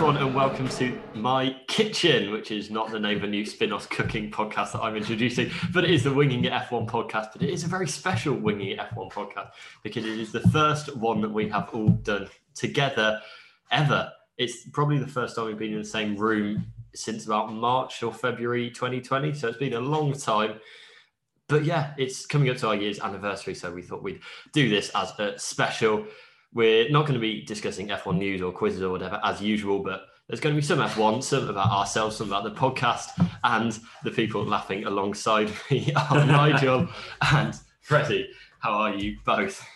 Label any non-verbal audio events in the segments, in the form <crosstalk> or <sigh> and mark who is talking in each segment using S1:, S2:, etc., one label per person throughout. S1: welcome to My Kitchen, which is not the name of a new spin off cooking podcast that I'm introducing, but it is the Winging It F1 podcast. But it is a very special Winging It F1 podcast because it is the first one that we have all done together ever. It's probably the first time we've been in the same room since about March or February 2020. So it's been a long time. But yeah, it's coming up to our year's anniversary. So we thought we'd do this as a special. We're not going to be discussing F1 news or quizzes or whatever as usual, but there's going to be some F1, some about ourselves, some about the podcast, and the people laughing alongside me <laughs> are Nigel and Freddie. How are you both?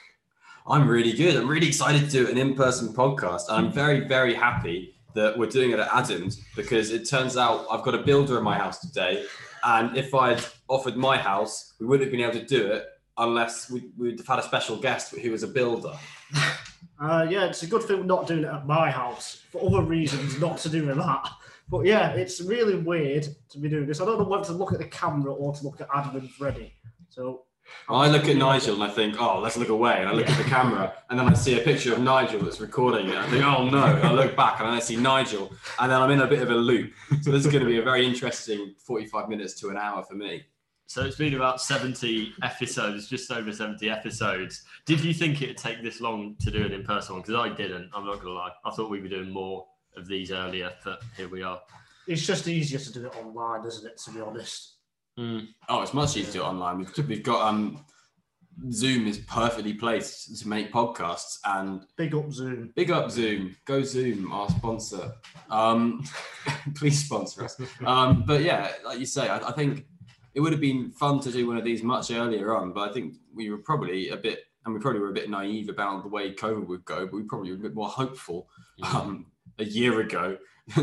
S2: I'm really good. I'm really excited to do an in-person podcast. I'm very, very happy that we're doing it at Adams because it turns out I've got a builder in my house today, and if I'd offered my house, we wouldn't have been able to do it unless we, we'd have had a special guest who was a builder.
S3: Uh, yeah, it's a good thing we're not doing it at my house for other reasons, not to do with that. But yeah, it's really weird to be doing this. I don't know whether to look at the camera or to look at Adam and Freddie. So
S2: I look at Nigel and I think, oh, let's look away, and I look at the camera, and then I see a picture of Nigel that's recording it. I think, oh no! And I look back and I see Nigel, and then I'm in a bit of a loop. So this is going to be a very interesting 45 minutes to an hour for me.
S1: So it's been about 70 episodes, just over 70 episodes. Did you think it'd take this long to do an in person one? Because I didn't, I'm not going to lie. I thought we were doing more of these earlier, but here we are.
S3: it's just easier to do it online, isn't it? To be honest. Mm.
S2: Oh, it's much easier to do it online. We've, we've got um, Zoom is perfectly placed to make podcasts, and
S3: Big up Zoom.
S2: Big up Zoom. Go Zoom, our sponsor. Um, <laughs> please sponsor us. Um, but yeah, like you say, I, I think it would have been fun to do one of these much earlier on, but I think we were probably a bit, and we probably were a bit naive about the way COVID would go, but we probably were a bit more hopeful um, a year ago <laughs>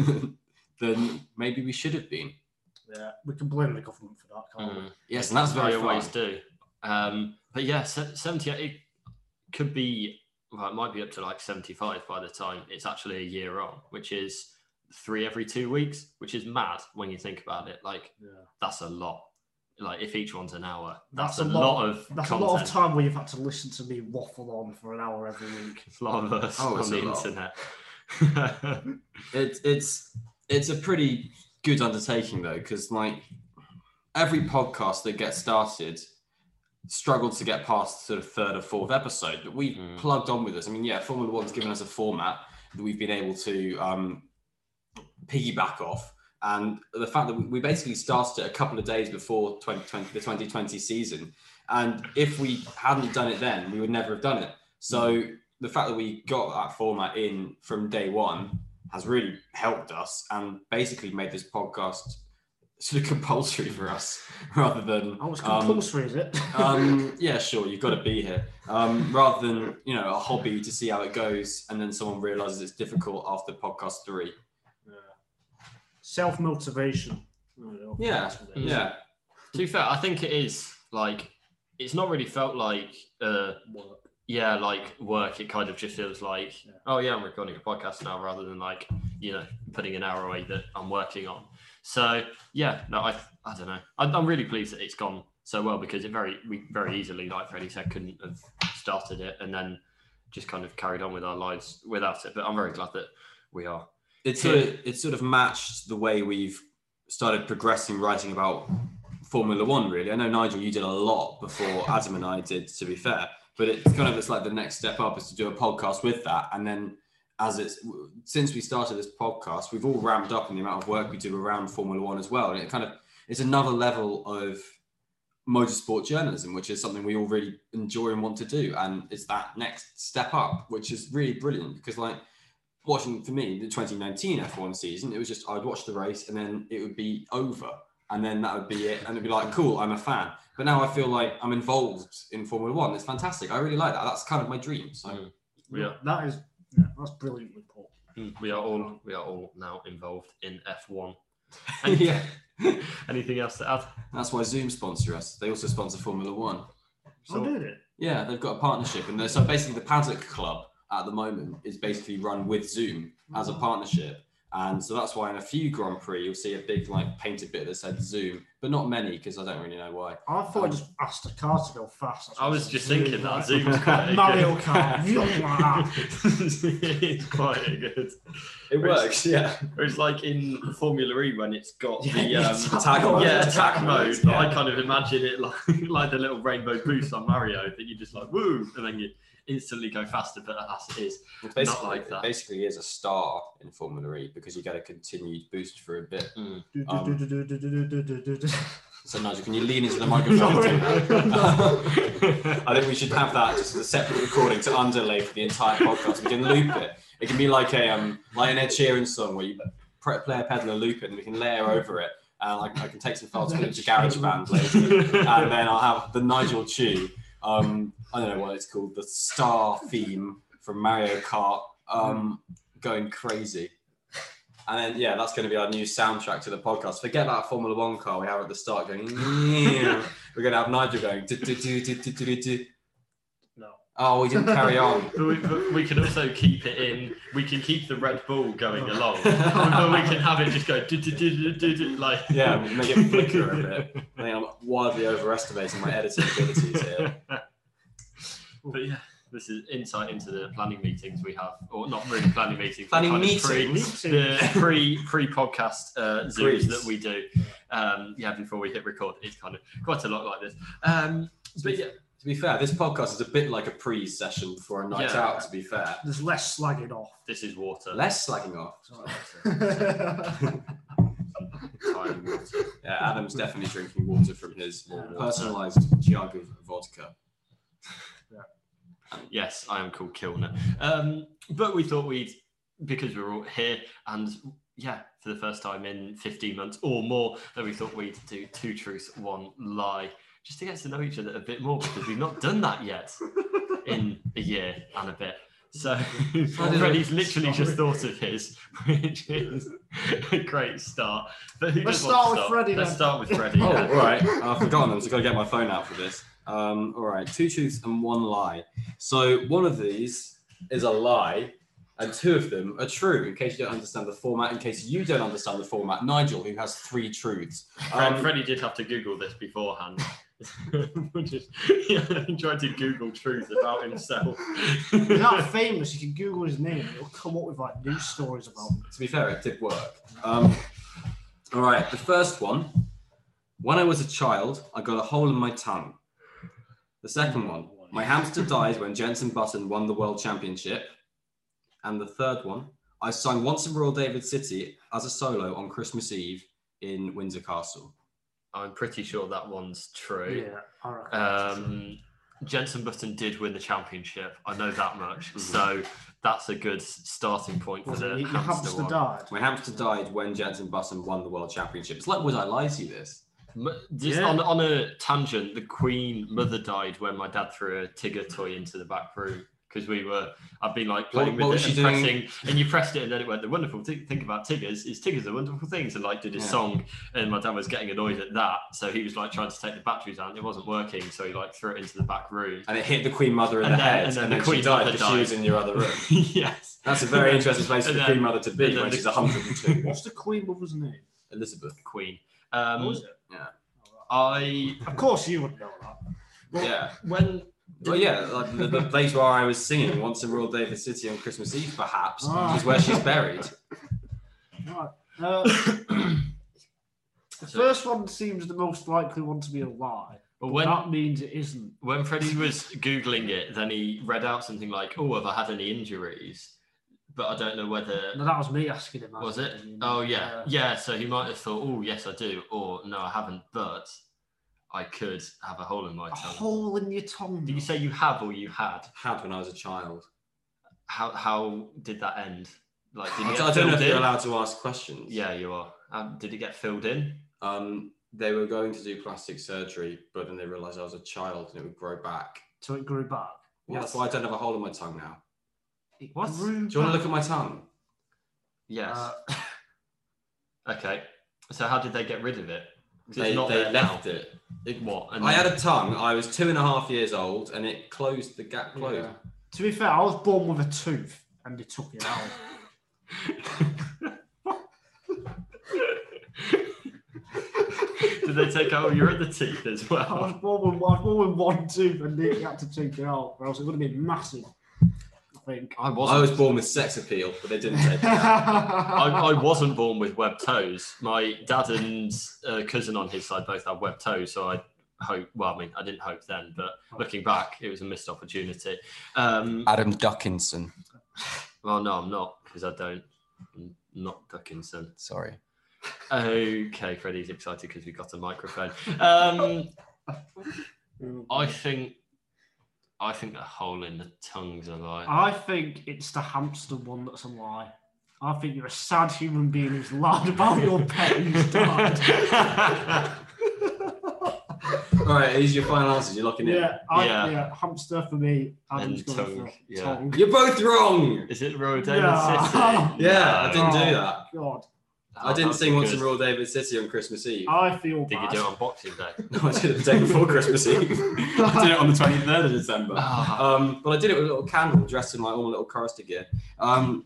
S2: than maybe we should have been.
S3: Yeah, we can blame the government for that, can't
S2: Mm.
S3: we?
S2: Yes, and that's
S1: I
S2: very fun.
S1: always do. Um, but yeah, se- 70, it could be, well, it might be up to like 75 by the time it's actually a year on, which is three every two weeks, which is mad when you think about it. Like,
S3: Yeah.
S1: that's a lot. Like, if each one's an hour, that's,
S3: That's
S1: a
S3: a
S1: lot,
S3: lot-
S1: of
S3: That's
S1: content.
S3: a lot of time where you've had to listen to me waffle on for an hour every week.
S1: It's a lot of us
S2: Oh,
S1: on
S2: it's
S1: the
S2: a lot.
S1: internet.
S2: <laughs>
S1: <laughs>
S2: It's it's it's a pretty good undertaking though, because like every podcast that gets started struggled to get past the sort of third or fourth episode, but we've
S1: Mm.
S2: plugged on with this. I mean, yeah, Formula One's given us a format that we've been able to um, piggyback off. And the fact that we- we basically started it a couple of days before 2020, the 2020 season. And if we hadn't done it then, we would never have done it. So
S3: Hmm.
S2: the fact that we got that format in from day one has really helped us and basically made this podcast <laughs> sort of compulsory for us <laughs> rather than
S3: Oh, it's
S2: um,
S3: compulsory, is it? <laughs>
S2: um, yeah, sure, you've got to be here. Um, rather than you know a hobby to see how it goes, and then someone realizes it's difficult after podcast three.
S3: Self motivation.
S2: Yeah.
S3: Hmm.
S1: Mm.
S2: Yeah,
S1: to be fair, I think it is like it's not really felt like uh yeah, like work. It kind of just feels like
S3: Yeah.
S1: oh yeah, I'm recording a podcast now rather than like you know putting an hour away that I'm working on. So yeah, no, I I don't know. I, I'm really pleased that it's gone so well because it very we very easily, like Freddie said, couldn't have started it and then just kind of carried on with our lives without it. But I'm very glad that we are.
S2: it's sort of it's sort of matched the way we've started progressing writing about Formula One. Really, I know Nigel, you did a lot before Adam and I did. To be fair, but it's kind of it's like the next step up is to do a podcast with that, and then as it's w- since we started this podcast, we've all ramped up in the amount of work we do around Formula One as well, and it kind of it's another level of motorsport journalism, which is something we all really enjoy and want to do, and it's that next step up, which is really brilliant because like watching for me the 2019 F1 season, it was just I'd watch the race and then it would be over, and then that would be it, and it'd be like, cool, I'm a fan. But now I feel like I'm involved in Formula One. It's fantastic. I really like that. That's kind of my dream. So
S1: We are
S3: That is, yeah, that's brilliantly put.
S1: Hmm. we are all we are all now involved in
S3: <laughs>
S1: F1.
S2: yeah,
S1: <laughs> Anything else to add?
S2: that's why Zoom sponsor us. They also sponsor Formula One.
S3: So, did it?
S2: Yeah, they've got a partnership, and they're- so basically the Paddock Club at the moment is basically run with Zoom as a
S3: Mm.
S2: partnership, and so that's why in a few Grand Prix you'll see a big like painted bit that said Zoom, but not many because I don't really know why.
S3: I thought I just asked a car to go fast. That's
S1: I
S3: what
S1: was
S3: it
S1: just
S3: really
S1: thinking that
S3: like. <laughs>
S1: Zoom's quite
S3: Mario
S1: good.
S3: Kart, you like
S1: <laughs>
S3: that.
S1: it's quite good.
S2: It works, yeah.
S1: Whereas, like in Formula E, when it's got the
S3: Yeah, Oh,
S1: um,
S3: <laughs> attack
S2: <laughs> tag
S3: mode.
S1: <laughs>
S2: on.
S1: yeah
S2: Yeah,
S1: attack <laughs>
S2: attack
S1: mode,
S2: mode,
S1: I kind of imagine it like <laughs> like the little rainbow boost on Mario that you just like woo, and then you instantly go faster. But that's it
S3: <laughs>
S1: is <laughs>
S2: Well, basically,
S1: like that.
S2: it basically is a star in Formula E because you get a continued boost for a bit.
S3: Do,
S2: Um,
S3: <laughs> do, do, do, do, do, do, do, do, do.
S2: So Nigel, can you lean into the
S1: <laughs>
S2: microphone? and do that? <laughs> I think we should have that just as a separate recording to underlay for the entire podcast. We can loop it. It can be like a um, like an Ed Sheeran song where you pre- play a pedal and loop it, and we can layer over it. And I, I can take some files, put it into
S3: <laughs>
S2: GarageBand later, and then I'll have the Nigel Chew. Um, I don't know what it's called, the star theme from Mario Kart, um, going crazy. And then yeah, that's going to be our new soundtrack to the podcast. Forget that Formula One car we have at the start going. "Yeah." We're going to have Nigel going. "Do, do, do, do, do, do, do, do."
S3: No.
S2: Oh, we didn't carry
S3: <laughs>
S2: on.
S1: But we, but we can also keep it in. We can keep the Red Bull
S2: Oh.
S1: going along, but we can have it just go do, do, do, do, do, do, like
S2: Yeah, we make it flicker a bit. I think I'm wildly overestimating my editing abilities here.
S1: But yeah, this is insight into the planning meetings we have, or not really planning meetings. but
S2: Planning
S1: kind of
S2: meetings.
S1: Pre, the pre pre podcast uh, zooms
S2: Grease.
S1: that we do. Um, yeah, before we hit record, it's kind of quite a lot like this. Um, but yeah,
S2: To be fair, this podcast is a bit like a pre-session before a night
S1: Yeah.
S2: out. To be fair,
S3: There's less slagging off.
S1: this is water.
S2: less slagging off. <laughs>
S1: Time water.
S2: Yeah, Adam's definitely drinking water from his
S1: Yeah.
S2: personalised jug of vodka.
S1: Yes, I am called Kilner. Um, but we thought we'd, because we're all here and yeah, for the first time in 15 months or more, that we thought we'd do two truths, one lie, just to get to know each other a bit more because we've not done that yet in a year and a bit.
S3: <laughs>
S1: So Freddie's literally just thought of his, which is a great start. But who
S3: Let's
S1: does want to
S3: start with Freddie
S1: Let's
S3: then.
S1: start with Freddie.
S2: Oh,
S1: yeah.
S2: all right. I've forgotten them, so I've got to get my phone out for this. Um, all right, two truths and one lie. So one of these is a lie, and two of them are true. In case you don't understand the format, in case you don't understand the format, Nigel, who has three truths.
S1: Fred,
S2: Um,
S1: Freddie did have to Google this
S3: <laughs>
S1: beforehand. <laughs> Just, yeah, he tried to Google truth about himself.
S3: He's not famous. You can Google his name. It'll come up with like news stories about him.
S2: to be fair, it did work. Um, all right, the first one. When I was a child, I got a hole in my tongue. The second one. My hamster died when Jensen Button won the world championship. And the third one. I sang once in Royal David City as a solo on Christmas Eve in Windsor Castle.
S1: <laughs> I'm pretty sure that one's true.
S3: Yeah, I reckon.
S1: Um, Jensen Button did win the championship. I know that much.
S2: Mhm.
S1: So that's a good s- starting point for
S3: Was
S1: the
S3: Mm-hmm. it? Your
S1: hamster
S3: hamster
S1: one.
S3: died.
S2: My hamster died when Jensen Button won the world championship. It's like, would I lie to you this?
S1: M- Just
S3: Yeah.
S1: on, on a tangent, the Queen mother died when my dad threw a Tigger toy into the back room because we were. I've been like playing
S2: what
S1: with
S2: was
S1: it and
S2: she doing?
S1: pressing, and you pressed it, and then it went. The wonderful thing, thing about Tiggers is Tiggers are wonderful things, and like did a
S2: Yeah.
S1: song, and my dad was getting annoyed at that, so he was like trying to take the batteries out, and it wasn't working, so he like threw it into the back room.
S2: And it hit the Queen Mother in
S1: And
S2: the
S1: then-
S2: head,
S1: and
S2: and
S1: then
S2: then,
S1: the
S2: she
S1: Queen
S2: died
S1: Mother
S2: because she
S1: died.
S2: was in your other room.
S1: <laughs> <laughs> yes.
S2: That's a very interesting place for
S1: And
S2: the
S1: then-
S2: Queen Mother to be
S1: and then
S2: when
S1: the- <laughs>
S2: she's 102.
S3: What's the Queen Mother's name?
S2: Elizabeth.
S1: Queen.
S3: What
S1: Um,
S3: was it?
S2: yeah.
S1: I
S3: Of course, you would know that.
S2: Yeah.
S1: when
S2: Well, yeah, like the, the place where I was singing once in Royal David City on Christmas Eve, perhaps,
S3: Ah.
S2: is where she's buried.
S3: Right. Uh, the first one seems the most likely one to be a lie.
S1: when
S3: that means it isn't.
S1: When Freddie was googling it, then he read out something like, "Oh, have I had any injuries?" But I don't know whether
S3: No, that was me asking him.
S1: was it.
S3: actually.
S1: Oh yeah,
S3: Uh,
S1: yeah. So he might have thought, "Oh yes, I do," or "No, I haven't," but I could have a hole in my
S3: a
S1: tongue.
S3: hole in your tongue.
S1: Did you say you have or you had?
S2: Had when I was a child.
S1: How how did that end? Like, did
S2: I,
S1: you
S2: I
S1: get
S2: don't know if
S1: filled
S2: they're
S1: in?
S2: allowed to ask questions.
S1: Yeah, you are. Um, did it get filled in?
S2: Um, they were going to do plastic surgery, but then they realised I was a child and it would grow back.
S3: So it grew back.
S2: Yeah, that's why I don't have a hole in my tongue now.
S3: It
S1: What?
S3: Grew
S2: Do
S1: Ah.
S2: you want to look
S3: back.
S2: at my tongue?
S1: Yes.
S3: Uh,
S1: <laughs> okay. So how did they get rid of it? 'Cause
S2: They,
S1: it's not
S2: they
S1: there
S2: left
S1: now.
S2: it. it.
S1: What? And
S2: I had a tongue. I was two and a half years old and it closed the gap closed.
S3: Yeah. To be fair, I was born with a tooth and they took it out.
S1: <laughs> Did they take out all your other teeth as
S3: I was
S1: well?
S3: born with, I was born with one tooth and they had to take it out, or else it would have been massive. I think.
S1: I
S2: I was
S1: wasn't.
S2: born with sex appeal, but they didn't take
S1: <laughs>
S2: it. out.
S1: I, <laughs> I
S3: I,
S1: wasn't born with webbed toes. My dad and uh, cousin on his side both had webbed toes, so I hope. Well, I mean, I didn't hope then, but looking back, it was a missed opportunity. Um,
S2: Adam Duckinson.
S1: well, no, I'm not because I don't. I'm not Dickinson.
S2: Sorry.
S1: Okay, Freddie's excited because we've got a microphone. Um,
S3: <laughs>
S1: I think, I think the hole in the tongue's a lie.
S3: I think it's the hamster one that's a lie. I think you're a sad human being who's lied
S1: Oh,
S3: about your pet who's died.
S2: All right, these are your final answers. You're locking in.
S3: Yeah,
S1: <laughs>
S3: I,
S1: Yeah.
S3: yeah. hamster for me. Adam's
S1: And
S3: going
S1: tongue,
S3: for
S1: yeah.
S3: tongue.
S2: You're both wrong.
S1: Is it Royal David
S3: Yeah.
S1: City?
S2: <laughs> Yeah, I didn't
S3: Oh.
S2: do that.
S3: God,
S2: I didn't
S1: That's
S2: sing once in
S1: because-
S2: Royal David City on Christmas Eve.
S3: I feel
S1: Did you
S3: bad.
S1: do it on Boxing
S2: <laughs>
S1: Day?
S2: No, I did it the day before Christmas Eve. I did it on the 23rd of December.
S1: Ah,
S2: Um, but I did it with a little candle dressed in my own little chorister gear. Um,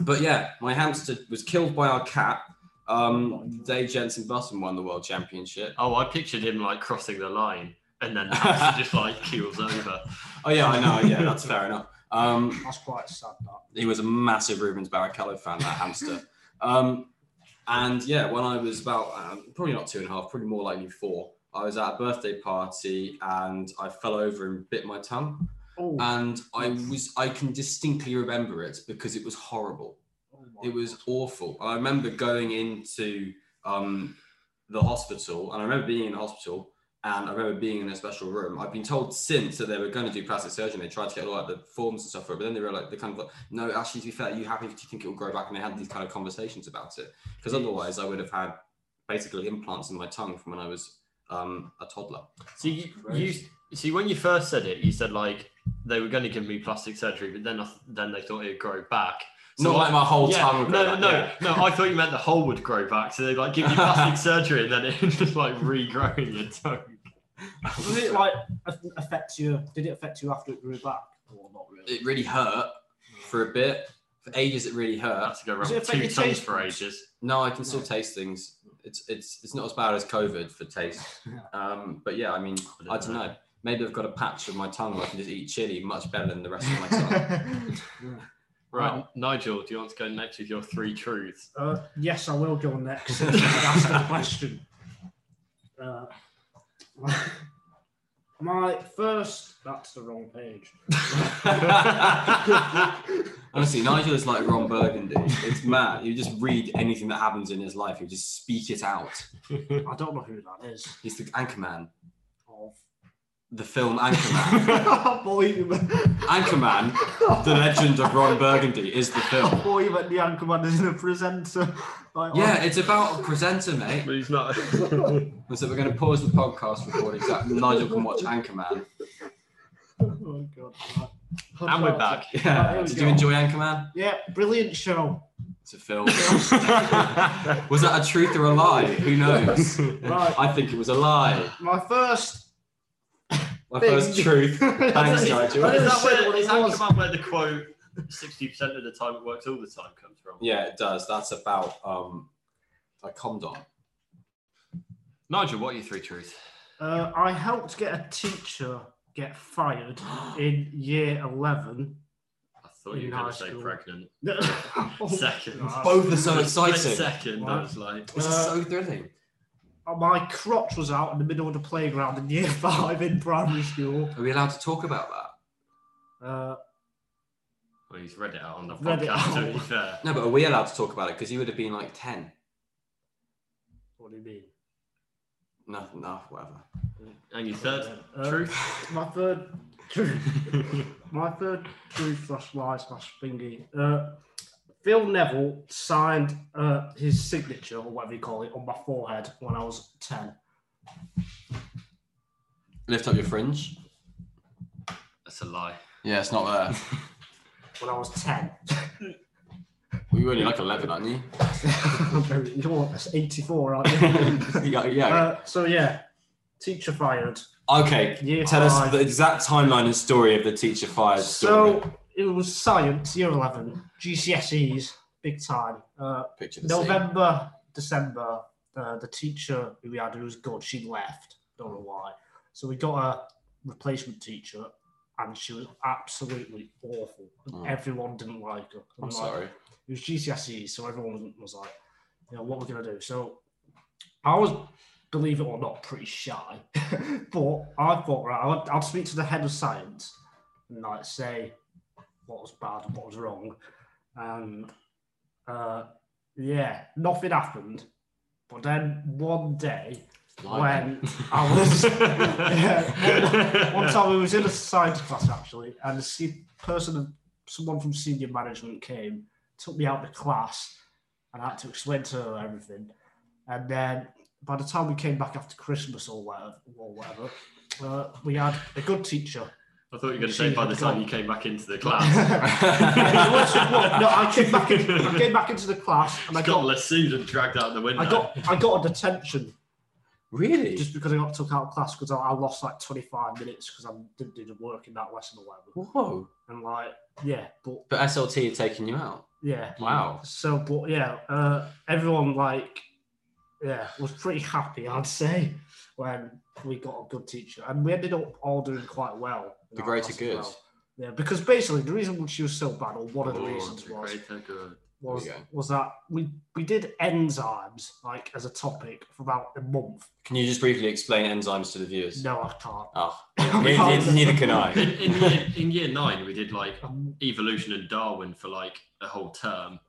S2: but yeah, my hamster was killed by our cat. Um, Dave Jensen Button won the world championship.
S1: oh, I pictured him like crossing the line and then the hamster just like keels over.
S2: Oh, yeah, I know. Yeah, that's fair enough. Um,
S3: That's quite sad. That.
S2: he was a massive Rubens Barrichello fan, that hamster. Um, and yeah, when I was about um, probably not two and a half, probably more likely four, I was at a birthday party and I fell over and bit my tongue.
S3: Oh,
S1: Uh,
S2: And I was I can distinctly remember it because it was horrible.
S3: oh my
S2: It was awful. I remember going into um, the hospital, and I remember being in the hospital, and I remember being in a special room. I've been told since that they were going to do plastic surgery. and They tried to get all like the forms and stuff for it, but then they were like, they kind of like, no, actually, to be fair, are you happy? Do you think it will grow back? And they had these kind of conversations about it, because otherwise, I would have had basically implants in my tongue from when I was um, a toddler.
S1: So you, you see when you first said it, you said like they were going to give me plastic surgery, but then I, then they thought it would grow back. So
S2: Not
S1: I-
S2: like my whole
S1: yeah,
S2: tongue. would grow
S1: no,
S2: back,
S1: no,
S2: yeah.
S1: no. I thought you meant the hole would grow back, so they like give you
S2: <laughs>
S1: plastic surgery and then it <laughs> just like regrow in your tongue.
S3: God. Did it like aff- affect you? Did it affect you after it grew back? Or not
S1: <laughs>
S3: really?
S2: It really hurt for a bit. For ages, it really hurt.
S1: That's to go around
S3: Does it
S1: with
S3: affect
S1: two
S3: your
S1: tongues
S3: taste
S1: for
S3: buds?
S1: ages.
S2: No, I can still taste things. It's it's it's not as bad as COVID for taste. Um, but yeah, I mean, I don't know. Maybe I've got a patch of my tongue where I can just eat chili much better than the rest
S3: <laughs>
S2: of my tongue.
S1: Right, Nigel, do you want to go next with your three
S3: <laughs>
S1: truths?
S3: Uh, yes, I will go next. That's the question. Uh, <laughs> my first. That's the wrong page.
S2: Honestly, Nigel is like Ron Burgundy. It's mad. You just read anything that happens in his life. You just speak it out.
S3: I don't know who that is.
S2: He's the Anchorman,
S3: Of. <laughs>
S2: the film Anchorman.
S3: I believe
S2: Anchorman, the legend of Ron Burgundy, is the film.
S3: you meant the anchor man isn't a presenter. Like,
S2: Yeah, it's about a presenter, mate.
S1: But he's not.
S2: And so we're going to pause the podcast recording so that Nigel can watch Anchorman.
S3: Oh, God. right.
S1: and we're back.
S3: Right,
S2: <laughs>
S3: here
S2: Yeah.
S3: we
S2: Did
S3: go.
S2: you enjoy Anchorman?
S3: Yeah, brilliant show.
S2: It's a
S3: <laughs>
S2: film. was that a truth or a lie?
S3: <laughs>
S2: Who <laughs> knows?
S3: Right.
S2: I think it was a lie.
S3: My first. <laughs>
S2: My
S3: Bing.
S2: first truth. Thanks,
S1: Is-
S2: Nigel.
S1: Is
S3: Well,
S1: that where, is
S3: it was-
S1: Anchorman where the quote sixty percent of the time it works all the time comes from?
S2: Yeah, it does. That's about um, a condom.
S1: Nigel, what are your three truths?
S3: Uh, I helped get a teacher
S1: <gasps>
S3: get fired in year
S1: <laughs>
S3: 11.
S1: I thought you were
S3: In
S1: going
S3: high
S1: to say
S3: school.
S1: pregnant.
S3: Oh,
S1: Second. <laughs>
S3: God.
S2: Both are so
S1: For a split
S2: exciting.
S1: Second, I
S3: What?
S1: was like,
S2: This is so thrilling.
S3: Uh, My crotch was out in the middle of the playground in year <laughs> five in primary school.
S2: Are we allowed to talk about that?
S3: Uh,
S1: well, he's read it out on the
S3: Read it
S1: podcast. To
S3: out.
S1: be fair,
S2: No, but are we allowed to talk about it? Because you would have been like 10.
S3: what do you mean?
S2: No, no, whatever.
S1: and your third
S3: Uh,
S1: truth.
S3: My third
S1: <laughs>
S3: My third truth slash lie slash thingy. Uh, Phil Neville signed uh, his signature, or whatever you call it, on my forehead when I was 10.
S2: Lift up your fringe.
S1: That's a lie.
S2: Yeah, it's not there. <laughs>
S3: When I was <laughs> 10.
S2: Well, you were only like 11, aren't you?
S3: You're 84, aren't
S1: <laughs>
S3: you?
S2: <laughs> yeah, yeah.
S3: uh, so, yeah, teacher fired.
S2: Okay,
S3: Year
S2: tell us
S3: five.
S2: the exact timeline and story of the teacher fired story.
S3: So, it was science, year 11, GCSEs, big time. Uh,
S2: Picture the scene.
S3: November, December uh, the teacher who we had who was good, she left. Don't know why. So we got a replacement teacher, and she was absolutely awful. And
S2: Oh.
S3: Everyone didn't like her.
S2: I'm
S3: And, like, <laughs>
S2: sorry.
S3: It was GCSE, E, so everyone was, was like, you know, what we're gonna do. So I was, believe it or not, pretty shy. <laughs> but I thought, right, I'd, I'd speak to the head of science and like say what was bad and what was wrong. And uh, yeah, nothing happened. But then one day,
S1: <laughs>
S3: when I was <laughs> Yeah, one time we was in a science class actually, and the person, someone from senior management came, took me out of the class, and I had to explain to her everything. And then by the time we came back after Christmas or whatever, or whatever uh, we had a good teacher. <laughs>
S1: I thought you were going to
S3: She
S1: say by
S3: had
S1: the time
S3: gone.
S1: you came back into the
S3: no, <laughs>
S1: class,
S3: I came back. In, I came back into the class, and I
S1: got
S3: got,
S1: lassoed and dragged out the window.
S3: I got, I got a detention
S2: <laughs> really?
S3: just because I got took out of class because I, I lost like 25 minutes because I didn't do the work in that lesson or whatever.
S2: Whoa.
S3: And like, yeah, but
S2: But SLT had taken you out.
S3: yeah.
S2: Wow.
S3: So, but yeah, uh, everyone like, yeah, was pretty happy, I'd say, when we got a good teacher, and we ended up all doing quite well. in
S2: The
S3: our
S2: greater
S3: class as
S2: good.
S3: well. Yeah, because basically the reason she was so bad, or one of the
S1: Oh,
S3: reasons was,
S1: greater good.
S3: was,
S2: There we go.
S3: was that we we did enzymes like as a topic for about a month.
S2: Can you just briefly explain enzymes to the viewers?
S3: No, I can't.
S2: Oh,
S3: <laughs> We can't.
S2: neither, neither can
S3: <laughs>
S2: I.
S1: In, in, year, in year nine, we did like
S3: Um,
S1: evolution and Darwin for like a whole term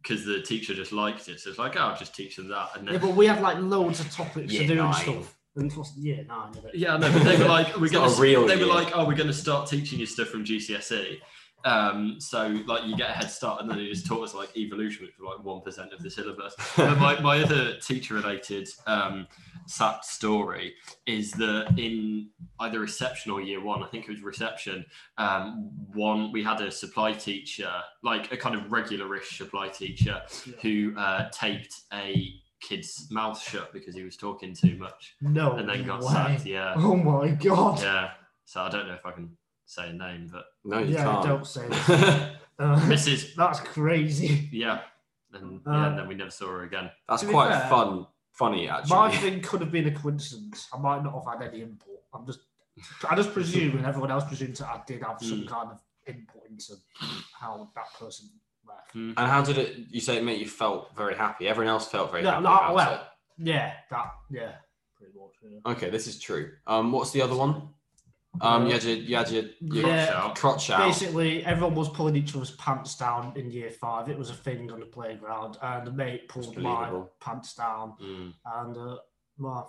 S1: because the teacher just liked it. So it's like, oh, I'll just teach them that. And
S3: Yeah,
S1: then,
S3: but we had like loads of topics
S2: Year
S3: to do
S2: nine.
S3: and stuff. And it was yeah, nine of it.
S1: yeah, no, but they were like, we're
S2: It's
S1: going
S2: not a real
S1: to, they were
S2: year.
S1: like, oh, we're going to start teaching you stuff from GCSE. Um, so like you get a head start and then they just taught us like evolution, which was like 1% of the syllabus. But my, my other teacher related um, sad story is that in either reception or year one, I think it was reception, um, one, we had a supply teacher, like a kind of regularish supply teacher
S3: Yeah.
S1: who uh, taped a kid's mouth shut because he was talking too much
S3: No.
S1: and then got
S3: way.
S1: sacked. Yeah.
S3: Oh my god. Yeah,
S1: Yeah. So I don't know if I can say a name, but
S2: No, you
S3: don't say
S2: <laughs>
S3: that.
S2: can't.
S3: Uh,
S1: Mrs.
S3: that's crazy.
S1: Yeah. And,
S3: Uh,
S1: yeah, and then we never saw her again.
S2: That's
S3: To be
S2: quite
S3: fair,
S2: fun, funny actually.
S3: My thing could have been a coincidence. I might not have had any input. I'm just I just presume and everyone else presumes that I did have
S2: Hmm.
S3: some kind of input into how that person left.
S2: And how did it? You say it made you felt very happy. Everyone else felt very
S3: No,
S2: happy.
S3: no,
S2: about
S3: well, Yeah, that yeah, pretty much. Yeah.
S2: it. Okay, this is true. Um, what's the other one? Um, you had your, you had your, your
S3: Yeah.
S1: Shout.
S2: crotch out.
S3: Basically, everyone was pulling each other's pants down in year five. It was a thing on the playground, and the mate pulled my
S2: believable.
S3: pants down,
S1: Mm,
S3: and uh, my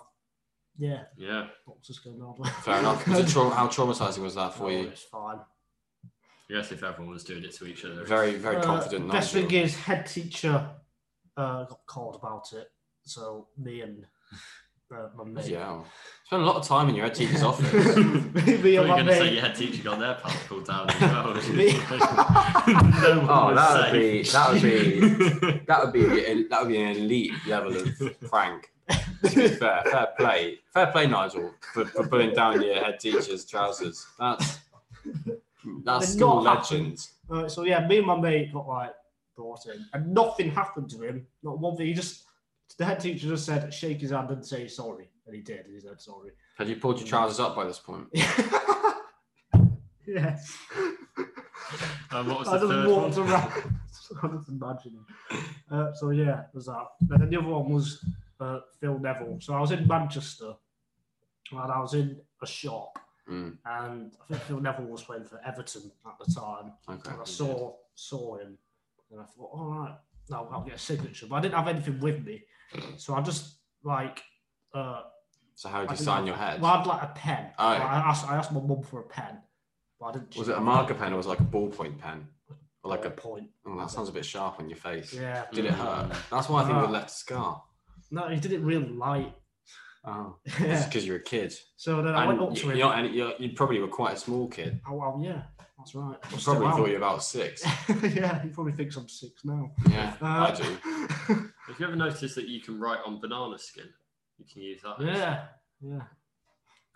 S3: yeah,
S1: yeah.
S3: what was going on?
S2: <laughs> Fair
S3: <laughs>
S2: enough. Was it trau- how traumatizing was that for
S3: No,
S2: you?
S3: It's fine.
S1: Yes, if everyone was doing it to each other.
S2: Very, very
S3: Uh,
S2: confident.
S3: Best
S2: Nigel.
S3: thing is, head teacher uh, got called about it, so me and uh, my mate.
S2: Yeah. Spent a lot of time in your head teacher's
S3: <laughs>
S2: office.
S3: me, me
S1: you were
S3: and my
S1: going to say
S3: mate.
S1: your head teacher got their pants pulled down
S3: <laughs>
S1: as well.
S3: Me-
S1: <laughs> no one
S2: Oh,
S1: was
S2: that would be
S1: safe.
S2: that would be
S3: <laughs>
S2: that would be that would be an elite level of prank. To be fair, fair play, fair play, Nigel, for, for pulling down your head teacher's trousers. That's that's
S3: They're
S2: school
S3: not happening.
S2: legend.
S3: Uh, so yeah, me and my mate got like brought in, and nothing happened to him. Not one thing. He just the head teacher just said shake his hand and say sorry, and he did. And he said sorry. <laughs>
S2: Had you pulled your trousers up by this point?
S3: yes.
S1: <laughs> And what was
S3: I
S1: the
S3: just
S1: third
S3: walked
S1: one?
S3: <laughs> around. I was imagining. Uh, so yeah, it was that. And then the other one was uh, Phil Neville. So I was in Manchester, and I was in a shop,
S2: Mm,
S3: and I think Phil Neville was playing for Everton at the time.
S2: okay.
S3: And I saw saw him, and I thought, all right, now I'll get a signature. But I didn't have anything with me, so I just like. Uh,
S2: So how did
S3: I
S2: you
S3: didn't
S2: sign
S3: have-
S2: your head?
S3: Well, I'd like a pen.
S2: Oh.
S3: Like, I asked, I asked my mum for a pen, but I didn't.
S2: Was it a marker pen or was it like a ballpoint pen? Or like a
S3: point?
S2: oh, that sounds a bit sharp on your face.
S3: Yeah.
S2: Did it
S1: Mm.
S2: hurt? That's why I think
S3: Ah.
S2: you left a scar.
S3: No, he did it real light.
S2: Oh,
S3: Ah. Yeah.
S2: because you're a kid.
S3: <laughs> So then I
S2: And
S3: went up to
S2: you,
S3: him.
S2: you're, and you're, you probably were quite a small kid.
S3: oh, well, yeah, that's right.
S2: You probably thought you were about six.
S3: <laughs> yeah, he probably thinks I'm six now.
S2: Yeah, I
S3: Uh,
S2: do.
S1: Have you ever noticed that you can write on banana skin? You can use that.
S3: <laughs> yeah, yeah.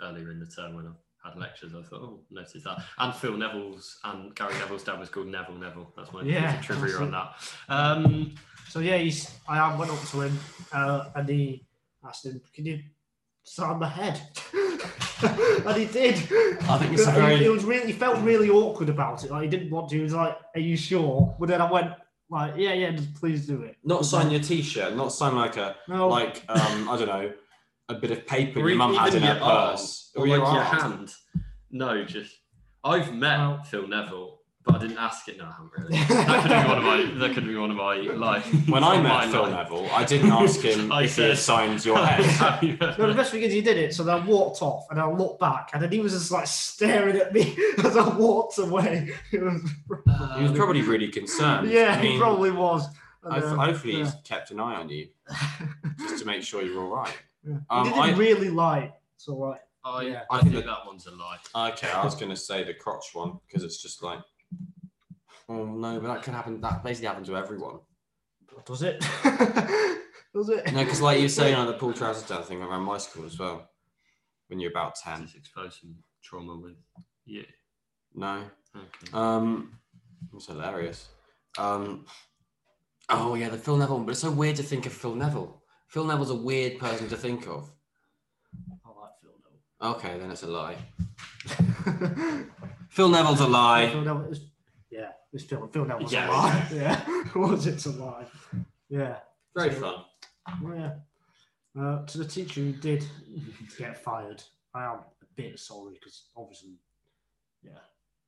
S1: Earlier in the term when I had lectures, I thought, oh, noticed that. And Phil Neville's and Gary Neville's dad was called Neville Neville. That's my
S3: Yeah,
S1: yeah, trivia on that. Um,
S3: So yeah, he's, I went up to him uh, and he asked him, "Can you sound my head?" <laughs> and he did.
S2: I think it's a
S3: He-
S2: very-
S3: He was really. He felt really awkward about it. Like he didn't want to. He was like, "Are you sure?" But then I went, "Like, yeah, yeah, just please do it."
S2: Not sign your T-shirt. Not sign like a
S3: No,
S2: like um, I don't know, a bit of paper
S1: Or
S2: your mum had
S1: even
S2: in her
S1: your arm,
S2: purse
S1: or like your
S2: arm.
S1: hand. No, just I've met
S3: Wow.
S1: Phil Neville, but I didn't ask it. No, I haven't really. That could be one of my. That could be one of my life.
S2: When I met
S1: Mine,
S2: Phil
S1: mine.
S2: Neville, I didn't ask
S3: <laughs>
S2: him
S1: I
S2: if he had
S1: said-
S2: signed your head.
S1: <laughs>
S3: No,
S1: Um,
S3: the best thing is he did it. So then I walked off and I looked back and then he was just like staring at me <laughs> as I walked away. It was-
S2: he was probably really concerned.
S3: yeah,
S2: I
S3: he
S2: mean,
S3: probably was. And,
S2: I th-
S3: um,
S2: hopefully
S3: yeah.
S2: he's kept an eye on
S3: <laughs>
S2: you just to make sure you're all right.
S3: Yeah.
S2: Um,
S3: he did
S2: I-
S3: it really light. So like,
S1: I,
S3: Yeah.
S1: I think that one's a lie.
S2: Okay, I was going to say the crotch one because it's just like, oh no, but that could happen. That basically happened to <laughs> everyone.
S3: does it? <laughs> does it? <laughs>
S2: No, because like you were saying, like the pull trousers down thing around my school as well when you're about ten.
S1: Just expose some trauma with. Yeah.
S2: No,
S1: Okay.
S2: Um, it was hilarious. Um, oh yeah, the Phil Neville one, but it's so weird to think of Phil Neville. Phil Neville's a weird person to think of.
S3: I like Phil
S2: Okay, then it's a lie.
S3: Neville.
S2: Phil Neville's a lie.
S3: Phil Neville is, yeah, it's Phil, Phil Neville's
S1: Yeah.
S3: yeah. alive. <laughs> Yeah, was it alive? Yeah.
S2: Very fun.
S3: Well, yeah. Uh, to the teacher who did get fired, I am a bit sorry because obviously, yeah,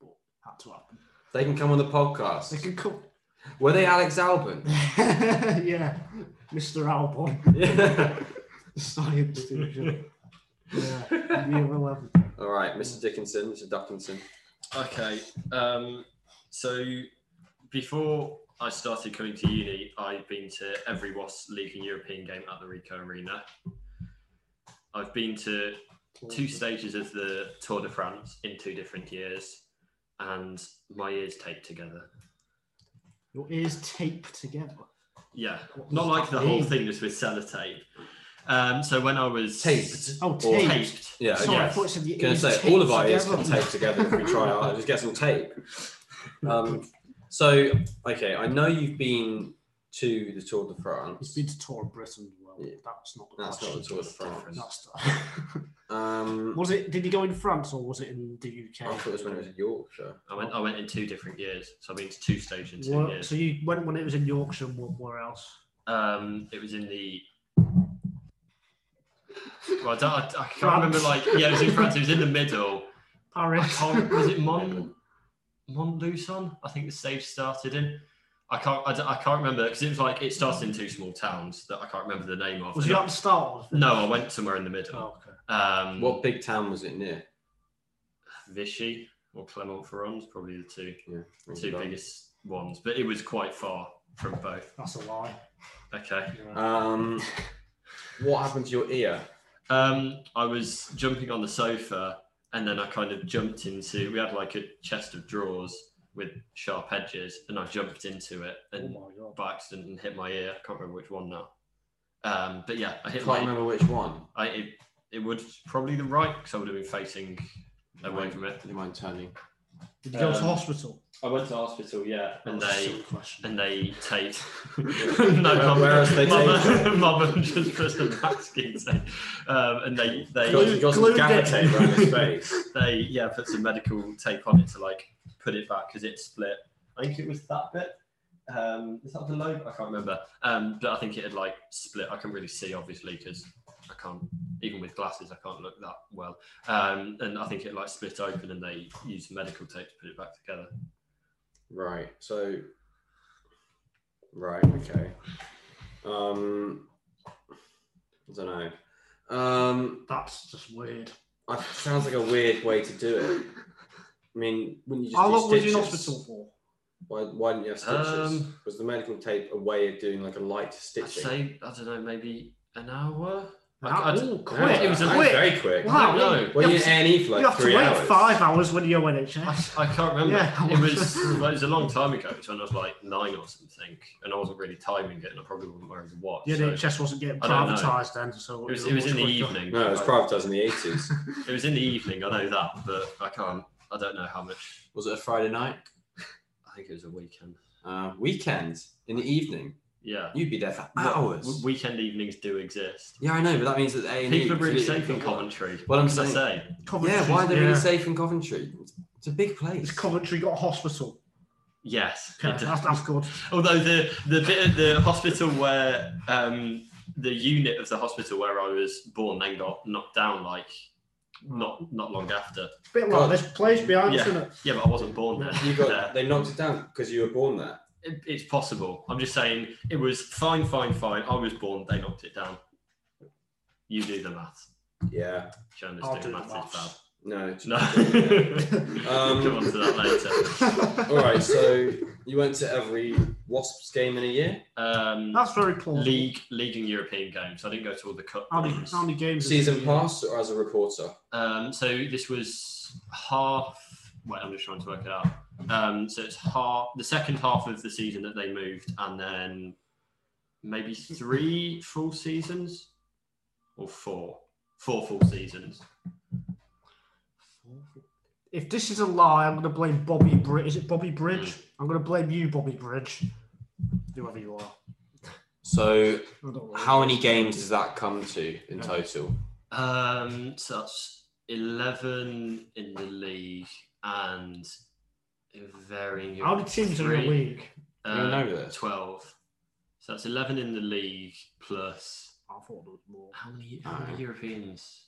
S3: but had to happen.
S2: They can come on the
S3: They
S2: podcast.
S3: can come.
S2: Were they Alex <laughs> Albon?
S3: <laughs> yeah, Mr. Albon, the science teacher. yeah, year 11.
S2: All right, Mr. Dickinson, Mr. Duckinson.
S1: Okay. Um, so before I started coming to uni, I've been to every WAS League and European game at the Rico Arena. I've been to two stages of the Tour de France in two different years, and my ears taped together.
S3: Your ears taped together.
S1: Yeah, not like the whole thing, just with sellotape. Um, so when I was
S2: Taped.
S3: Oh,
S2: Or-
S3: taped.
S1: taped,
S2: Yeah,
S3: Sorry, I
S1: yes.
S3: thought you said your
S2: Gonna
S3: ears
S2: say
S3: taped
S2: all of our ears can
S3: together.
S2: tape together if we try hard. Just get some tape. Um, so okay, I know you've been to the Tour de
S3: He's
S2: France.
S3: been to tour of Britain. Well,
S2: Yeah.
S3: that's not the
S2: That's not the
S3: question.
S2: Tour de France.
S3: That's the-
S2: Um,
S3: was it? Did he go in France or was it in the
S2: I
S3: UK?
S2: thought it was when it was in Yorkshire.
S1: I went. I went in two different years, so I've been to two stages in two
S3: Well,
S1: years.
S3: so you went when it was in Yorkshire. and What, where else?
S1: Um, it was in the. Well, I, don't, I, I can't remember. Like, yeah, it was in France. It was in the middle. I
S3: Paris.
S1: can't. Was it Mon Montluçon? I think the stage started in. I can't. I, don't- I can't remember because it was like it started in two small towns that I can't remember the name of.
S3: <laughs> Was
S1: And
S3: you
S1: I-
S3: at the start? Of it?
S1: no, I went somewhere in the middle.
S3: Oh, okay.
S1: Um,
S2: What big town was it near?
S1: Vichy or Clermont-Ferrand? Probably the two
S2: Rings a
S1: two
S2: bell.
S1: biggest ones, but it was quite far from both.
S3: That's a lie.
S1: Okay.
S3: Yeah.
S2: Um, what happened to your ear?
S1: Um, I was jumping on the sofa and then I kind of jumped into. We had like a chest of drawers with sharp edges, and I jumped into it
S3: oh
S1: and
S3: my god.
S1: by accident and hit my ear. I can't remember which one now. Um, but yeah, I
S2: I
S1: hit
S2: can't
S1: my.
S2: remember which one.
S1: I, it, it would probably the right because I would have been facing away from it.
S2: Do you mind turning?
S3: Did you go to
S1: um,
S3: hospital?
S1: I went to hospital, yeah, and
S3: That's a
S1: they
S3: silly question.
S1: and they <laughs> taped. no,
S2: Where- where else they
S1: Mama, <laughs>
S2: taped?
S1: Mama just pressed a masking tape, um, and they they.
S2: Got- got some
S3: glued
S2: gaffer
S3: it.
S2: tape
S1: <laughs>
S2: around his face.
S1: they yeah put some medical tape on it to like put it back because it split. I think it was that bit. Um, is that the lobe? I can't remember. Um, but I think it had like split. I can really see obviously because I can't even with glasses I can't look that well. Um, and I think it like split open and they used medical tape to put it back together.
S2: Right. So. Right. Okay. Um, I don't know. Um,
S3: That's just weird.
S2: I- sounds like a weird way to do it. I mean, wouldn't you just
S3: How
S2: do
S3: long was you in
S2: stitches?
S3: hospital for?
S2: Why, why didn't you have stitches?
S1: Um,
S2: was the medical tape a way of doing like a light
S1: I'd
S2: stitching?
S1: say I don't know maybe an hour. Like,
S3: Ah,
S1: I d-
S3: ooh,
S1: no,
S3: quick.
S1: It was a
S2: That
S3: quick.
S2: very quick.
S1: I don't
S3: Wow.
S1: know.
S2: Well,
S3: You
S2: you
S3: have
S2: in NE for like
S3: you have to
S2: three
S3: wait
S2: hours.
S3: five hours when you're NHS.
S1: I can't remember.
S3: Yeah.
S1: It was well, it was a long time ago. It was when I was like nine or something, and I wasn't really timing it, and I probably wasn't wearing a watch.
S3: The
S1: so-
S3: NHS wasn't getting
S1: I don't know.
S3: privatised then, so
S1: It was, it was in the evening.
S2: No, it was
S1: I-
S2: privatised in the <laughs> eighties.
S1: it was in the evening. I know that, but I can't. I don't know how much.
S2: was it a Friday night?
S1: I think it was a weekend.
S2: Uh, weekend in the evening.
S1: Yeah.
S2: You'd be there for hours.
S1: W- Weekend evenings do exist.
S2: yeah, I know, but that means that A and E.
S1: People are really safe in Coventry.
S2: Well, I'm
S1: What can I
S2: saying-
S1: say?
S2: Yeah, why are they
S3: yeah.
S2: really safe in Coventry? It's- It's a big
S3: Has
S2: place.
S3: Coventry got a hospital? <laughs>
S1: Yes. it
S3: Okay,
S1: does.
S3: that's, that's good.
S1: Although the the bit of the hospital where um, the unit of the hospital where I was born then got knocked down like not not long after.
S3: Bit like
S2: God.
S3: this place behind us,
S1: Yeah.
S3: isn't it?
S1: Yeah, but I wasn't born <laughs> there.
S2: <laughs> You got
S1: Yeah.
S2: they knocked it down because you were born there.
S1: It- it's possible. I'm just saying it was fine, fine, fine. I was born. They knocked it down. You do the maths.
S2: Yeah.
S1: Jonas
S3: I'll
S1: doing
S3: do the
S1: maths is bad.
S3: maths.
S2: No.
S1: No.
S2: Um,
S3: <laughs>
S1: we'll come on to that later.
S2: <laughs> All right. So you went to every Wasps game in a year.
S1: Um,
S3: That's very plausible.
S1: league, league, and European games. I didn't go to all the cup.
S3: How many,
S1: games.
S3: how many games? has
S2: Season
S3: it been?
S2: pass or as a reporter?
S1: Um, so this was half. Wait, I'm just trying to work it out. Um, so it's half the second half of the season that they moved, and then maybe three full seasons or four, four full seasons.
S3: If this is a lie, I'm going to blame Bobby Bridge. Is it Bobby Bridge?
S1: Hmm.
S3: I'm going to blame you, Bobby Bridge. Whoever you are.
S2: So
S3: I don't know.
S2: how many games does that come to in
S3: Yeah.
S2: total?
S1: Um, so that's eleven in the league and varying.
S3: How many teams are
S1: three.
S3: in the league?
S2: You don't
S1: Uh,
S2: know this.
S1: Twelve. So that's eleven in the league plus
S3: I thought there was more.
S1: how many, how many
S2: Uh,
S1: Europeans?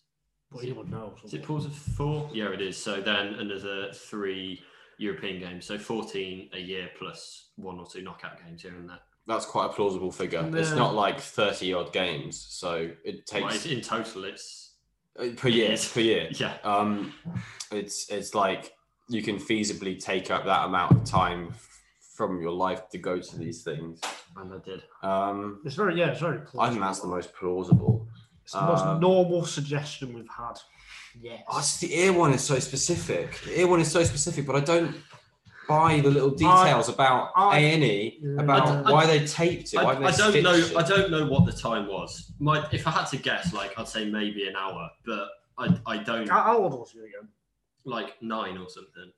S3: But you would know.
S1: Is it pools of four? Yeah, it is. So then another three European games. So 14 a year plus one or two knockout games here and there.
S2: That's quite a plausible figure.
S3: No.
S2: It's not like thirty odd games, so it
S1: Well, it's-
S2: takes
S1: in total, it's.
S2: uh, per year. It's per year.
S1: Yeah.
S2: Um, it's it's like you can feasibly take up that amount of time f- from your life to go to these things.
S1: And I did.
S2: Um,
S3: It's very, yeah, it's very plausible.
S2: I think that's the most plausible.
S3: It's the most
S1: uh,
S2: um,
S3: normal suggestion we've had. Yes.
S2: Oh, it's the ear one is so specific. The ear one is so specific, but I don't buy the little
S3: I-
S2: details about
S3: I-
S2: A&E,
S3: Yeah.
S2: about
S1: I d- I-
S2: why they taped it.
S1: I,
S2: why they
S1: I don't
S2: stitched
S1: know.
S2: It.
S1: I don't know what the time was. My, if I had to guess, like I'd say maybe an hour, but I, I don't
S3: How how old was you again?
S1: like nine or something.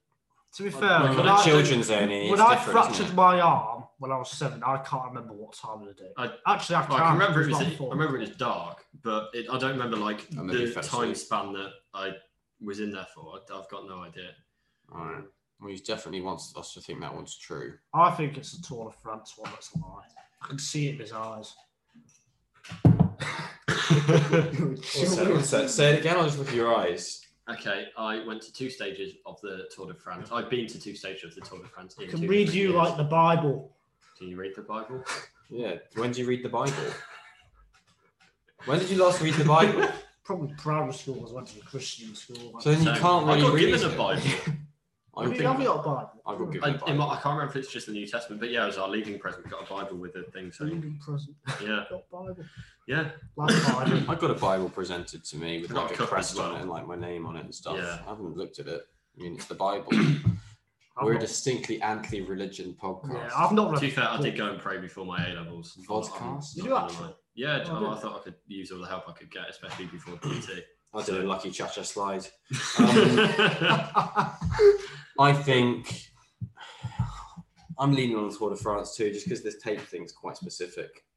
S3: To be
S1: Like,
S3: fair,
S1: like
S3: when
S1: on a
S3: I-
S2: children's A&E,
S3: When
S2: it's
S3: I
S2: different, isn't
S3: fractured
S2: it?
S3: my arm when I was seven, I can't remember what time of the day.
S1: I-
S3: Actually, I can't.
S1: I can remember it was.
S3: like
S1: I
S3: four.
S1: remember it was dark, but it, I don't remember like
S2: I maybe
S1: the
S2: fell
S1: time
S2: asleep.
S1: span that I was in there for. I, I've got no idea.
S2: All right. Well, you definitely want us to think that one's true.
S3: I think it's the Tour de France one that's a lie. I can see it in his eyes.
S2: Say, it again. I'll just look at your eyes.
S1: Okay, I went to two stages of the Tour de France. I've been to two stages of the Tour de France.
S3: I
S1: in
S3: can
S1: two
S3: read
S1: different
S3: you
S1: years.
S3: like the Bible.
S1: Can you read the Bible?
S2: Yeah. When do you read the Bible? when did you last read the Bible?
S3: Probably primary school was went to a Christian school. like-
S2: So then you
S1: So,
S2: can't
S1: I
S2: really
S1: got
S2: <laughs> read
S1: given
S2: it.
S1: a Bible.
S2: I
S3: have,
S2: think-
S3: you, have you got a Bible?
S2: I got given
S1: I,
S2: a
S1: it
S2: Bible.
S1: might- I can't remember if it's just the New Testament, but yeah, it was our leaving present. We got a Bible with a thing. So
S3: Living present.
S1: yeah,
S3: Got Bible.
S1: yeah.
S3: Like Bible.
S2: I got a Bible presented to me with
S1: Got a
S2: like a
S1: cup
S2: crest
S1: as well.
S2: on it and like my name on it and stuff.
S1: Yeah.
S2: I haven't looked at it. I mean, it's the
S3: <clears throat>
S2: Bible.
S3: I've
S2: We're a
S3: not-
S2: distinctly anti-religion podcast.
S3: Yeah, I've not
S1: To be
S3: read.
S1: fair, I did go and pray before my A levels.
S2: Vodcast?
S3: You do actually?
S1: Yeah,
S3: Oh,
S1: I
S3: did
S1: thought I could use all the help I could get, especially
S2: <laughs>
S1: before PT.
S2: I did a lucky cha-cha slide.
S1: Um,
S2: I think I'm leaning on the Tour de France too, just because this tape thing's quite specific.
S3: <laughs>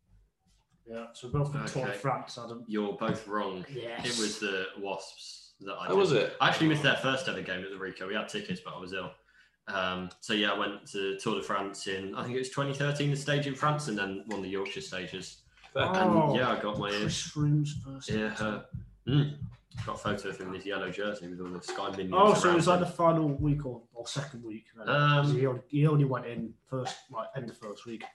S3: Yeah, so we're both from Tour de
S1: Okay.
S3: France, Adam.
S1: <laughs> you're both wrong.
S3: Yes.
S1: It was the Wasps that I
S2: How
S1: did.
S2: was it?
S1: I actually missed their first ever game at the Rico. We had tickets, but I was ill. Um, so yeah, I went to Tour de France in I think it was 2013, the stage in France, and then won the Yorkshire stages. And
S3: Oh.
S1: yeah, I got my
S3: Chris Froome's first.
S1: yeah, uh, mm, got a photo of him in his yellow jersey with all the sky minions.
S3: Oh, so it
S1: around
S3: was like the
S1: him.
S3: final week or, or second week. Then.
S1: Um,
S3: he, only, he only went in first, like end of first week,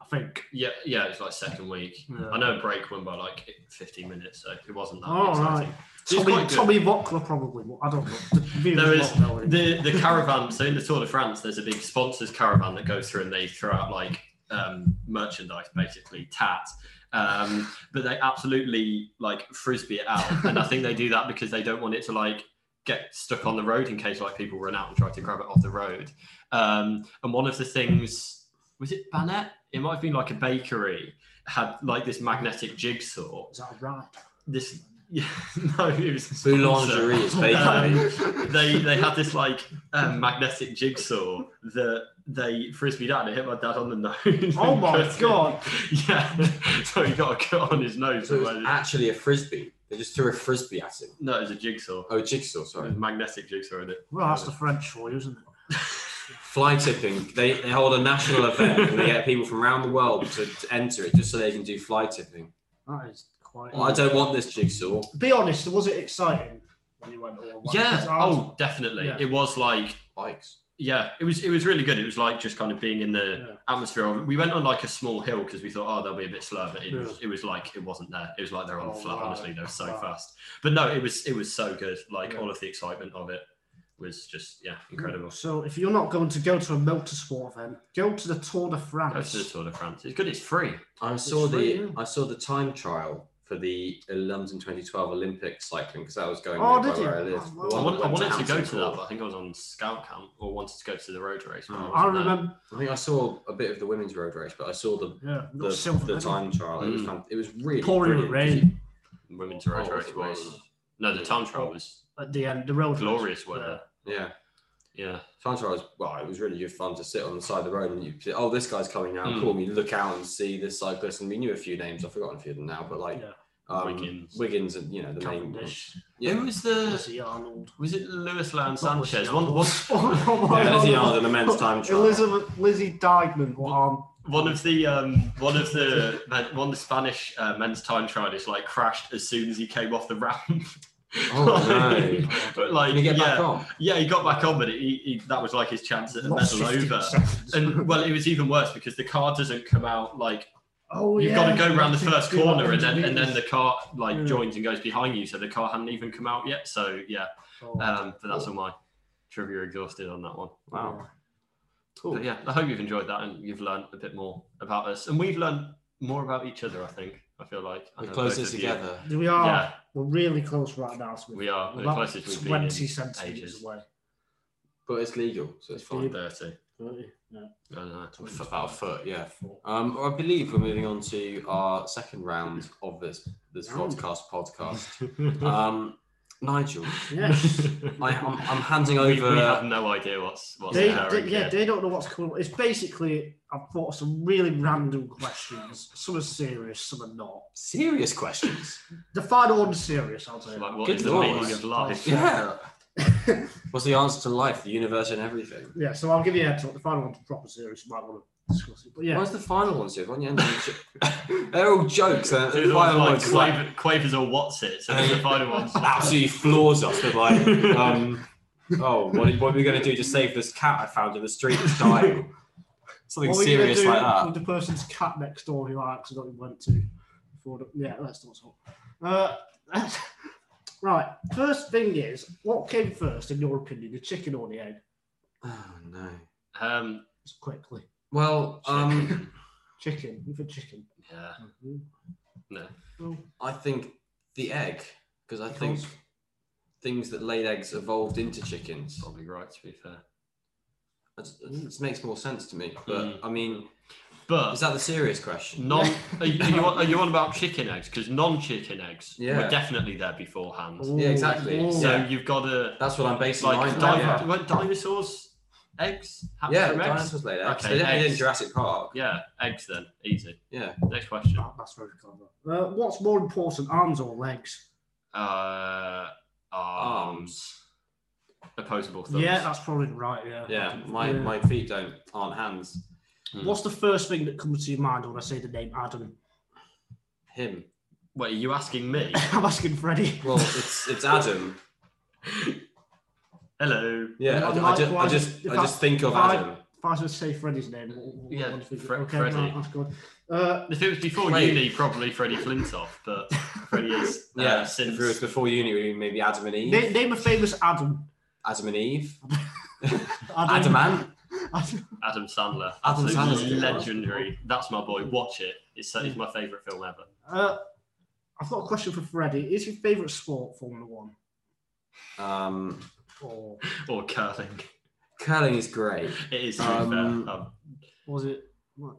S3: I think.
S1: yeah, yeah, it was like second week.
S3: Yeah.
S1: I know break won by like 15 minutes, so it wasn't that
S3: Oh,
S1: exciting. It's
S3: Tommy,
S1: quite good.
S3: Tommy Vockler probably. but I don't know. The viewers
S1: There is
S3: won't know anymore.
S1: the the caravan. So in the Tour de France, there's a big sponsors caravan that goes through, and they throw out like um, merchandise, basically tat. Um, but they absolutely like frisbee it out, and I think they do that because they don't want it to like get stuck on the road in case like people run out and try to grab it off the road. Um, and one of the things was it Banette? It might have been like a bakery had like this magnetic jigsaw.
S3: Is that right?
S1: This <laughs> Yeah, no, it was a sponsor.
S2: Boulangerie
S3: <laughs>
S2: is basically.
S1: Um, they they had this like um, magnetic jigsaw that they frisbeed out and it hit my dad on the <laughs> nose.
S3: Oh
S1: and
S3: my
S1: cut him.
S3: god!
S1: Yeah, <laughs> so he got a cut on his nose.
S2: so it was
S1: Like,
S2: actually a frisbee. They just threw a frisbee at him.
S1: no, it was a jigsaw.
S2: Oh, jigsaw.
S1: It
S2: Sorry.
S1: was magnetic jigsaw in it.
S3: Well, that's the French for you, isn't it?
S2: Fly tipping. They, they hold a national event and they get people from around the world to, to enter it just so they can do fly tipping.
S3: That is quite.
S2: Oh, I don't want this jigsaw.
S3: Be honest, was it exciting when you went? All like,
S1: Yeah.
S3: because I was-
S1: Oh, definitely.
S3: Yeah.
S1: It was like
S2: Bikes.
S1: yeah, it was it was really good. It was like just kind of being in the
S3: Yeah.
S1: atmosphere of it. We went on like a small hill because we thought, oh, they'll be a bit slower, but it,
S3: Yeah.
S1: was, it was like it wasn't there. It was like they're on
S3: Oh,
S1: flat.
S3: wow.
S1: Honestly, they were so
S3: Wow.
S1: fast. But no, it was it was so good. Like
S3: Yeah. Mm.
S1: all of the excitement of it was just yeah, incredible.
S3: So if you're not going to go to a motorsport event, go to the Tour de
S1: Go to the
S3: France.
S1: Tour de France. It's good. It's free.
S2: I saw
S3: free,
S2: the
S3: yeah.
S2: I saw the time trial for the London 2012 Olympic cycling because that was going
S3: Oh,
S2: nearby
S3: did you?
S2: where I live.
S3: Oh,
S2: The
S1: I,
S2: one
S3: wow.
S2: that
S1: wanted, I
S2: went
S1: wanted to go
S2: Hampton
S1: to that,
S2: Court.
S1: but I think I was on scout camp or wanted to go to the road race. but
S2: Oh.
S1: wasn't
S3: Mm. I
S1: there.
S3: remember.
S2: I think I saw a bit of the women's road race, but I saw the
S3: Yeah,
S2: the,
S3: not silver
S2: the
S3: medal.
S2: time trial. It was
S1: Mm.
S2: fan- it was really
S3: Pouring
S2: brilliant.
S3: rain.
S1: women's road
S2: Oh,
S1: race
S2: it
S1: was
S2: was-
S1: no, the time trial was
S3: at the end. The road race.
S1: glorious weather.
S2: Yeah,
S1: Yeah,
S2: time trial was well. It was really good fun to sit on the side of the road and you say, oh this guy's coming now.
S1: Mm.
S2: Cool. And you look out and see this cyclist, and we knew a few names. I've forgotten a few of them now, but like
S3: Yeah.
S2: um,
S1: Wiggins.
S2: Wiggins, and you know the main. ones.
S3: Cavendish,
S2: Yeah,
S1: Who was the
S3: Lizzie Arnold.
S1: was it Lewis Lan
S3: Not Lizzie
S1: Sanchez? One,
S3: Arnold.
S1: one,
S3: <laughs> Oh,
S1: <laughs>
S3: my
S2: yeah,
S3: God.
S2: Lizzie Arnold, the men's time trial.
S3: Elizabeth Lizzie Diamond. What on?
S1: one of the um, one of the men- one of the Spanish uh, men's time trialists like crashed as soon as he came off the ramp.
S2: Oh no!
S1: <laughs> Like- But like
S2: Can you get
S1: yeah,
S2: back on?
S1: yeah, he got back on, but he, he, that was like his chance at a
S3: Lost
S1: medal
S3: 15
S1: over.
S3: seconds.
S1: And well, it was even worse because the car doesn't come out like
S3: oh,
S1: you've
S3: yeah,
S1: got to go round the
S3: fifty-
S1: first
S3: fifty
S1: corner and
S3: meters.
S1: then and then the car like
S3: Yeah.
S1: joins and goes behind you, so the car hadn't even come out yet. So yeah,
S3: Oh,
S1: um, but that's all my trivia exhausted on that one.
S2: Wow.
S1: But yeah, I hope you've enjoyed that and you've learned a bit more about us. And we've learned more about each other, I think. I feel like. I
S2: We're
S1: know
S2: closer
S1: both of you-
S2: together.
S3: We are.
S1: Yeah,
S3: We're really close right now. So
S1: we are.
S3: we're
S1: We're
S3: Oh, about
S1: closest we've been in
S3: twenty centimeters
S1: ages.
S3: away.
S1: <laughs>
S2: But it's legal, so it's fine.
S1: 30.
S3: Thirty, no,
S1: I don't know.
S2: F- About a foot, yeah.
S3: four.
S2: Um, I believe we're moving on to our second round of this this
S3: Round.
S2: podcast podcast.
S3: <laughs>
S2: Um, Nigel,
S3: Yes.
S1: <laughs>
S2: <laughs> I, I'm, I'm handing
S1: we, we have
S2: over.
S1: no idea what's what's
S3: They,
S1: occurring
S3: they- yeah,
S1: here.
S3: they don't know what's coming. up. It's basically I've thought of some really random questions. Some are serious, some are not.
S2: Serious questions.
S3: The final one's serious, I'll say.
S1: Like, what
S2: Good
S1: is the
S2: lord.
S1: meaning of life?
S2: Yeah. <laughs> What's the answer to life, the universe, and everything?
S3: Yeah, so I'll give you a heads up. The final one's proper serious. You might want to discuss it. But yeah,
S2: Why's the final one, Sue? Why don't you end on a jo- <laughs> They're all jokes. And
S1: It's
S2: the
S1: always
S2: final
S1: like
S2: one's like,
S1: Quaver- Quavers or what's it? So the final
S2: <laughs>
S1: one's
S2: absolutely floors us. They're
S3: <laughs>
S2: like, um, oh, what, what are we going to do to save this cat I found in the street that's
S3: <laughs>
S2: dying? Something
S3: what were you gonna
S2: serious
S3: do
S2: like <sighs> that.
S3: With the person's cat next door who I accidentally went to. Before the, yeah, that's not so. Uh, <laughs> right. First thing is, what came first in your opinion, the chicken or the egg?
S2: Oh no.
S1: um
S3: Just quickly,
S2: Well, um, <laughs>
S3: chicken. You for chicken?
S1: yeah.
S3: Mhm.
S1: No.
S3: Oh,
S2: I think the egg, because I think
S3: Because-
S2: things that laid eggs evolved into chickens.
S1: Probably right to be fair.
S2: It makes more sense to me. But
S1: Mm.
S2: I mean,
S1: But
S2: is that the serious question?
S1: Non, are, you, are, you on, are you on about chicken eggs? Because non-chicken eggs were
S2: Yeah.
S1: definitely there beforehand.
S2: Yeah, exactly.
S3: Oh.
S1: So
S2: Yeah.
S1: you've got to
S2: That's what I'm basing
S1: like
S2: mine
S1: di-
S2: on.
S3: diver-
S2: Yeah,
S1: weren't dinosaurs eggs? Hatched
S2: yeah
S1: from eggs?
S2: dinosaurs laid eggs.
S1: Okay,
S2: they definitely did
S1: eggs.
S2: in Jurassic Park.
S1: Yeah, eggs then easy.
S2: Yeah.
S1: Next question.
S3: That- that's very clever. Uh, what's more important, arms or legs?
S1: Uh, arms. Opposable thumbs.
S3: Yeah,
S2: uh,
S3: that's probably right. Yeah.
S2: Yeah, my,
S3: Yeah.
S2: my feet don't aren't hands.
S3: What's the first thing that comes to your mind when I say the name Adam? <laughs>
S2: Him.
S1: Wait, are you asking
S2: <laughs>
S1: me?
S3: I'm asking Freddie.
S2: Well, it's it's Adam.
S1: Hello.
S2: Yeah, I, I just I just I just think of Adam.
S3: If I was to say Freddie's name, what, what-
S1: Yeah,
S3: what do you think?
S1: Fre-
S3: okay,
S1: Freddie.
S3: right, that's good. Uh,
S1: If it was before
S2: Wait.
S1: uni, probably Freddie Flintoff, but
S2: <laughs>
S1: Freddie is uh,
S2: Yeah,
S1: since
S2: if it was before uni, we maybe Adam and Eve.
S3: na- name a famous Adam.
S2: Adam and <laughs> Eve.
S3: Adam.
S2: Adam and
S3: <laughs> Adam.
S1: Adam Sandler.
S2: Adam
S1: Absolutely
S2: Sandler's good. Hmm.
S1: legendary. That's my boy. Watch it. It's, uh, it's my favourite film ever.
S3: Uh, I've got a question for Freddie. Is your favourite sport Formula One?
S2: Um,
S3: Or
S1: Or curling. <laughs>
S2: curling is great.
S1: It is to be
S2: Um,
S1: fair. Um,
S3: was it? What?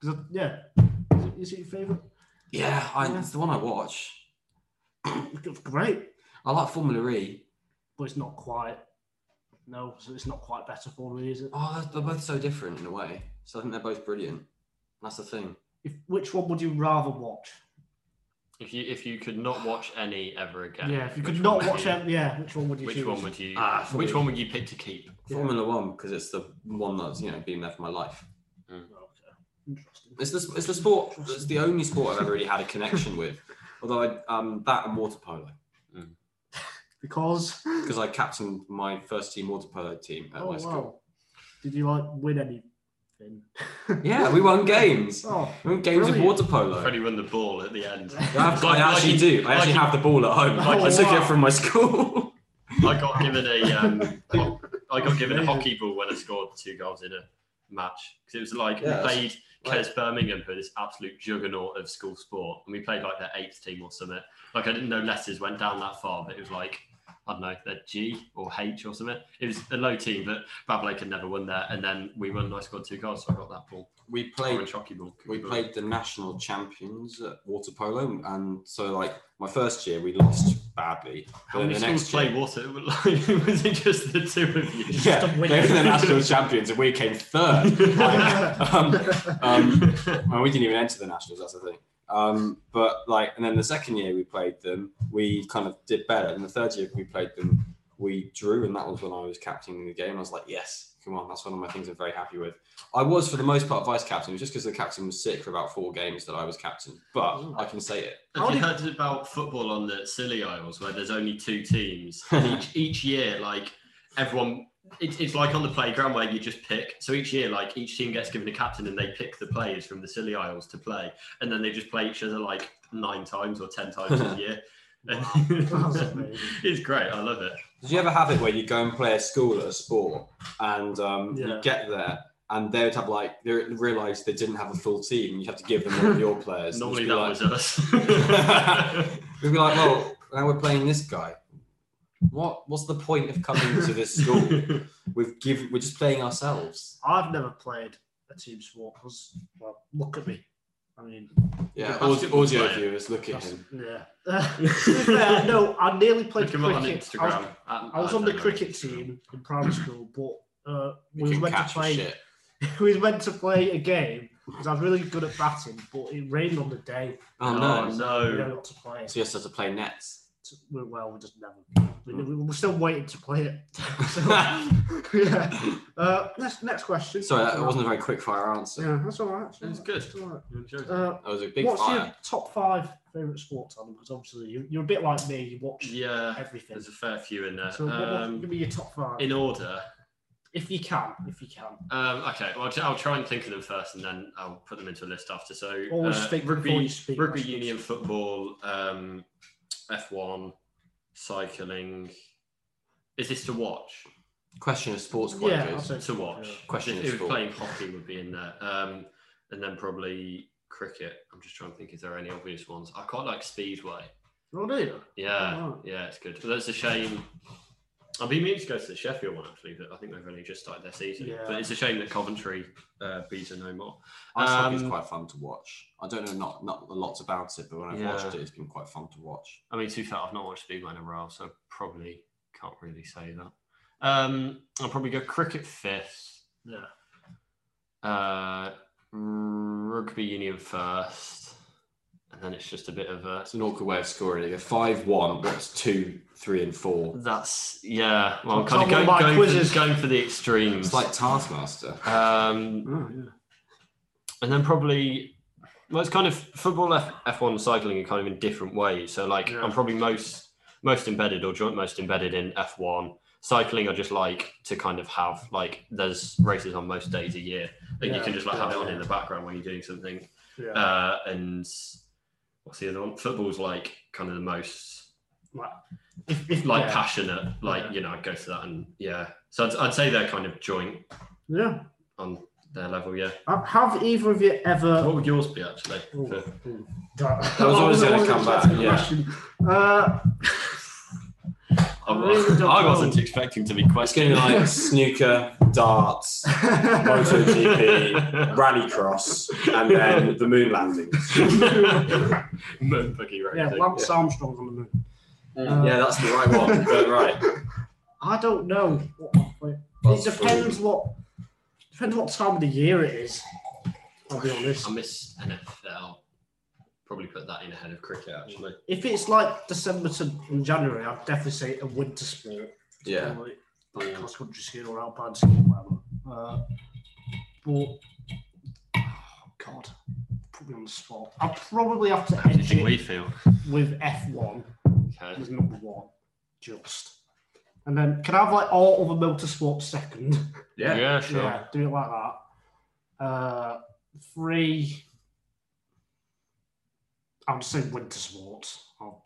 S3: 'Cause I- yeah. Is it, is it your favourite?
S2: Yeah, I,
S3: Yeah.
S2: it's the one I watch.
S3: Great,
S2: I like Formula E.
S3: but it's not quite. No, so it's not quite better for me, is it?
S2: Oh, they're- they're both so different in a way. So I think they're both brilliant. That's the thing.
S3: If, which one would you rather watch?
S1: If you if you could not watch any ever again,
S3: yeah, if you could
S1: which
S3: not
S1: one would
S3: watch
S1: you-
S3: them, yeah, which one would you
S1: which
S3: choose?
S1: one would you?
S2: Ah, for
S1: which
S2: me.
S1: one would you pick to keep?
S3: Yeah.
S2: Formula One because it's the one that's you know been there for my life.
S3: Okay. Interesting.
S2: It's the it's the sport. It's the only sport I've ever really had a connection with. Although I um that and water polo
S3: Because
S2: because I captained my first team water polo team at
S3: oh
S2: my school.
S3: wow, did you like win anything?
S2: Yeah, we won games.
S3: Oh,
S2: We won games of
S3: Brilliant.
S2: water polo.
S1: Freddie won the ball at the
S2: <laughs>
S1: end.
S2: I, have- I
S1: Like- like
S2: actually
S1: you-
S2: do. I
S1: like
S2: actually
S1: you-
S2: have the ball at home.
S3: Oh,
S2: <laughs> I took
S3: wow.
S2: it from my school.
S1: I got given a um,
S2: <laughs>
S1: ho- I got given a
S3: Amazing.
S1: hockey ball when I scored two goals in a match because it was like
S2: Yeah,
S1: we
S2: that's-
S1: played
S2: like-
S1: Kes Birmingham who are this absolute juggernaut of school sport and we played like their eighth team or something. Like I didn't know letters went down that far, but it was like I don't know their G or H or something. It was a low team, but Bablake had never won there, and then we won. and I scored two goals, so I got that ball.
S2: we played
S1: Orange hockey ball.
S2: we played the national champions at water polo, and so like my first year we lost badly.
S1: How
S2: but
S1: many
S2: the
S1: schools
S2: next
S1: play
S2: year-
S1: water? <laughs> Was it just the two of you? <laughs>
S2: Yeah,
S3: Just a win.
S2: they were the national champions, and we came third. Like, um, um, well, we didn't even enter the nationals. That's the thing. Um, but like, and then the second year we played them, we kind of did better. And the third year we played them, we drew, and that was when I was captaining the game. I was like, yes, come on, that's one of my things I'm very happy with. I was for the most part vice captain. It was just because the captain was sick for about four games that I was captain. But I can say it.
S1: Have you
S3: How did-
S1: heard about football on the Scilly Isles where there's only two teams? And each, each year, like everyone, it's, it's like on the playground where you just pick. So each year, like each team gets given a captain and they pick the players from the Scilly Isles to play. And then they just play each other like nine times or 10 times a year. And- <laughs>
S3: Wow, that's amazing.
S1: it's great. I love it.
S2: Did you ever have it where you go and play a school at a sport and um, you
S3: Yeah.
S2: get there and they would have like, they realised they didn't have a full team and you have to give them one of your <laughs> players. and
S1: Normally
S2: just be
S1: that
S2: like,
S1: was us.
S2: We'd be like, well, now we're playing this guy. What? What's the point of coming to this <laughs> school? We've given. We're just playing ourselves.
S3: I've never played a team sport because, well, look at me. I mean,
S2: Yeah.
S1: You're a
S2: Audio,
S1: basketball
S2: audio
S1: player.
S2: viewers, look at
S3: that's-
S2: him.
S3: yeah. To be fair, no, I nearly played
S1: Look him up on
S3: cricket. I was,
S1: Instagram. Um,
S3: I was on
S1: don't
S3: the
S1: know.
S3: cricket team in primary school, but uh,
S2: He
S3: we were
S2: can
S3: meant to
S2: catch a
S3: play
S2: shit.
S3: <laughs> we was meant to play a game because I was really good at batting, but it rained on the day.
S1: Oh,
S2: Oh no!
S3: We
S1: no.
S3: never got to play it.
S2: So you just have to play nets.
S3: We- Well, we just never. We, we we're still waiting to play it. <laughs> so, yeah. Uh, next, next question.
S2: Sorry, that wasn't a very quick fire answer.
S3: Yeah, that's all right.
S1: It was
S3: That's
S1: good.
S3: all right.
S1: You enjoyed it?
S3: Uh,
S2: That was a big
S3: What's
S2: fire.
S3: your top five favourite sports, Adam? Because obviously you, you're a bit like me, you watch
S1: Yeah,
S3: everything.
S1: there's a fair few in there.
S3: So what, what-
S1: Um,
S3: give me your top five,
S1: in order,
S3: if you can, if you can.
S1: um, okay. Well, I'll, t- I'll try and think of them first, and then I'll put them into a list after. So,
S3: Always
S1: uh,
S3: think
S1: rugby,
S3: before you speak.
S1: rugby
S3: that's good.
S1: union football, um, F1, cycling. Is this to watch?
S2: Question of sports
S3: Yeah,
S2: quotas.
S3: I'll say
S1: To watch.
S2: Question
S1: if
S2: is
S1: if
S2: for-
S1: playing hockey would be in there, um, and then probably cricket. I'm just trying to think. Is there any obvious ones? I quite like speedway.
S3: Oh, do you?
S1: Yeah,
S3: Oh.
S1: yeah, it's good. But that's a shame. I'd be meaning to go to the Sheffield one actually, but I think they've only just started their season.
S3: Yeah.
S1: But it's a shame that Coventry uh, beat her no more.
S2: Ice hockey is
S1: Um,
S2: quite fun to watch. I don't know not not a lot about it, but when I've
S1: Yeah.
S2: watched it, it's been quite fun to watch.
S1: I mean, to be fair, I've not watched Speedway in a while, so probably can't really say that. Um, I'll probably go cricket fifth,
S3: Yeah.
S1: uh, rugby union first, and then it's just a bit of a.
S2: It's an awkward way of scoring. You go five one, what's two, three, and four.
S1: That's yeah. Well, I'm
S3: It's
S1: kind of
S3: not
S1: going,
S3: one of my
S1: going, for,
S3: quizzes.
S1: going for the extremes.
S2: It's like Taskmaster.
S1: um,
S3: Oh, yeah.
S1: and then probably well it's kind of football F- f1 cycling are kind of in different ways so like
S3: Yeah.
S1: i'm probably most most embedded or joint most embedded in f1 cycling i just like to kind of have like there's races on most days a year and you
S3: Yeah,
S1: can just like have it on
S3: yeah.
S1: in the background when you're doing something
S3: Yeah.
S1: uh, and what's the other one football's like kind of the most
S3: like, if, if,
S1: like
S3: yeah.
S1: passionate like
S3: Yeah.
S1: you know i'd go for that and yeah so I'd, I'd say they're kind of joint
S3: Yeah.
S1: on their level yeah
S3: Uh, Have either of you ever?
S1: what would yours be actually
S3: Oh,
S1: for-
S3: oh, that
S2: always gonna come back, yeah.
S3: Uh,
S1: I,
S3: I really don't
S1: I wasn't
S3: know.
S1: expecting to be
S2: It's going
S1: questioned.
S2: to be <laughs> like snooker, darts,
S1: <laughs>
S2: MotoGP, rallycross, and then the moon landings.
S3: Uh,
S1: Moon buggy
S3: yeah,
S1: racing.
S3: Lance Armstrong's on the moon. Uh,
S2: yeah, that's the right one. But right.
S3: I don't know. What, it depends what depends what time of the year it is. I'll be honest.
S1: I miss NFL. Probably put that in ahead of cricket actually.
S3: If it's like December to and January, I'd definitely say a winter sport.
S2: Yeah.
S3: Like, like cross country skiing or alpine skiing, whatever. Uh, but oh god, put me on the spot. I'll probably have to edge
S1: Anything
S3: it
S1: we feel.
S3: with F1
S1: Okay.
S3: as number one, just. And then can I have like all other motorsports second?
S1: Yeah,
S2: Yeah.
S1: sure.
S3: Yeah, do it like that. Uh, three. I would say winter sports. I'll,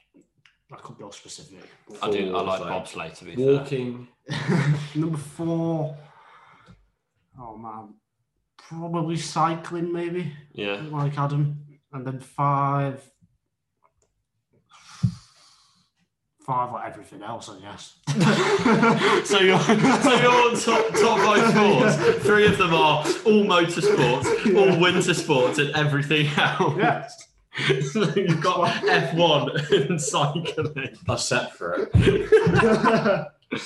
S3: I could go specific.
S1: I do. I like
S2: Like
S1: bobsleigh to be fair.
S2: Walking.
S3: Number four. Oh man, probably cycling maybe
S1: <laughs> Yeah.
S3: like Adam, and then five. Five like everything else, I <laughs> guess.
S1: So you're so you're on top top by <laughs> fours. Three of them are all motorsports, all winter sports, and everything else.
S3: yeah,
S1: so <laughs> you've got F1 <laughs> and cycling.
S2: I'm set for it.
S3: <laughs>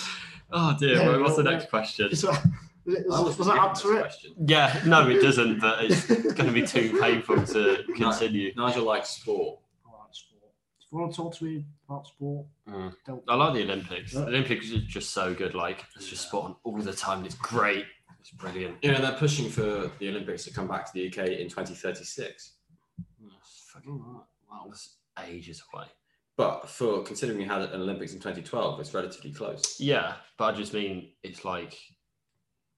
S1: Oh dear.
S3: Yeah,
S1: well, what's the
S3: well,
S1: next question?
S3: Is that- is- was, that add to it?
S1: Yeah. No, it doesn't. But it's <laughs> going to be too painful to continue.
S2: Nigel likes sport.
S3: I like sport. If you want to talk to me about sport,
S1: Mm.
S3: don't.
S1: I like the Olympics. The Olympics is just so good. Like it's just spot on all the time. and It's great. It's brilliant.
S2: You know, they're pushing for the Olympics to come back to the UK in 2036.
S1: It's fucking wow. That's ages away.
S2: But for considering we had an Olympics in 2012, it's relatively close.
S1: Yeah, but I just mean it's like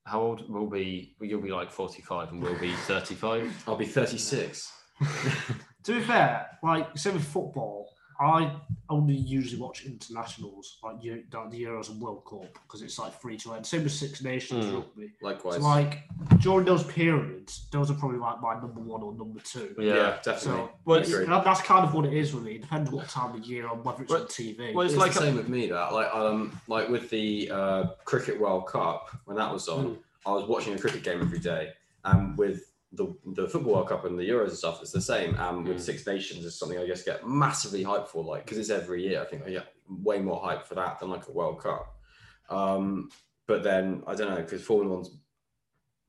S1: how old will be well, you'll be like 45 and we'll be 35
S2: I'll be 36.
S3: To be fair, like say with football, I only usually watch internationals, like you like the Euros and World Cup, because it's like free to end. Same with Six Nations
S1: Mm.
S3: rugby.
S2: Likewise.
S3: So like during those periods, those are probably like my number one or number two.
S1: <laughs> yeah,
S2: yeah, definitely.
S3: So
S1: Well,
S2: I agree.
S3: that, that's kind of what it is really. It depends what time of year and whether it's
S1: Well-
S3: on TV.
S1: well,
S2: It's,
S1: It's like
S2: the
S1: a-
S2: same with me that like um like with the uh, cricket World Cup when that was on, I was watching a cricket game every day, and with the the football World Cup and the Euros and stuff, it's the same. And with
S1: Mm.
S2: Six Nations is something I just get massively hyped for, like because it's every year. I think I get way more hype for that than like a World Cup. Um, but then I don't know because Formula One's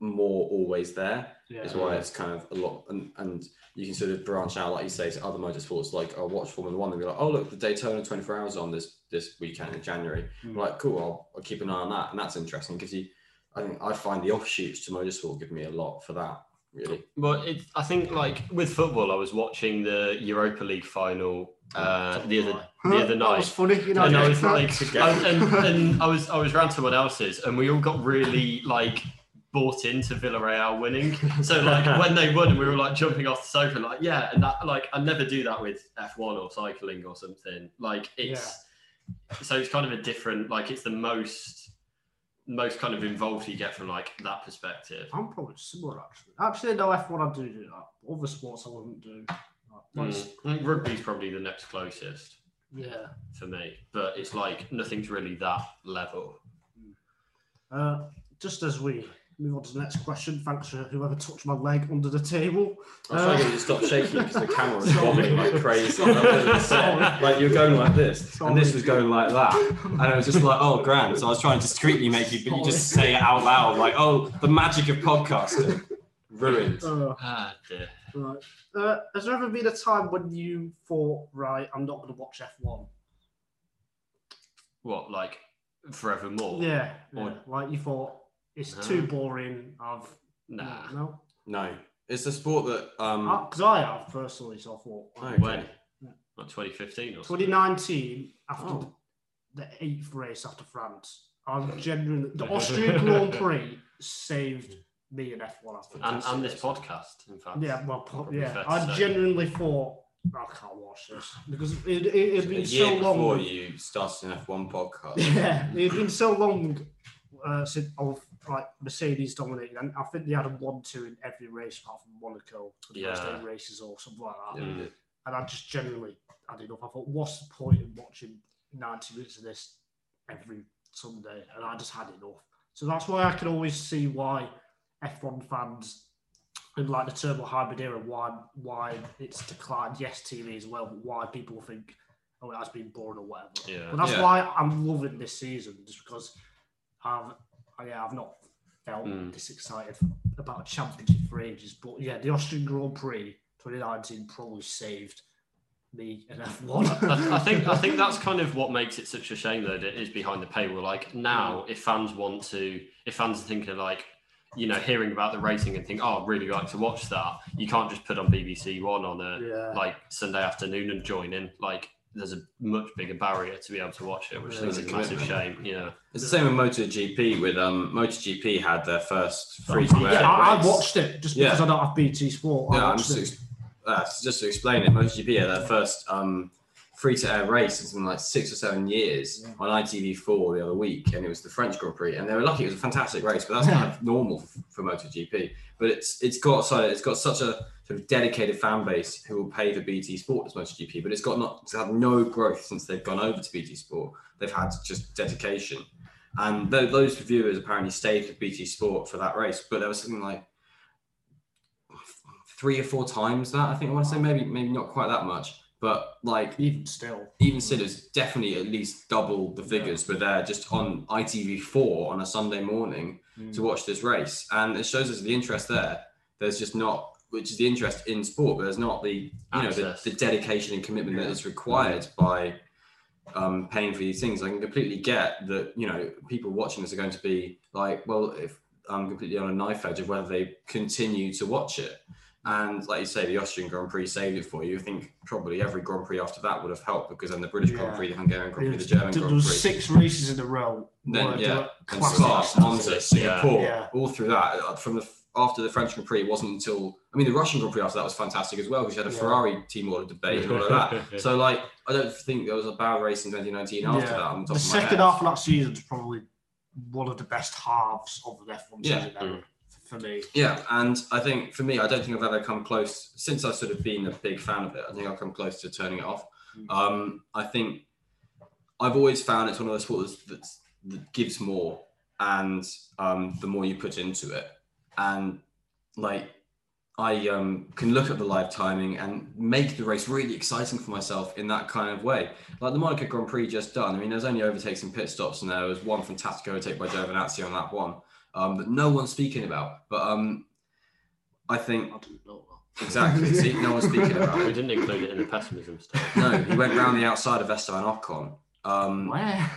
S2: more always there
S3: yeah.
S2: is why it's kind of a lot and, and you can sort of branch out like you say to other motorsports like I'll watch Formula One and be like oh look the Daytona 24 hours on this this weekend in January I'm
S3: Mm.
S2: like cool I'll, I'll keep an eye on that and that's interesting because you I think I find the offshoots to motorsport give me a lot for that really
S1: well it, i think like with football i was watching the europa league final uh, the other <laughs> the other
S3: That
S1: night
S3: was funny, you know.
S1: I know
S3: yeah.
S1: it's like,
S2: Yeah.
S1: I, and, and I was I was round someone else's, and we all got really like bought into Villarreal winning. So like when they won, and we were like jumping off the sofa, like yeah, and that like I never do that with F one or cycling or something. Like it's so it's kind of a different. Like it's the most most kind of involved you get from like that perspective.
S3: I'm probably similar actually. Actually, no F1 I do do that. Other sports I wouldn't do. Like,
S1: Mm. I think rugby's probably the next closest
S3: Yeah.
S1: for me, but it's like nothing's really that level.
S3: Uh, just as we move on to the next question, thanks for whoever touched my leg under the table.
S2: I was trying to
S3: Uh,
S2: get you to
S3: <laughs>
S2: stop shaking because the camera was
S3: Sorry.
S2: bobbing like crazy
S3: Sorry.
S2: That wasn't set. like you're going like this and this
S3: Sorry.
S2: was going like that and it was just like oh grand so I was trying to discreetly make you but you just say it out loud like oh the magic of podcasting ruined
S3: Uh,
S1: Ah dear.
S3: right. Uh, has there ever been a time when you thought, right, I'm not going to watch F1?
S1: What like forevermore?
S3: Yeah. yeah.
S1: Or-
S3: Like you thought, it's
S1: Oh, No.
S3: too boring. I've.
S1: Nah. Mm.
S3: No.
S2: No, it's a sport that um.
S3: Because I have personally, so I thought.
S2: okay.
S1: When? Like 2015 or something.
S3: 2019, after
S2: Oh.
S3: the eighth race after France, I genuinely.
S1: <laughs>
S3: The Austrian Grand Prix saved me in F1. I think.
S1: And, and this podcast, in fact.
S3: Yeah, well, po-
S1: Probably fair
S3: yeah.
S1: to
S3: I
S1: say.
S3: genuinely thought "Oh, I can't watch this because it it it
S2: A
S3: had been so
S2: year before
S3: long.
S2: you started an F1 podcast.
S3: <laughs> Yeah, it had been so long uh, since of like Mercedes dominating, and I think they had a one-two in every race apart from Monaco for the first
S1: Yeah.
S3: eight races or something like that.
S2: Yeah, we did.
S3: And I just generally had enough. I thought, what's the point in watching ninety minutes of this every Sunday, and I just had enough. So that's why I can always see why F1 fans in like the turbo hybrid era, why why it's declined. Yes, TV as well, but why people think oh it has been boring or whatever.
S1: Yeah.
S3: But that's
S2: Yeah.
S3: why I'm loving this season, just because I've I- yeah I've not felt
S2: Hmm.
S1: Mm.
S3: this excited about a championship for ages. But yeah, the Austrian Grand Prix 2019 probably saved me an F1.
S1: I, I think I think that's kind of what makes it such a shame though that it is behind the paywall. Like now, if fans want to, if fans are thinking like, you know, hearing about the racing and think, oh, I'd really like to watch that, you can't just put on BBC One on a
S3: <laughs> yeah.
S1: like Sunday afternoon and join in. Like there's a much bigger barrier to be able to watch it, which
S3: Yeah,
S1: is a
S2: there's a
S1: massive shame.
S2: commitment.
S1: Yeah,
S2: It's the same with MotoGP. With um, MotoGP had their first free to air.
S3: Yeah, I, I
S2: race.
S3: watched it just because
S2: Yeah.
S3: I don't have BT Sport. I
S2: Yeah, I'm
S3: watched
S2: just,
S3: it.
S2: ex- uh, so just to explain it, MotoGP had their first um, free to air race in something like six or seven years
S3: Yeah.
S2: on ITV4 the other week, and it was the French Grand Prix, and they were lucky. It was a fantastic race, but that's kind of normal for, for MotoGP. But it's it's got so it's got such a sort of dedicated fan base who will pay for BT Sport as MotoGP, but it's got not it's had no growth since they've gone over to BT Sport. They've had just dedication. And tho- those viewers apparently stayed with BT Sport for that race, but there was something like three or four times that. I think I want to say maybe maybe not quite that much, but like
S3: Even still,
S2: even still, it's definitely at least double the figures were there just on ITV4 on a Sunday morning to watch this race, and it shows us the interest there. There's just not, which is the interest in sport, but there's not the you know
S1: Access.
S2: the, the dedication and commitment that
S3: Yeah.
S2: is required by um, paying for these things. I can completely get that you know people watching this are going to be like, well, if I'm completely on a knife edge of whether they continue to watch it. And like you say, the Austrian Grand Prix saved it for you. I think probably every Grand Prix after that would have helped because then the British
S3: Yeah.
S2: Grand Prix, the Hungarian Grand
S3: there
S2: Prix, the
S3: was,
S2: German
S3: there
S2: Grand
S3: was
S2: Prix.
S3: six races in a row.
S2: Then,
S3: where they
S2: yeah,
S3: were
S2: and
S3: classic
S2: Spa,
S3: stuff.
S2: Monza, Singapore,
S3: Yeah.
S2: all through that. Uh, From the after the French Grand Prix, it wasn't until I mean the Russian Grand Prix after that was fantastic as well because you had a
S3: Yeah.
S2: Ferrari team order debate and all of
S3: <laughs>
S2: that. so like I don't think there was a bad race in 2019 after
S3: Yeah.
S2: that. On the top
S3: The
S2: of my
S3: second
S2: head.
S3: half of that season is probably one of the best halves of the F1
S2: Yeah.
S3: season ever for me.
S2: Yeah, and I think for me, I don't think I've ever come close since I've sort of been a big fan of it. I think I've come close to turning it off.
S3: Mm.
S2: Um, I think I've always found it's one of those sports that's, that gives more, and um, the more you put into it, and like I um, can look at the live timing and make the race really exciting for myself in that kind of way. Like the Monaco Grand Prix just done. I mean, there's only overtakes and pit stops, and there was one fantastic overtake by Giovinazzi on that one um, that no one's speaking about. But um, I think
S3: I don't know.
S2: exactly. See, no one's speaking about.
S1: we
S2: it.
S1: didn't include it in the pessimism stuff.
S2: No, he went round the outside of Esteban Ocon um,
S3: Where?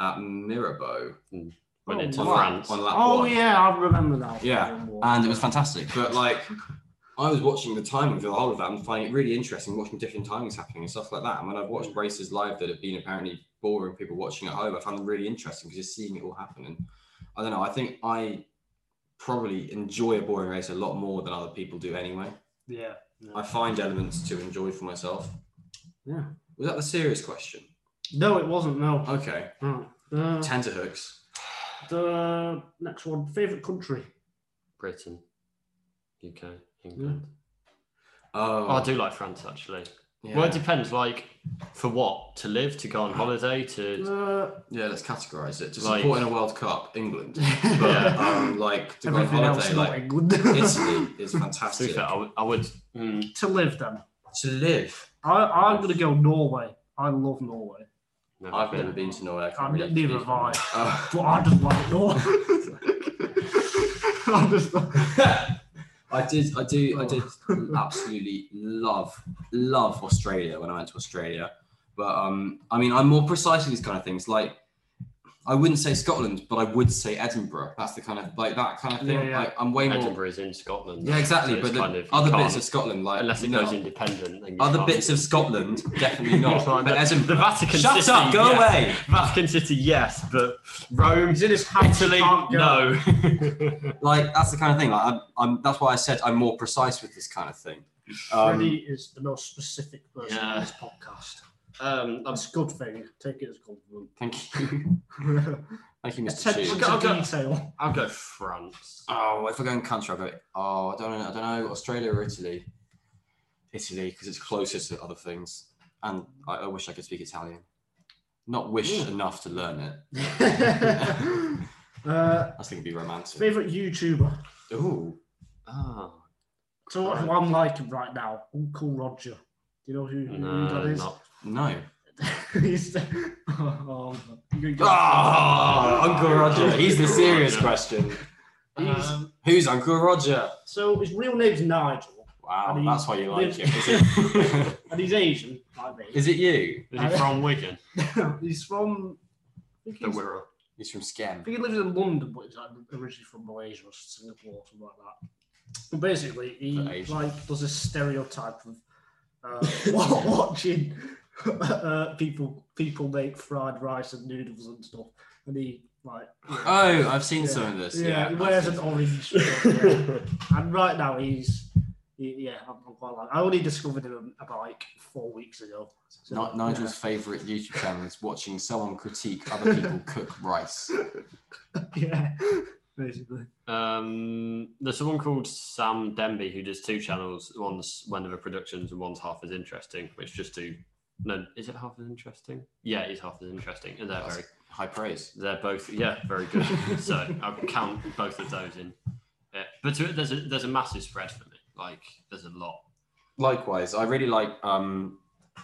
S2: at Mirabeau
S1: Went into
S3: Oh, wow.
S1: France.
S2: on lap
S3: Oh
S2: one.
S3: yeah, I remember that.
S2: Yeah,
S3: One.
S2: and it was fantastic. But like, <laughs> I was watching the timing for the whole of that and finding it really interesting, watching different timings happening and stuff like that. And when I've watched races live that have been apparently boring people watching at home, I found them really interesting because just seeing it all happen. And I don't know, I think I probably enjoy a boring race a lot more than other people do anyway.
S3: yeah.
S2: I find elements to enjoy for myself.
S3: Yeah.
S2: Was that the serious question?
S3: No, it wasn't. No.
S2: Okay.
S3: No. Uh,
S2: Tenterhooks.
S3: the next one, favorite country.
S1: Britain, UK, England.
S2: Oh,
S1: Oh, I do like France actually.
S2: Yeah.
S1: Well, it depends. Like, for what? To live? To go on holiday? To
S3: Uh,
S2: yeah, let's categorize it. To
S1: Like-
S2: support in a World Cup, England. But
S1: Yeah.
S2: um, like to go on
S3: everything else,
S2: holiday,
S3: not
S2: like
S3: <laughs> England.
S2: Italy is
S1: to be
S2: fantastic.
S1: fair, I would. I would mm,
S3: to live then.
S2: to live,
S3: I, I'm gonna go Norway. I love Norway.
S1: never
S2: I've never
S1: been.
S2: been to Norway. I
S3: I'm
S2: can't really
S3: neither
S2: speak.
S3: have
S2: <laughs>
S3: I.
S2: Oh.
S3: But I just like Norway. <laughs> I
S2: I did,
S3: just
S2: I do, I did absolutely love, love Australia when I went to Australia. But um, I mean, I'm more precise in these kind of things. Like, I wouldn't say Scotland, but I would say Edinburgh. That's the kind of like that kind of thing.
S3: Yeah, yeah.
S2: Like, I'm way more.
S1: Edinburgh is in Scotland.
S2: Yeah, exactly.
S1: So it's
S2: but the
S1: kind of- you
S2: other
S1: can't-
S2: bits of Scotland, like
S1: unless it
S2: no.
S1: goes independent. Then you
S2: other
S1: can't. <laughs>
S2: bits of Scotland, definitely not.
S1: Like
S2: but
S1: the,
S2: Edinburgh.
S1: the Vatican
S2: <laughs> Shut
S1: City.
S2: up, go
S1: yes.
S2: away.
S1: Vatican City, yes, but Rome, Italy,
S3: can't go.
S1: no. <laughs>
S2: Like that's the kind of thing. Like I'm, I'm, that's why I said I'm more precise with this kind of thing. Um,
S3: Freddie is the most specific person
S1: Yeah.
S3: in this podcast.
S1: um, I'm,
S3: That's a good thing. Take it as a compliment.
S2: Thank you, <laughs> thank you, Mr.
S3: Attention
S2: Chu.
S1: Go,
S3: to
S1: go.
S3: detail.
S1: I'll go France.
S2: Oh, if I go in country, I'll go. Oh, I don't know. I don't know. Australia or Italy? Italy, because it's closer to other things. And I, I wish I could speak Italian. not wish enough to learn it. <laughs>
S3: uh,
S2: That's going to be romantic.
S3: favorite YouTuber.
S2: Ooh, Ah.
S1: Oh,
S3: So what who I'm liking right now, Uncle Roger. Do you know who,
S2: Mm,
S3: who
S1: no,
S3: that is?
S1: not.
S2: no.
S3: <laughs> He's- oh, you got-
S2: Ah,
S3: <laughs>
S2: Uncle Roger. He's the
S1: Uncle
S2: serious
S1: Roger.
S2: question.
S3: He's-
S2: Um, who's Uncle Roger?
S3: so his real name's Nigel,
S2: Wow,
S3: I mean,
S2: that's why you like him.
S3: there's-
S2: Is
S3: <laughs>
S2: it, <laughs>
S3: and he's Asian, like me.
S2: is it you?
S1: Is he from Wigan?
S3: <laughs> he's from. I think
S1: The
S3: he's-
S1: Wirral.
S2: He's from
S3: I
S2: Skem.
S3: think he lives in London, but he's like originally from Malaysia or Singapore or something like that. But basically, he
S2: The Asian.
S3: like does a stereotype of
S1: <laughs>
S3: uh, wa- watching uh, people people make fried rice and noodles and stuff, and he like yeah,
S2: Oh, I've seen
S3: Yeah.
S2: some of this.
S3: yeah,
S2: Yeah,
S3: he wears an orange. shirt, yeah.
S1: <laughs>
S3: and right now he's he, yeah, I'm, I'm quite like I only discovered him about like four weeks ago. So,
S2: Ni- Nigel's favourite YouTube channel is watching someone critique other people cook rice.
S3: <laughs> yeah, yeah basically.
S1: Um, there's someone called Sam Denby who does two channels. One's Wendover Productions and one's Half as Interesting, which just do. No, is it half as interesting? Yeah, it's half as interesting, and they're
S2: That's
S1: very,
S2: High praise.
S1: they're both, yeah, very
S2: <laughs>
S1: good. so I'll count both of those in. Yeah. But to, there's a there's a massive spread for me. Like there's a lot.
S2: Likewise, I really like um,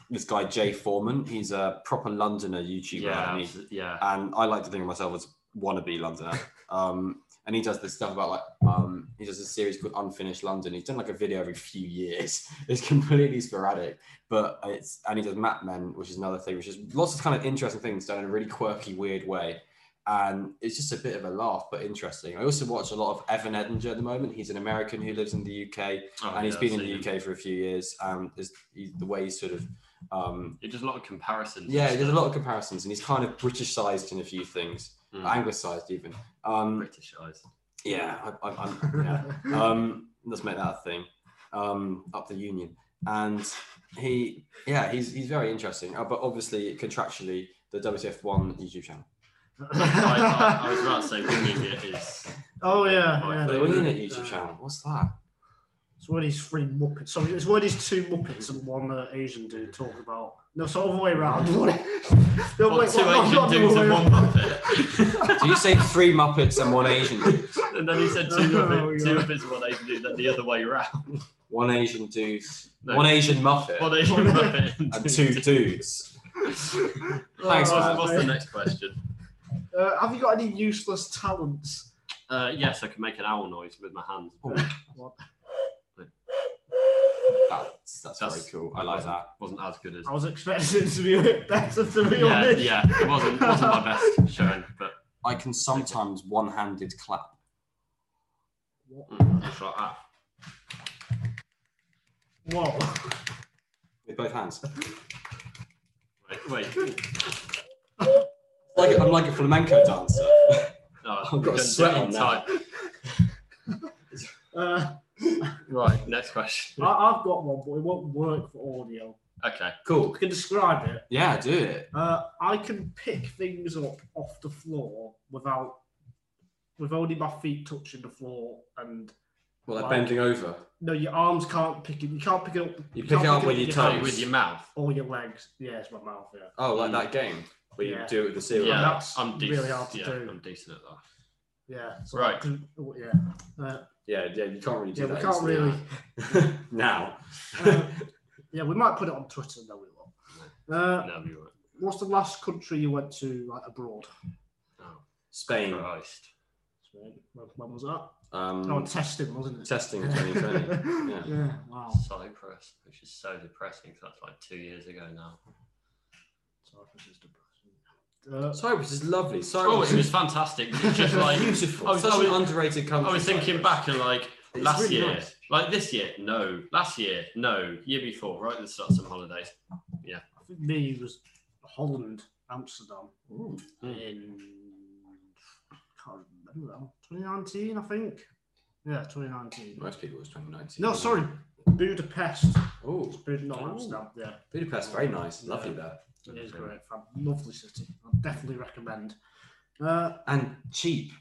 S2: this guy Jay Foreman. He's a proper Londoner YouTuber,
S1: Yeah,
S2: and, he-
S1: abso- yeah.
S2: and I like to think of myself as wannabe Londoner.
S1: <laughs>
S2: um, and he does this stuff about like um, he does a series called Unfinished London. He's done like a video every few years. <laughs> It's completely sporadic, but it's and he does Map Men, which is another thing, which is lots of kind of interesting things done in a really quirky, weird way. and it's just a bit of a laugh, but interesting. I also watch a lot of Evan Edinger at the moment. He's an American who lives in the UK,
S1: Oh,
S2: and he's
S1: yeah,
S2: been
S1: I've
S2: in the
S1: seen him.
S2: UK for a few years. And is he, the way he's sort of, um,
S1: It does a lot of comparisons. and
S2: yeah, there's a
S1: stuff.
S2: lot of comparisons, and he's kind of British-sized in a few things,
S1: Mm.
S2: Anglicised even.
S1: <laughs>
S2: Um,
S1: British eyes. <laughs>
S2: yeah, I, I, I'm,
S3: <laughs>
S2: yeah um, let's make that a thing. Um, up the union, and he, yeah, he's he's very interesting. Uh, but obviously, contractually, the WTF One YouTube channel.
S1: I, I, I was about to say winging it is.
S3: Oh yeah, yeah.
S2: The
S1: They uh,
S2: Winging
S3: do.
S2: It YouTube channel. What's that?
S3: It's one of these three Muppets. So it's one of these two Muppets and one uh, Asian dude talking about. No, it's the other way around. <laughs> no, wait,
S1: Well, two
S3: no,
S1: Asian
S3: not the
S1: dudes
S3: other
S1: and
S3: way
S1: one
S3: around.
S1: <laughs>
S2: <laughs>
S1: Muppet.
S2: Do you say three Muppets and one Asian dude?
S1: And then he said two
S3: <laughs> Oh,
S1: of it,
S3: yeah.
S1: two of it's one Asian dude, then the other way around. <laughs>
S2: One Asian dude,
S1: No.
S2: one Asian Muppet,
S3: <laughs>
S1: One Asian Muppet
S2: and two dudes. Thanks,
S1: <laughs> What's,
S2: man.
S1: what's the next question?
S3: Uh, have you got any useless talents?
S1: Uh, yes, I can make an owl noise with my hands.
S2: Oh, That's, that's
S1: That's-
S2: very cool. I like that.
S1: Wasn't as good as.
S3: I was expecting it to be a bit better, to be
S1: Yeah,
S3: honest.
S1: yeah, it wasn't wasn't my best showing, but
S2: I can sometimes one-handed clap.
S1: mm, just like that.
S3: What?
S2: With both <laughs> hands.
S1: Wait, wait.
S2: Like I'm like a flamenco dancer.
S1: No,
S2: <laughs> I've got a sweat on now.
S1: Time.
S3: Uh,
S1: Right, next question.
S3: <laughs> I, I've got one, but it won't work for audio.
S1: Okay.
S2: Cool.
S3: I can describe it.
S2: Yeah, do it.
S3: Uh, I can pick things up off the floor without, with only my feet touching the floor and
S2: Well, like
S3: Like-
S2: bending over.
S3: No, your arms can't pick it. You can't pick it up.
S2: You pick
S3: can't
S2: it up with your
S1: Oh,
S2: toes.
S1: with your mouth.
S3: or your legs. Yeah, it's my mouth. Yeah.
S2: Oh, like
S1: Mm.
S2: that game where you
S3: Yeah.
S2: do it with the cereal.
S1: Yeah,
S3: that's
S1: I'm decent.
S3: really hard to
S1: yeah,
S3: do.
S1: I'm decent at that.
S3: Yeah. So
S1: Right.
S3: I can- oh, yeah. Uh,
S2: yeah, yeah. You can't really do
S3: yeah.
S2: that.
S3: We can't
S2: easily
S3: really.
S2: now. <laughs> now. <laughs>
S3: uh, yeah, we might put it on Twitter. No, we won't. Uh,
S1: No, you won't.
S3: what's the last country you went to like abroad?
S1: Oh,
S2: Spain.
S1: Christ.
S3: When, when was that?
S2: Um,
S3: Oh, testing, wasn't it?
S2: testing
S3: <laughs>
S2: 2020. yeah.
S3: yeah. Wow.
S1: Cyprus, which is so depressing. 'cause that's like two years ago now.
S3: Cyprus is depressing. Uh,
S2: Cyprus is lovely.
S1: Oh,
S2: Cyprus
S1: it was fantastic. It's
S3: <laughs>
S1: just like
S2: beautiful.
S1: I was-
S2: Such
S1: I
S2: an
S1: was-
S2: underrated country.
S1: I was thinking
S2: Cyprus.
S1: back and like
S2: It's
S1: last
S2: really
S1: year,
S2: nice.
S1: like this year, no. Last year, no. Year before, right? Let's start some holidays.
S3: I think me was Holland, Amsterdam
S2: Ooh.
S3: in can't remember now, 2019, I think. Yeah, 2019.
S2: Most people was 2019.
S3: No, sorry, Budapest.
S2: Oh,
S3: Bud- Not
S2: Oh.
S3: Amsterdam. Yeah,
S2: Budapest, very nice, lovely there,
S3: it is great. fam. Lovely city. I definitely recommend. Uh,
S2: and cheap.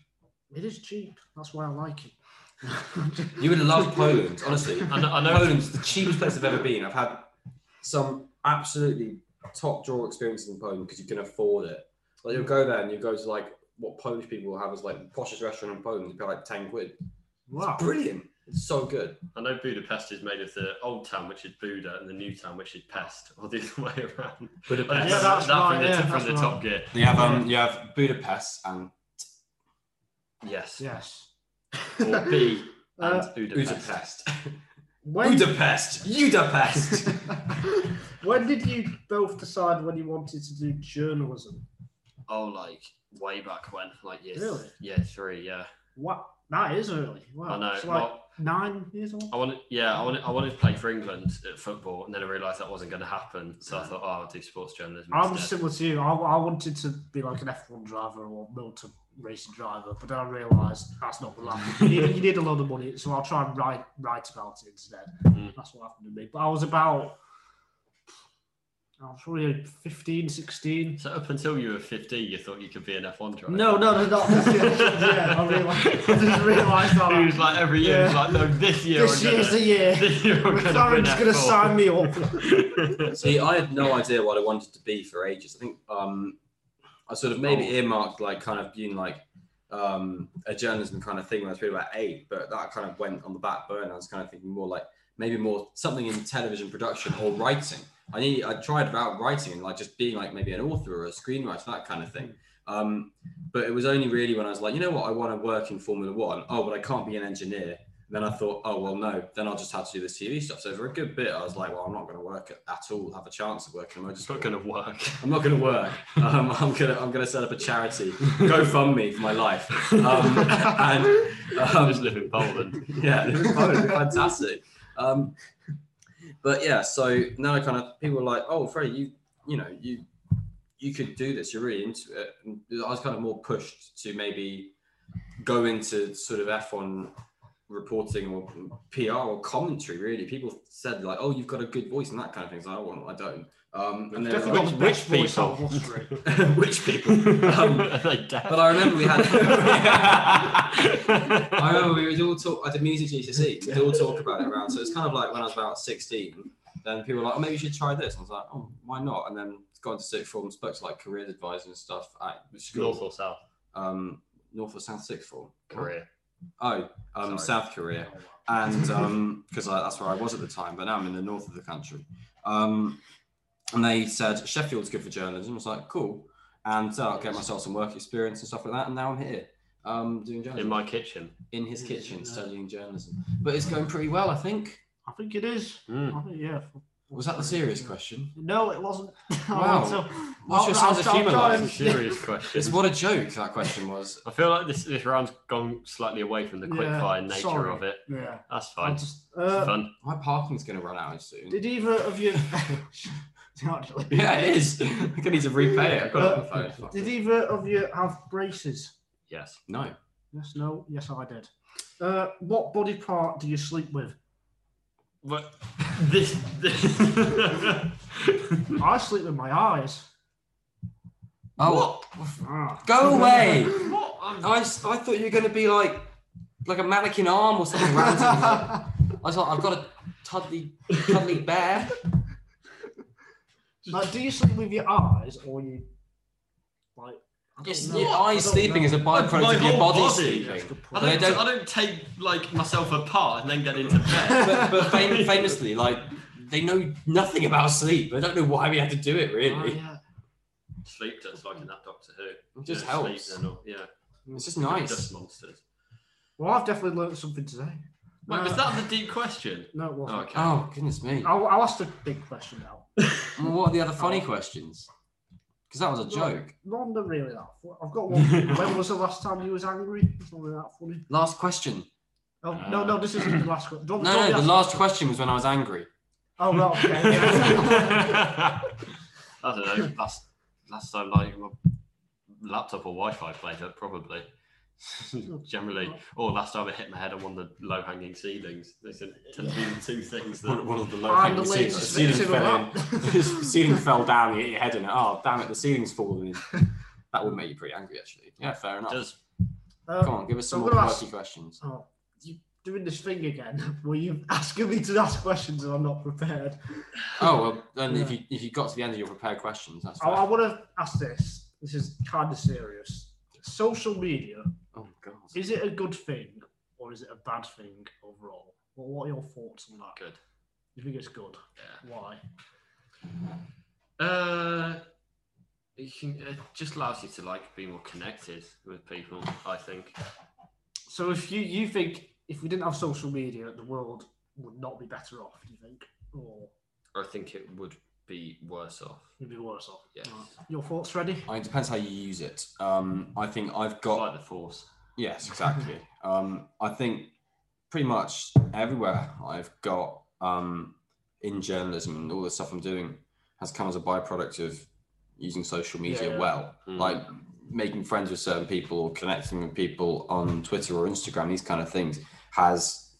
S3: it is cheap. That's why I like it.
S2: <laughs> You
S1: <laughs>
S2: would love Poland, honestly.
S1: I know. I know
S2: Poland's the cheapest place I've ever been. I've had some absolutely top draw experiences in Poland because you can afford it. Like you'll go there and you go to like what Polish people will have is like the poshest restaurant in Poland. You pay like ten quid.
S3: Wow.
S2: Brilliant. It's so good.
S1: I know Budapest is made of the old town, which is Buda, and the new town, which is Pest, or the other <laughs> way around.
S2: Budapest.
S3: Yeah, that's
S1: that
S3: right,
S1: from the,
S3: yeah,
S1: from
S3: that's
S1: the
S3: right.
S1: Top Gear.
S2: You have um you have Budapest and
S1: Yes.
S3: Yes.
S1: Or
S3: <laughs>
S1: B and
S3: Uh,
S1: Budapest.
S2: Budapest.
S3: When,
S2: Budapest. Budapest. <laughs>
S3: <laughs> when did you both decide when you wanted to do journalism?
S1: Oh, like way back when, like year,
S3: Really?
S1: year three. Yeah.
S3: What? That is early. Wow.
S1: I know.
S3: It's like
S1: well,
S3: nine years old.
S1: I wanted, yeah, I wanted, I wanted to play for England at football, and then I realised that wasn't going to happen. So I thought, oh, I'll do sports journalism.
S3: I'm
S1: instead.
S3: similar to you. I, I wanted to be like an F1 driver or Milton racing driver, but then I realised that's not the life. You need, you need a lot of money, so I'll try and write write about it instead.
S1: Mm.
S3: That's what happened to me. But I was about, I was probably 15, 16.
S1: So up until you were 15, you thought you could be an F1 driver.
S3: No, no, <laughs> no, not this year. yeah, I realised. I just realised that.
S1: <laughs> He was like every year. He was
S3: Yeah.
S1: like, no, this year.
S3: this
S1: I'm
S3: year's
S1: gonna,
S3: the
S1: <laughs>
S3: year.
S1: This year I'm gonna win
S3: McLaren's going to
S1: F4.
S3: sign me
S2: <laughs>
S3: up.
S2: See, I had no idea what I wanted to be for ages. I think um, I sort of maybe
S1: Oh.
S2: earmarked like kind of being like um, a journalism kind of thing when I was probably about eight, but that kind of went on the back burner. I was kind of thinking more like maybe more something in television production or writing. I need I tried about writing and like just being like maybe an author or a screenwriter that kind of thing. Um, but it was only really when I was like, you know what, I want to work in Formula One. Oh, but I can't be an engineer. Then I thought, oh well, no. Then I'll just have to do this TV stuff. So for a good bit, I was like, well, I'm not going to work at, at all. Have a chance of working. I'm
S1: It's
S2: just
S1: not going to
S3: <laughs>
S1: work.
S2: I'm not going to work. Um, <laughs> I'm gonna I'm gonna set up a charity, GoFundMe for my life. Um, <laughs> and um,
S1: just live in Poland.
S3: <laughs>
S2: <laughs> yeah, it was fun, fantastic. Um, but yeah, so now I kind of people were like, oh, Freddie, you you know you you could do this. You're really into it. And I was kind of more pushed to maybe go into sort of F1 reporting or PR or commentary. Really, people said like, oh, you've got a good voice and that kind of thing. So I want, I don't. Um, and then
S3: Definitely
S2: like,
S3: got the
S1: Which-
S3: best
S1: which
S3: voice out of Austria.
S2: <laughs> which people? Um,
S1: <laughs> They deaf?
S2: but I remember
S1: <laughs>
S2: we <laughs> had. I remember Oh, we would all talk at the music
S1: <laughs>
S2: GCSE. E. We'd all talk about it around. So it's kind of like when I was about sixteen. Then people were like, "Oh, maybe you should try this." And I was like, "Oh, why not?" And then got into sixth form, spoke to like career advisors and stuff at
S1: North
S2: school,
S1: or South
S2: um, North or South sixth form.
S1: Korea.
S2: Oh,
S1: Sorry.
S2: um, South Korea and because I that's where I was at the time, but now I'm in the north of the country. Um, and they said Sheffield's good for journalism. I was like, cool, and uh, I'll get myself some work experience and stuff like that. And now I'm here um, doing
S3: Oh.
S1: In
S2: journalism
S1: my kitchen.
S2: in, his
S3: Yeah,
S2: kitchen
S3: yeah.
S2: studying journalism, but it's going pretty well, I think.
S3: I think it is.
S2: Hmm.
S1: Mm.
S3: I think, yeah.
S2: Was that the serious question?
S3: No, it wasn't. <laughs>
S2: Wow.
S3: So-
S2: What's your
S3: I'll-
S2: sense of
S3: I'll- I'll
S2: humour
S3: try
S2: like?
S1: That's a serious question.
S2: It's what a joke that question was.
S1: I feel like this this round's gone slightly away from the
S3: Yeah,
S1: quickfire nature
S3: sorry.
S1: of it.
S3: <laughs> Yeah.
S1: That's
S3: I'll
S1: fine.
S3: just-
S1: It's
S3: uh,
S1: fun.
S2: My parking's going to run out soon.
S3: did either of you? <laughs> Actually.
S2: <laughs> yeah, it is. I'm going to need to repay it. I've got it on the phone.
S3: Did either of you have braces?
S1: Yes.
S2: No.
S3: Yes. No. Yes, I did. Uh, what body part do you sleep with?
S1: But <laughs> this, this
S3: I sleep with my eyes.
S2: Oh,
S3: Ah. <laughs>
S2: go away.
S1: what? I'm-
S2: I, s- I thought you were going to be like like a mannequin arm or something random. I was like, I've got a cuddly, cuddly
S3: <laughs>
S2: bear.
S3: Like, do you sleep with your eyes or you like? I don't
S2: It's,
S3: know.
S2: your
S3: I
S2: eyes
S3: don't
S2: sleeping
S3: know.
S2: is a byproduct
S1: My
S2: of your
S1: whole
S2: body,
S1: body.
S3: Yeah,
S2: sleeping.
S3: that's a good
S1: I
S3: point.
S2: Oh, They
S1: don't,
S2: don't-
S1: I don't take like myself apart and then get into bed.
S2: <laughs> But,
S3: <laughs>
S1: <laughs>
S2: but fam- famously, like they know nothing about sleep. I don't know why we had to do it. <laughs>
S3: Oh,
S2: Really,
S3: yeah.
S1: sleep just like in that Doctor Who.
S2: it just
S1: Yeah, sleep
S2: helps.
S1: then, or- yeah,
S2: It's just
S1: Dust
S2: nice.
S1: monsters.
S3: Well, I've definitely learned something today.
S1: Wait,
S3: No,
S1: was that the deep question?
S3: No, it wasn't.
S1: Okay.
S2: Oh goodness me!
S3: I'll, I'll ask the big question now.
S2: Well, what are the other
S3: Oh.
S2: funny questions? Because that was a joke.
S3: None are really that. fu- I've got one. when was the last time you was angry? It's not really that funny.
S2: Last question.
S3: Oh, no, no, this isn't the last question. Don't,
S2: Uh, No,
S3: don't
S2: no,
S3: be
S2: the
S3: asking-
S2: last question was when I was angry. <laughs>
S3: Oh, no, okay. yeah.
S1: I don't know. Last last time, like my laptop or Wi-Fi played up, probably. <laughs> Generally, or last time I hit my head on one of the low-hanging ceilings. They said tend to be the two things that.
S2: one of the <laughs>
S3: I'm the latest victim of <laughs> that.
S2: the ceiling fell down, you hit your head in it. Oh, damn it, the ceiling's fallen in.
S3: <laughs>
S2: That would make you pretty angry, actually. Yeah, fair enough.
S1: Does
S3: Uh,
S2: Come on, give us some
S3: I'm
S2: more
S3: gonna
S2: quirky questions.
S3: oh, you doing this thing again <laughs> where you asking me to ask questions and I'm not prepared.
S2: Oh well, then if you if you got to the end of your prepared questions, that's
S3: I,
S2: fine.
S3: I want to ask this. This is kind of serious. Social media
S2: oh god.
S3: is it a good thing or is it a bad thing overall? What, what are your thoughts on that?
S1: Good.
S3: You think it's good? Why?
S1: Uh, it, can, it just allows you to like be more connected with people. I think.
S3: So if you you think if we didn't have social media, the world would not be better off? Do you think, or
S1: I think it would be worse off.
S3: it'd be worse off?
S1: Yes.
S3: Right. Your
S1: <laughs>
S3: thoughts, ready?
S2: I mean, it depends how you use it. Um, I think I've got
S1: Like the force.
S2: Yes,
S3: <laughs>
S2: exactly. um, I think pretty much everywhere I've got um, in journalism and all the stuff I'm doing has come as a byproduct of using social media
S3: Yeah.
S2: well,
S1: Mm.
S2: like making friends with certain people or connecting with people on Twitter or Instagram. These kind of things has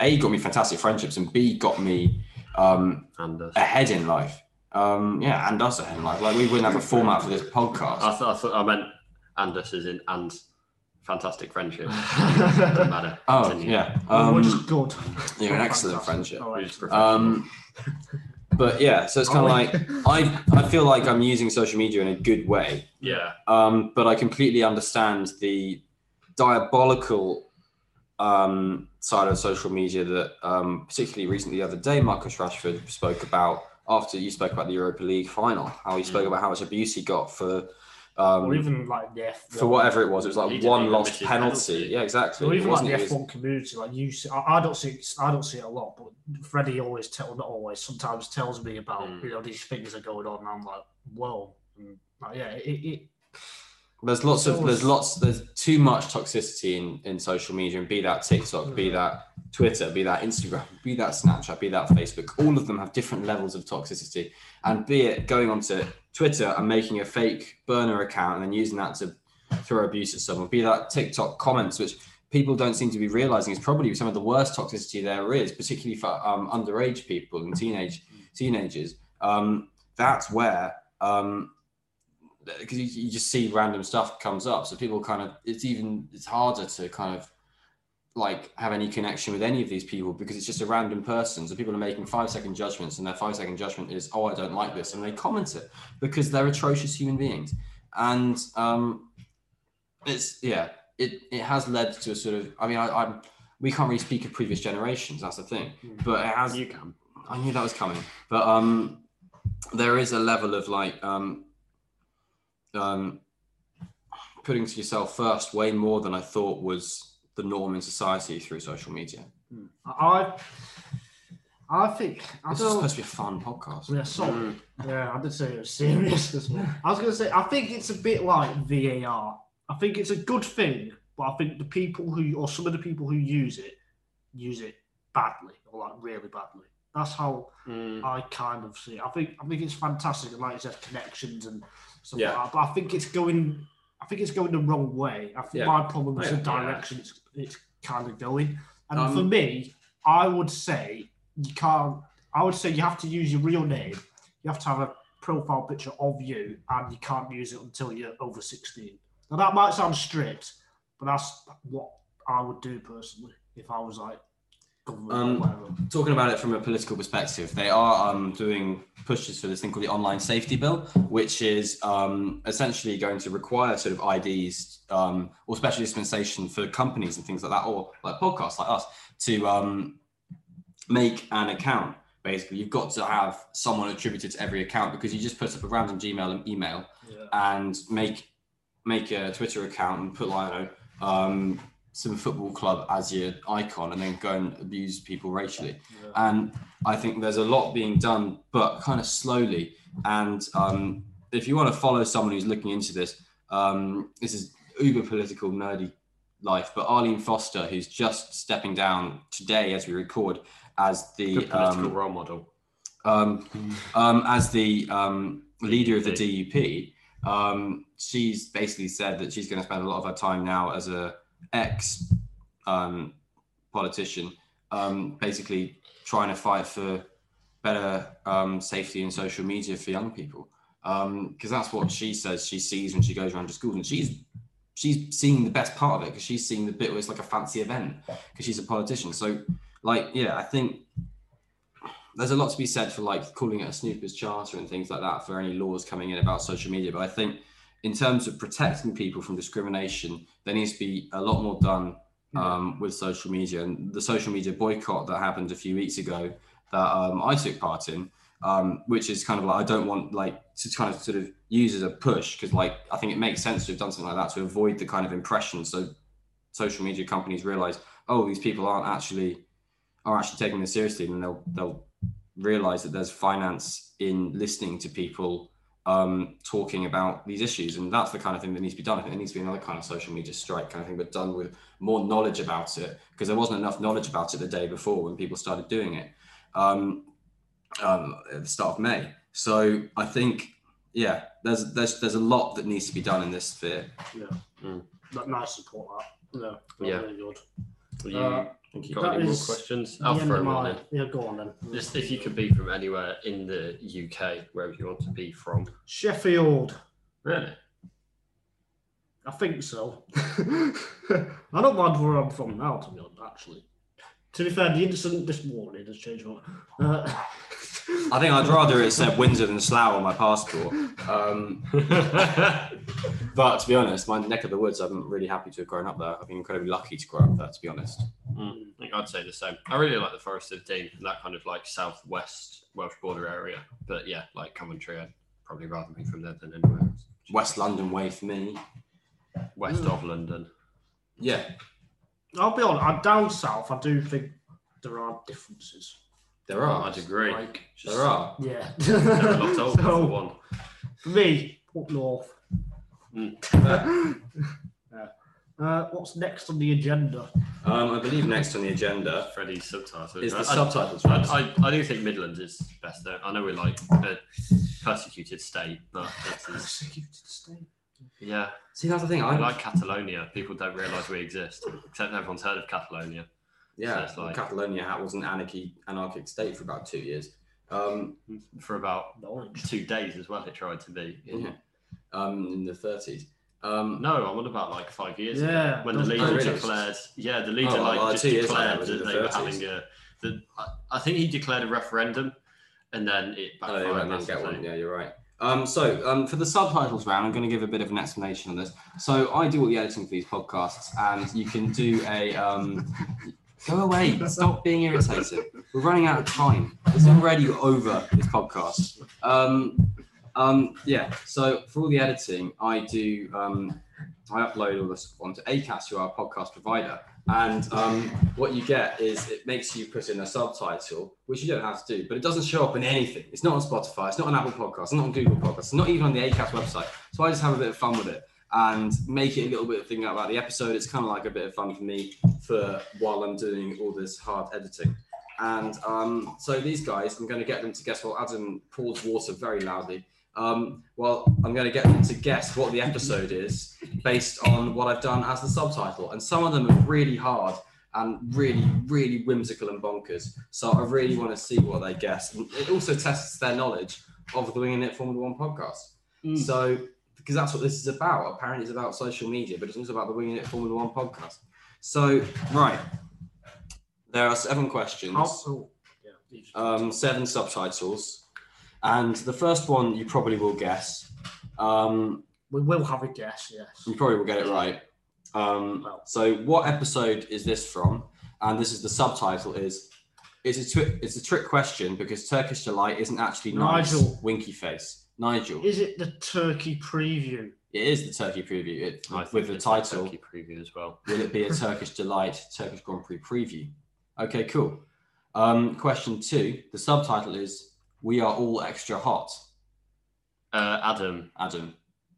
S2: a got me fantastic friendships and b got me um,
S1: And uh,
S2: ahead in life. Um, yeah, and us ahead in life. Like we wouldn't have a format for this podcast.
S1: I, th- I thought I meant and us as in and fantastic
S3: <laughs>
S1: friendship. Doesn't matter.
S2: oh
S1: Continue.
S2: yeah,
S3: we're
S2: um,
S3: just good.
S2: you're an excellent friendship.
S3: All
S1: We're
S3: right.
S1: just professional.
S2: Um, but yeah, so it's kind of like I, I feel like I'm using social media in a good way,
S1: yeah.
S2: um, but I completely understand the diabolical um, side of social media that, um, particularly recently the other day, Marcus Rashford spoke about after you spoke about the Europa League final, how he
S1: Mm.
S2: spoke about how much abuse he got for. Um,
S3: or even like the F
S2: for whatever it was, it was
S1: He
S2: like
S1: didn't
S2: one
S1: even
S2: lost
S1: miss his
S2: penalty.
S1: penalty.
S2: Yeah, exactly.
S3: So
S2: It
S3: even like
S2: wasn't-
S3: the
S2: it was-
S3: F1 community, like you, see, I, I don't see, I don't see it a lot, but Freddie always tell, not always, sometimes tells me about
S2: Hmm.
S1: Mm.
S3: you know these things are going on, and I'm like, whoa, and, like, yeah, it, it,
S2: There's lots of
S3: So-
S2: there's lots there's too much toxicity in, in social media and be that TikTok, be that Twitter, be that Instagram, be that Snapchat, be that Facebook. All of them have different levels of toxicity. And be it going onto Twitter and making a fake burner account and then using that to throw abuse at someone, be that TikTok comments, which people don't seem to be realizing is probably some of the worst toxicity there is, particularly for um, underage people and teenage teenagers. Um, that's where um, because you, you just see random stuff comes up so people kind of it's even it's harder to kind of like have any connection with any of these people because it's just a random person so people are making five second judgments and their five second judgment is oh i don't like this and they comment it because they're atrocious human beings and um it's yeah it it has led to a sort of i mean i i'm we can't really speak of previous generations that's the thing but it has
S1: You can.
S2: I knew that was coming, but um, there is a level of like um, um, putting to yourself first way more than I thought was the norm in society through social media.
S3: I, I think I
S2: This is
S3: don't.
S2: supposed to be a fun podcast.
S3: Yeah, sorry. Yeah, I did say it was serious. 'cause I was going to say, I think it's a bit like VAR. I think it's a good thing, but I think the people who, or some of the people who use it, use it badly or like really badly. That's how
S1: Mm.
S3: I kind of see. It. I think I think it's fantastic, and like you said, connections and stuff
S1: Yeah.
S3: like that. But I think it's going. I think it's going the wrong way. I think
S2: Yeah.
S3: my problem is
S1: Yeah.
S3: the direction it's, it's kind of going. And
S2: Um,
S3: for me, I would say you can't. I would say you have to use your real name. You have to have a profile picture of you, and you can't use it until you're over sixteen. Now that might sound strict, but that's what I would do personally if I was like government
S2: Um,
S3: or whatever.
S2: talking about it from a political perspective, they are um, doing pushes for this thing called the Online Safety Bill, which is um, essentially going to require sort of IDs um, or special dispensation for companies and things like that, or like podcasts like us, to um, make an account. Basically, you've got to have someone attributed to every account because you just put up a random Gmail and email
S3: Yeah.
S2: and make make a Twitter account and put like I don't know, um, some football club as your icon, and then go and abuse people racially.
S3: Yeah.
S2: And I think there's a lot being done, but kind of slowly. And um, if you want to follow someone who's looking into this, um, this is uber political nerdy life. But Arlene Foster, who's just stepping down today as we record, as the
S1: Good political
S2: um,
S1: role model.
S2: um, um, as the um, leader of the DUP, um, she's basically said that she's going to spend a lot of her time now as a ex um, politician, um, basically trying to fight for better um, safety in social Um, media for young people, because that's what she says she sees when she goes around to schools, and she's she's seeing the best part of it because she's seeing the bit where it's like a fancy event because she's a politician. So, like, yeah, I think there's a lot to be said for like calling it a snooper's charter and things like that for any laws coming in about social media. But I think in terms of protecting people from discrimination, there needs to be a lot more done um, with social media and the social media boycott that happened a few weeks ago that um, I took part in, um, which is kind of like I don't want like to kind of sort of use as a push because like I think it makes sense to have done something like that to avoid the kind of impression so social media companies realize oh these people aren't actually are actually taking this seriously and they'll they'll realize that there's finance in listening to people um, talking about these issues. And that's the kind of thing that needs to be done. I think there needs to be another kind of social media strike kind of thing, but done with more knowledge about it because there wasn't enough knowledge about it the day before when people started doing it um, um, at the start of May. So I think, yeah, there's, there's, there's a lot that needs to be done in this sphere.
S3: Yeah.
S1: Mm.
S3: That nice support that. No, that's
S1: Yeah.
S3: really good.
S1: You
S3: Uh,
S2: Thank you.
S1: got
S3: that
S1: any more
S3: is
S1: questions?
S3: The
S1: I'll
S3: end
S1: throw
S3: of
S1: one
S3: my,
S1: in.
S3: yeah, go on then.
S1: Just if you could be from anywhere in the UK, wherever you want to be from.
S3: Sheffield,
S1: Really?
S3: I think so. <laughs> I don't mind where I'm from now, to be honest, actually. To be fair, the incident this morning has changed my uh, <laughs>
S2: I think I'd rather it said Windsor than Slough on my passport.
S3: <laughs>
S2: Um, but to be honest, my neck of the woods, I'm really happy to have grown up there. I've been incredibly lucky to grow up there, to be honest.
S1: Mm, I think I'd say the same. I really like the Forest of Dean, that kind of like southwest Welsh border area. But yeah, like Coventry, I'd probably rather be from there than anywhere else.
S2: West London way for me.
S1: West
S3: Mm.
S1: of London.
S2: Yeah,
S3: I'll be honest, I'm down south. I do think there are differences.
S2: there are.
S1: I'd agree.
S3: Like,
S1: Just-
S2: There are.
S3: yeah.
S1: They're a
S2: <laughs>
S3: <laughs>
S1: lot older for
S3: so,
S1: one.
S3: for me, up north.
S1: Mm.
S3: <laughs> Yeah. Uh, what's next on the agenda? <laughs>
S2: Um, I believe next on the agenda
S1: Freddie's subtitles.
S2: is the
S1: I- I-
S2: subtitles. right?
S1: I, I, I do think Midlands is best though. I know we're like a persecuted state, but it is, yeah.
S2: See, that's the thing. I
S1: I
S2: like.
S1: like Catalonia. People don't realise we exist, except everyone's heard of Catalonia.
S2: Yeah,
S1: it's like-
S2: Catalonia was an anarchy, anarchic state for about two years. Um,
S1: For about
S3: Knowledge.
S1: two days as well, it tried to be.
S2: yeah, um, in the thirties. Um,
S1: No, I'm on about like five years ago
S3: Yeah,
S1: when the
S3: that's-
S1: League
S2: Oh, really?
S1: declared. Yeah, the League
S2: Oh,
S1: like
S2: well,
S1: just
S2: two years later,
S1: declared
S2: was
S1: that
S2: it the
S1: they were
S2: 30s?
S1: having a. The, I, I think he declared a referendum, and then it
S2: oh,
S1: backfired.
S2: they won't
S1: massively.
S2: get one. Yeah, you're right. Um, so um, for the subtitles round, I'm going to give a bit of an explanation on this. So I do all the editing for these podcasts, and you can do a. Um, <laughs> go away! Stop being irritated. We're running out of time. It's already over this podcast. Um, um, yeah. So for all the editing, I do. Um, I upload all this onto Acast, who are our podcast provider. And um, what you get is it makes you put in a subtitle, which you don't have to do, but it doesn't show up in anything. It's not on Spotify, it's not on Apple Podcasts, it's not on Google Podcasts, it's not even on the Acast website. So I just have a bit of fun with it and make it a little bit of thing about the episode. It's kind of like a bit of fun for me for while I'm doing all this hard editing. And um, so these guys, I'm going to get them to guess. Well, Adam pours water very loudly. Um, well, I'm going to get them to guess what the episode is based on what I've done as the subtitle. And some of them are really hard and really, really whimsical and bonkers. So I really want to see what they guess. And it also tests their knowledge of the Winging It Formula One podcast.
S3: Mm.
S2: So, because that's what this is about. Apparently, it's about social media, but it's also about the Winging It Formula One podcast. So, right. There are seven questions
S3: Also, yeah. these-
S2: um, seven subtitles. And the first one you probably will guess. Um,
S3: we will have a guess, yes.
S2: you probably will get it right. Um,
S3: Wow.
S2: so, what episode is this from? And this is the subtitle is it's a twi- it's a trick question because Turkish delight isn't actually nice.
S3: Nigel.
S2: Winky face. Nigel.
S3: Is it the turkey preview?
S2: It is the Turkey preview. It,
S1: I think
S2: with the
S1: it's a
S2: title,
S1: Turkey preview as well.
S2: will it be a Turkish delight Turkish Grand Prix preview? Okay, cool. Um, question two. The subtitle is "We are all extra hot."
S1: Uh, Adam,
S2: Adam.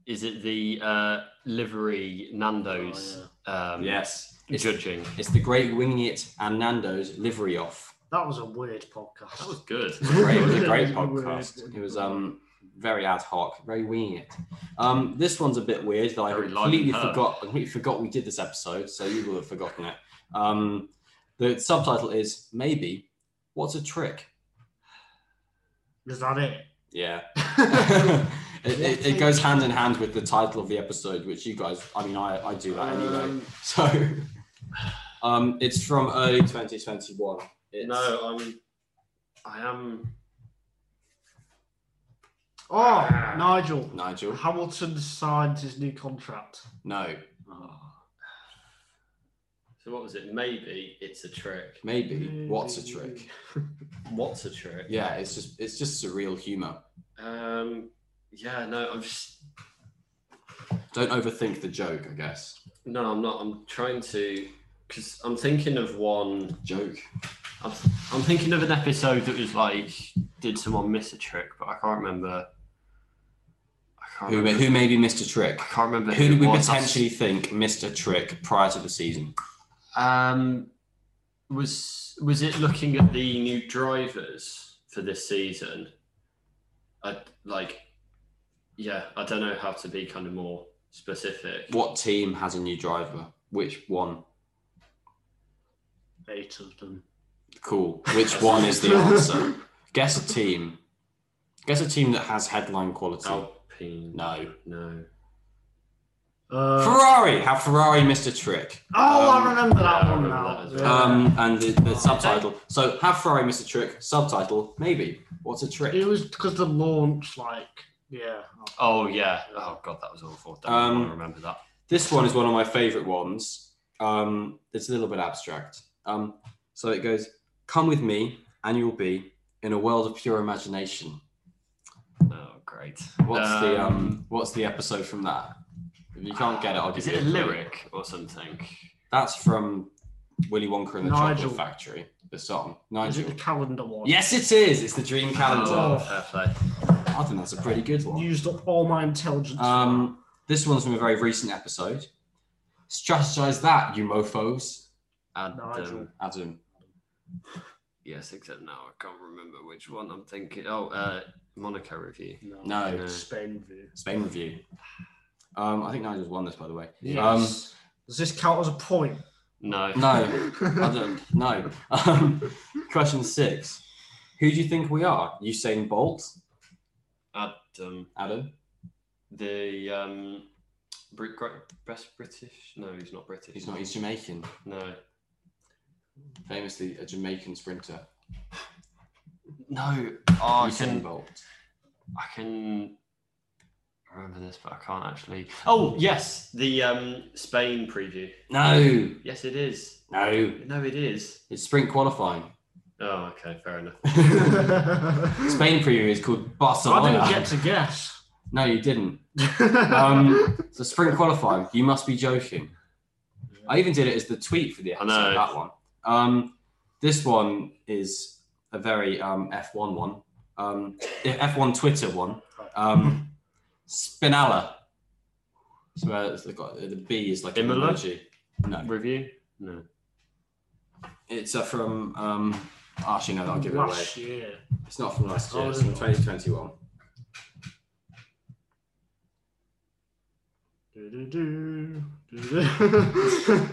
S1: is it the uh, livery Nando's?
S3: Oh,
S1: um,
S2: yes. It's,
S1: judging.
S2: it's the great Winging It and Nando's livery off.
S3: That was a weird podcast.
S1: That was good.
S2: <laughs> Great, it was a
S3: That
S2: great
S3: was
S2: podcast.
S3: weird.
S2: It was um very ad hoc, very winging it. Um, this one's a bit weird that I
S1: Very
S2: completely
S1: live and
S2: forgot. I completely forgot we did this episode, so you will have forgotten it. Um, the subtitle is maybe what's a trick?
S3: Is that it?
S2: Yeah. <laughs> It, it, it goes hand in hand with the title of the episode, which you guys, I mean, I, I do that anyway.
S3: Um,
S2: <laughs> So um, it's from early 2021. It's,
S1: No, I'm. I am.
S3: oh, Nigel.
S2: Nigel?
S3: Hamilton signed his new contract.
S2: No.
S1: oh. So what was it? Maybe it's a trick.
S2: Maybe. What's a trick?
S1: What's a trick?
S2: Yeah, it's just it's just surreal humor.
S1: Um. Yeah. No. I'm just.
S2: Don't overthink the joke, I guess.
S1: No. I'm not. I'm trying to. Because I'm thinking of one.
S2: Joke.
S1: I'm, I'm thinking of an episode that was like, did someone miss a trick? But I can't remember. I can't
S2: Who,
S1: remember.
S2: who maybe missed a trick?
S1: I can't remember
S2: Who did we
S1: it was. That's-
S2: potentially think missed a trick prior to the season?
S1: Um, was was it looking at the new drivers for this season? I like, yeah, I don't know how to be kind of more specific.
S2: What team has a new driver? Which one?
S3: Eight of them.
S2: Cool. Which one is <laughs> the answer? Guess a team. Guess a team that has headline quality.
S1: Alpine?
S2: No.
S1: no.
S3: Uh,
S2: Ferrari. Have Ferrari missed a trick?
S3: oh,
S2: Um,
S3: I remember that
S1: yeah, I
S3: one
S1: remember
S3: now.
S1: that as well.
S2: Um, and the, the subtitle. So have Ferrari missed a trick? Subtitle. Maybe. What's a
S3: Yeah. it
S2: trick?
S3: was because the launch, like, yeah.
S1: Oh yeah. Oh god, that was awful. Don't
S2: Um,
S1: want to remember that.
S2: This one is one of my favorite ones. Um, it's a little bit abstract. Um, so it goes, "Come with me, and you'll be in a world of pure imagination."
S1: Oh great.
S2: What's the um? What's the episode from that? If you can't get it, I'll give
S1: Is
S2: you
S1: it a
S2: clue.
S1: lyric or something?
S2: That's from Willy Wonka and the
S3: Nigel.
S2: Chocolate Factory, the song.
S3: Is it
S2: Nigel.
S3: the calendar one?
S2: Yes, it is. It's the Dream Calendar.
S1: Oh, fair play.
S2: I think that's a pretty good one.
S3: Used up all my intelligence.
S2: Um, this one's from a very recent episode. Strategize that, you mofos.
S1: And, um,
S3: Nigel.
S2: Adam.
S1: yes, except now I can't remember which one I'm thinking. Oh, uh, Monaco review.
S3: no.
S2: No.
S1: No.
S3: Spain view.
S2: Spain review. Um, I think Nigel's won this, by the way.
S3: Yes. Does this count as a point?
S1: No.
S2: Um,
S3: <laughs>
S2: no, Um, <laughs> I don't. No. Um, question six. Who do you think we are? Usain Bolt?
S1: At um,
S2: Adam?
S1: the um, Brit- Great- best British? No, he's not British.
S2: He's not. He's Jamaican.
S1: No.
S2: Famously a Jamaican sprinter.
S1: No. Oh, I
S2: Usain
S1: can.
S2: Bolt.
S1: I can remember this, but I can't actually. Oh yes, the um, Spain preview.
S2: No,
S1: Yes, it is.
S2: no.
S1: No, it is.
S2: It's sprint
S3: <laughs>
S2: qualifying.
S1: Oh, okay, fair
S2: <laughs>
S1: enough.
S3: I
S2: Spain preview is called Barcelona.
S3: didn't get to guess.
S2: No, you didn't. <laughs> Um, so sprint qualifying. You must be joking. I even did it as the tweet for the
S1: I
S2: episode.
S1: know.
S2: That one. Um, this one is a very um, F1 one. Um, F1 Twitter one. Um, Spinalla. So uh, it's got- the B is like an
S1: Imola?
S2: emoji. No,
S1: Review? No.
S2: it's uh, from. Um, actually, no, I'll give it away.
S3: Last year.
S2: It's not from last year.
S3: Oh,
S2: it's
S3: is
S2: from
S3: it?
S2: 2021.
S3: Do-do-do, do-do-do.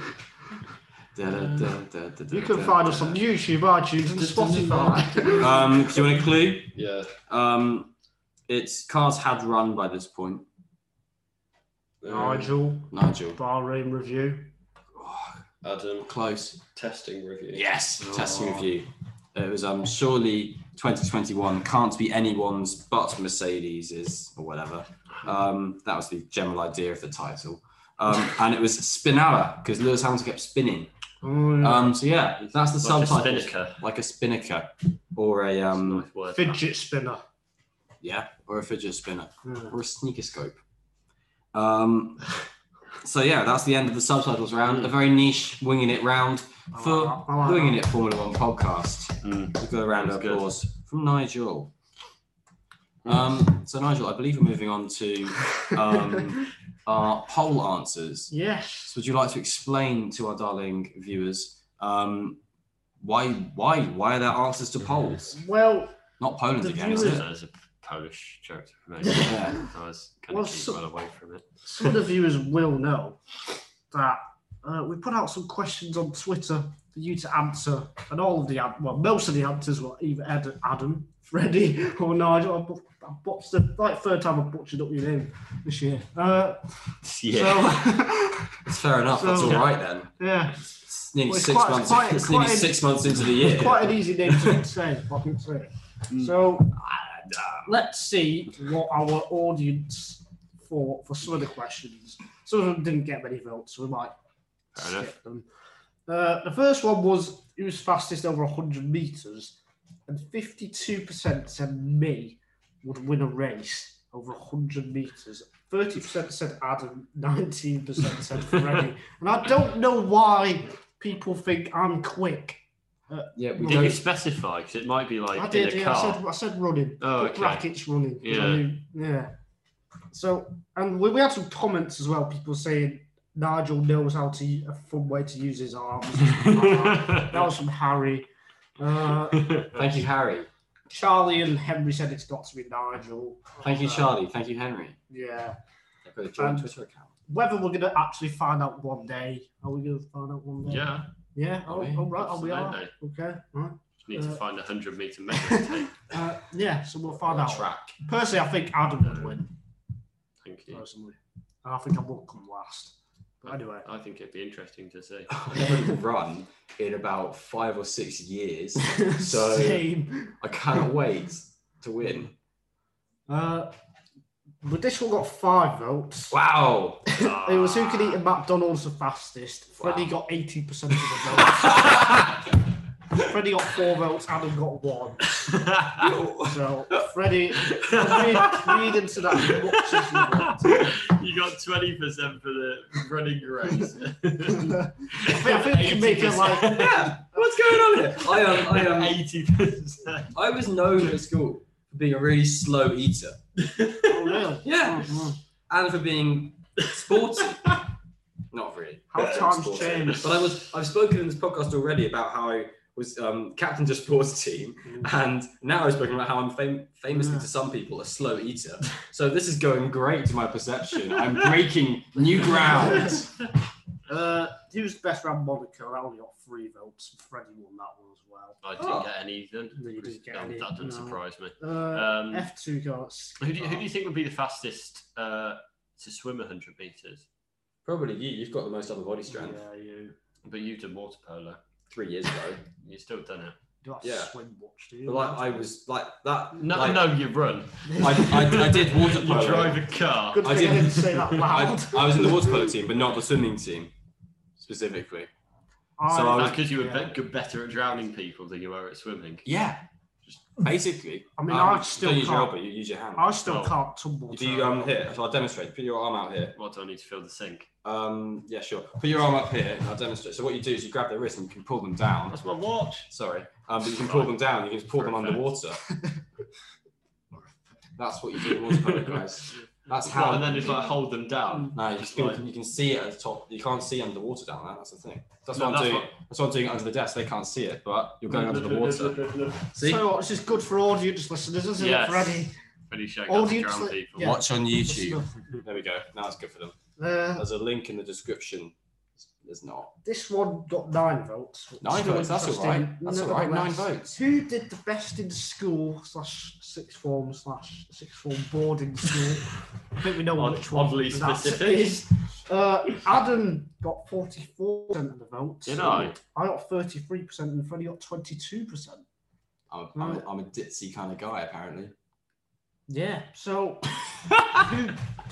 S2: Da, da, da, da, da, da,
S3: <laughs> you can
S2: da,
S3: find
S2: da,
S3: us on
S2: da.
S3: YouTube, iTunes, and Spotify.
S2: Um, do you want a clue?
S1: Yeah.
S2: Um, it's cars had run by this point.
S3: Oh, Nigel,
S2: Nigel.
S3: Bahrain review.
S2: Oh,
S1: Adam
S2: close.
S1: testing review.
S2: Yes. Testing
S3: Oh.
S2: review. It was um surely 2021 can't be anyone's but Mercedes's or whatever. Um, that was the general idea of the title. Um, and it was Spinalla because Lewis Hamilton kept spinning.
S3: Oh, yeah.
S2: Um, so yeah, that's the
S1: Hmm. Like a
S2: subtitle.
S1: spinnaker.
S2: Like a spinnaker or a um,
S1: Nice word.
S3: Mm. Fidget spinner. Mm.
S2: Yeah, or a fidget spinner,
S3: Yeah.
S2: or a sneaker scope. Um, so yeah, that's the end of the subtitles round. A very niche winging it round
S3: I like
S2: for
S3: that, I like
S2: winging
S3: that.
S2: it Formula One podcast.
S1: Mm.
S2: We've got a round
S1: That
S2: of
S1: was good. Mm.
S2: applause from Nigel. Um, so Nigel, I believe we're moving on to
S3: <laughs>
S2: um, our poll answers.
S3: yes.
S2: So would you like to explain to our darling viewers um, why why why are there answers to polls?
S3: Well,
S2: Not Poland
S3: The
S2: again, is
S3: viewers-
S2: it?
S1: That was a Polish joke. Maybe.
S2: Yeah.
S1: I was kind
S3: Well,
S1: of keep
S3: so-
S1: well away from it.
S3: some of the viewers will know that uh, we put out some questions on Twitter for you to answer, and all of the an- well, most of the answers were either Ed, Adam Freddie or Nigel. I, bu- I botched the like third time I butchered up your name this year. Uh,
S1: <laughs> Yeah.
S3: So
S2: It's fair enough. That's
S3: So-
S2: all right then.
S3: yeah,
S2: It's nearly
S3: Well, it's
S2: six
S3: quite- it's
S2: months.
S3: quite-
S2: it's
S3: it's
S2: nearly
S3: quite an-
S2: six months into the year.
S3: it's quite an easy
S1: <laughs>
S3: name to say. if I can say it.
S1: Mm.
S3: So uh, let's see what our audience thought for some of the questions. Some of them didn't get many votes, so we might
S1: Fair enough.
S3: skip them. Uh, the first one was who's fastest over 100 meters, and 52% said me would win a race over 100 meters. 30% said Adam, 19%
S1: <laughs>
S3: said Freddie. and I don't know why people think I'm quick.
S2: yeah, we
S1: Did you
S2: don't.
S1: specify? Because it might be like
S3: I did.
S1: in a
S3: Yeah, I
S1: car.
S3: said, I said running.
S1: Oh,
S3: Put
S1: okay. <laughs>
S3: Brackets running. 'cause I
S1: Yeah.
S3: knew- yeah. So, and we, we had some comments as well. People saying Nigel knows how to a fun way to use his
S1: <laughs>
S3: arms. that was from Harry. Uh,
S2: Thank you, Harry.
S3: Charlie and Henry said it's got to be Nigel.
S2: Thank you,
S3: Uh,
S2: Charlie. Thank you, Henry.
S3: Yeah.
S2: I've got a joint
S3: Um,
S2: Twitter account.
S3: Whether we're gonna actually find out one day. Are we gonna find out one day?
S1: yeah.
S3: Yeah.
S2: Are
S3: Oh,
S2: we?
S3: all right. Are we are.
S1: Absolutely.
S3: Okay. all right.
S1: Just need to
S3: Uh,
S1: find a hundred meter
S3: <laughs>
S1: measuring tape.
S3: Uh, yeah. So we'll find
S2: On
S3: out.
S2: track.
S3: Personally, I think Adam would win.
S1: Thank you.
S3: personally. And I think I will come last.
S2: <laughs>
S3: But anyway,
S1: I think it'd be interesting to
S3: <laughs>
S1: see.
S2: I haven't run in about five or six years. So-
S3: <laughs> same.
S2: I cannot wait to win.
S3: Uh, but this one got five votes.
S2: Wow.
S3: <laughs> It was who could eat a McDonald's the fastest. Freddie got 80% of the votes. Freddie got four votes, Adam got one.
S2: <laughs>
S3: So, Freddie, read, read into that as much as you
S1: <laughs>
S3: want.
S1: you got twenty percent for the running
S3: <laughs>
S1: race.
S3: I think- I think you can make it
S1: <laughs>
S2: <laughs>
S3: like-
S2: yeah. What's going on here? I am. I am.
S1: eighty percent.
S2: I was known at school for being a really slow eater
S3: Oh, really?
S2: Yeah.
S3: Mhm.
S2: and for being
S3: <laughs>
S2: sporty. Not really.
S3: How
S2: but
S3: times
S2: sporty.
S3: change.
S2: But I was. I've spoken in this podcast already about how I was um, captain to sports team, and now I've spoken about how I'm fam- famously
S3: Yeah.
S2: to some people a slow eater. So this is going great to my perception. I'm breaking new ground.
S3: Uh, who's best round Monaco? That only got three votes. Freddie won that one as well.
S1: I didn't
S2: Oh.
S1: get any then.
S3: No, you didn't get
S1: Um,
S3: any,
S1: That doesn't
S3: no.
S1: surprise me.
S3: Uh,
S1: Um,
S3: F2 got.
S1: who, do you, who do you
S2: Oh.
S1: think would be the fastest uh, to swim hundred meters?
S2: Probably you. You've got the most upper body strength.
S3: Oh, Yeah, you.
S1: But you've done water polo.
S2: Three years ago.
S1: You've still done it.
S3: Do I have
S2: Yeah.
S3: swim watch? Do you?
S2: But
S3: <laughs>
S2: like I was like that.
S1: No,
S2: like,
S1: no, you run.
S2: I, I, I did water
S1: You
S2: polo.
S1: drive a car.
S3: Good
S2: I
S3: thing I
S2: didn't-
S3: didn't, say that
S2: I,
S3: loud.
S2: I was in the water polo team, but not the swimming team specifically. so <laughs> I was-
S1: Because you were
S3: yeah.
S1: be- better at drowning people than you were at swimming.
S2: Yeah, basically.
S3: I mean, I still
S2: um, don't use your
S3: can't-
S2: elbow. You use your hand.
S3: I still
S1: Oh.
S3: can't tumble.
S2: Do you
S3: to-
S2: um here? So I'll demonstrate. Put your arm out here.
S1: What do I need to fill the sink?
S2: Um, yeah, sure. Put your arm up here, and I'll demonstrate. So what you do is you grab their wrist and you can pull them down.
S1: That's my watch.
S2: Sorry, um, but
S1: <laughs>
S2: you can pull them down. You can just pull them underwater. That's what you do in water
S1: <laughs>
S2: polo, guys. That's
S1: Well,
S2: how. Mm.
S1: and then it's like hold them down.
S2: No, you, still, can- you can see it at the top. You can't see underwater down there. That's the thing. That's
S1: No,
S2: what I'm
S1: that's
S2: doing.
S1: what-
S2: That's what I'm doing under the desk. They can't see it, but you're going under the water. See?
S3: So what, this is good for audience listeners, isn't
S1: Yes.
S3: it, Freddie?
S1: Pretty sure
S3: All
S1: I
S3: the
S1: to drown
S3: internet-
S1: people.
S3: yeah.
S2: Watch on
S3: Good
S2: YouTube.
S3: stuff.
S2: There we go. Now it's good for them.
S3: Uh,
S2: There's a link in the description. There's not.
S3: this one got nine votes. which is
S2: Nine
S3: still
S2: votes, that's all right.
S3: interesting.
S2: That's all right, nine
S3: Nevertheless,
S2: votes.
S3: Who did the best in school slash sixth form slash sixth form boarding school? <laughs> I think we know
S1: Odd-
S3: which one.
S1: oddly
S3: that
S1: specific.
S3: is. Uh, Adam got forty-four percent of the votes.
S1: Did I?
S3: I got 33% and Freddie got 22%.
S2: I'm, a- I'm, a- I'm a ditzy kind of guy, apparently.
S3: Yeah.
S2: <laughs>
S3: So who,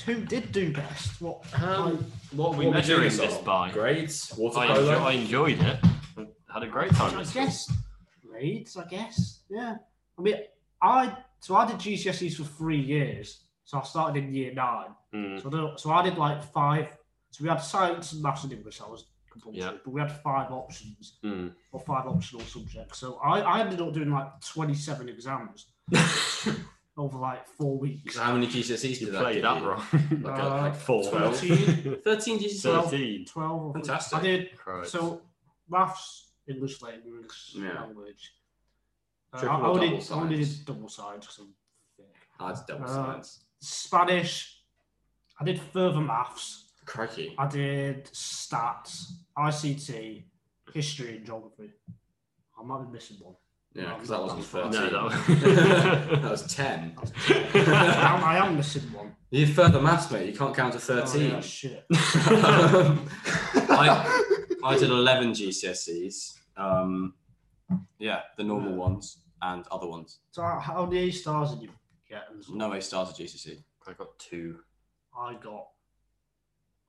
S3: who did do best? What?
S1: Um, what are we
S2: What we're doing
S1: measuring
S2: is
S1: this
S2: on
S1: by?
S2: Grades, water
S1: I, enjoy, I enjoyed it. I had a great time.
S3: I
S1: at school.
S3: guess grades, I guess. Yeah. I mean, I so I did GCSEs for three years. So I started in year nine.
S1: Hmm.
S2: <laughs>
S3: So I, don't- so I did like five. So we had science and maths and English. That was compulsory.
S1: Yeah.
S3: But we had five options
S1: Hmm.
S3: or five optional subjects. So I, I ended up doing like 27 exams over like four weeks.
S2: So how many GCSEs
S1: You
S2: did
S1: played
S2: that
S1: that Uh, wrong. <laughs>
S2: give
S1: like, a,
S3: Uh,
S1: like four. <laughs>
S3: 13.
S2: you? 13 GCSEs.
S3: Twelve.
S1: 13.
S3: 12. or-
S2: Fantastic.
S3: I did
S1: Christ.
S3: So, maths, English language,
S2: Yeah.
S3: language. Uh,
S2: Triple
S3: I
S2: or
S3: only,
S2: double
S3: I only
S2: science?
S3: did double science. 'cause I'm thick.
S2: I did Ah, double
S3: Uh,
S2: science.
S3: Spanish. I did further maths.
S2: Crikey.
S3: I did stats, ICT, history, and geography. I might be missing one. <laughs>
S2: Yeah,
S3: No,
S2: because that
S3: not
S2: wasn't
S3: that far.
S2: 13.
S1: No, that
S2: <laughs>
S3: <laughs>
S2: that
S1: was-
S2: was 10.
S3: I'm, I am missing
S2: <laughs>
S3: one.
S2: You need further maths, mate. You can't count to
S3: Oh,
S2: 13.
S3: yeah, shit. <laughs>
S2: I, <laughs> I did 11 GCSEs. Um, yeah, the normal ones and other ones.
S3: So how- how many A stars did you get? and stuff?
S2: No A stars at GCSE.
S1: I got two.
S3: I got.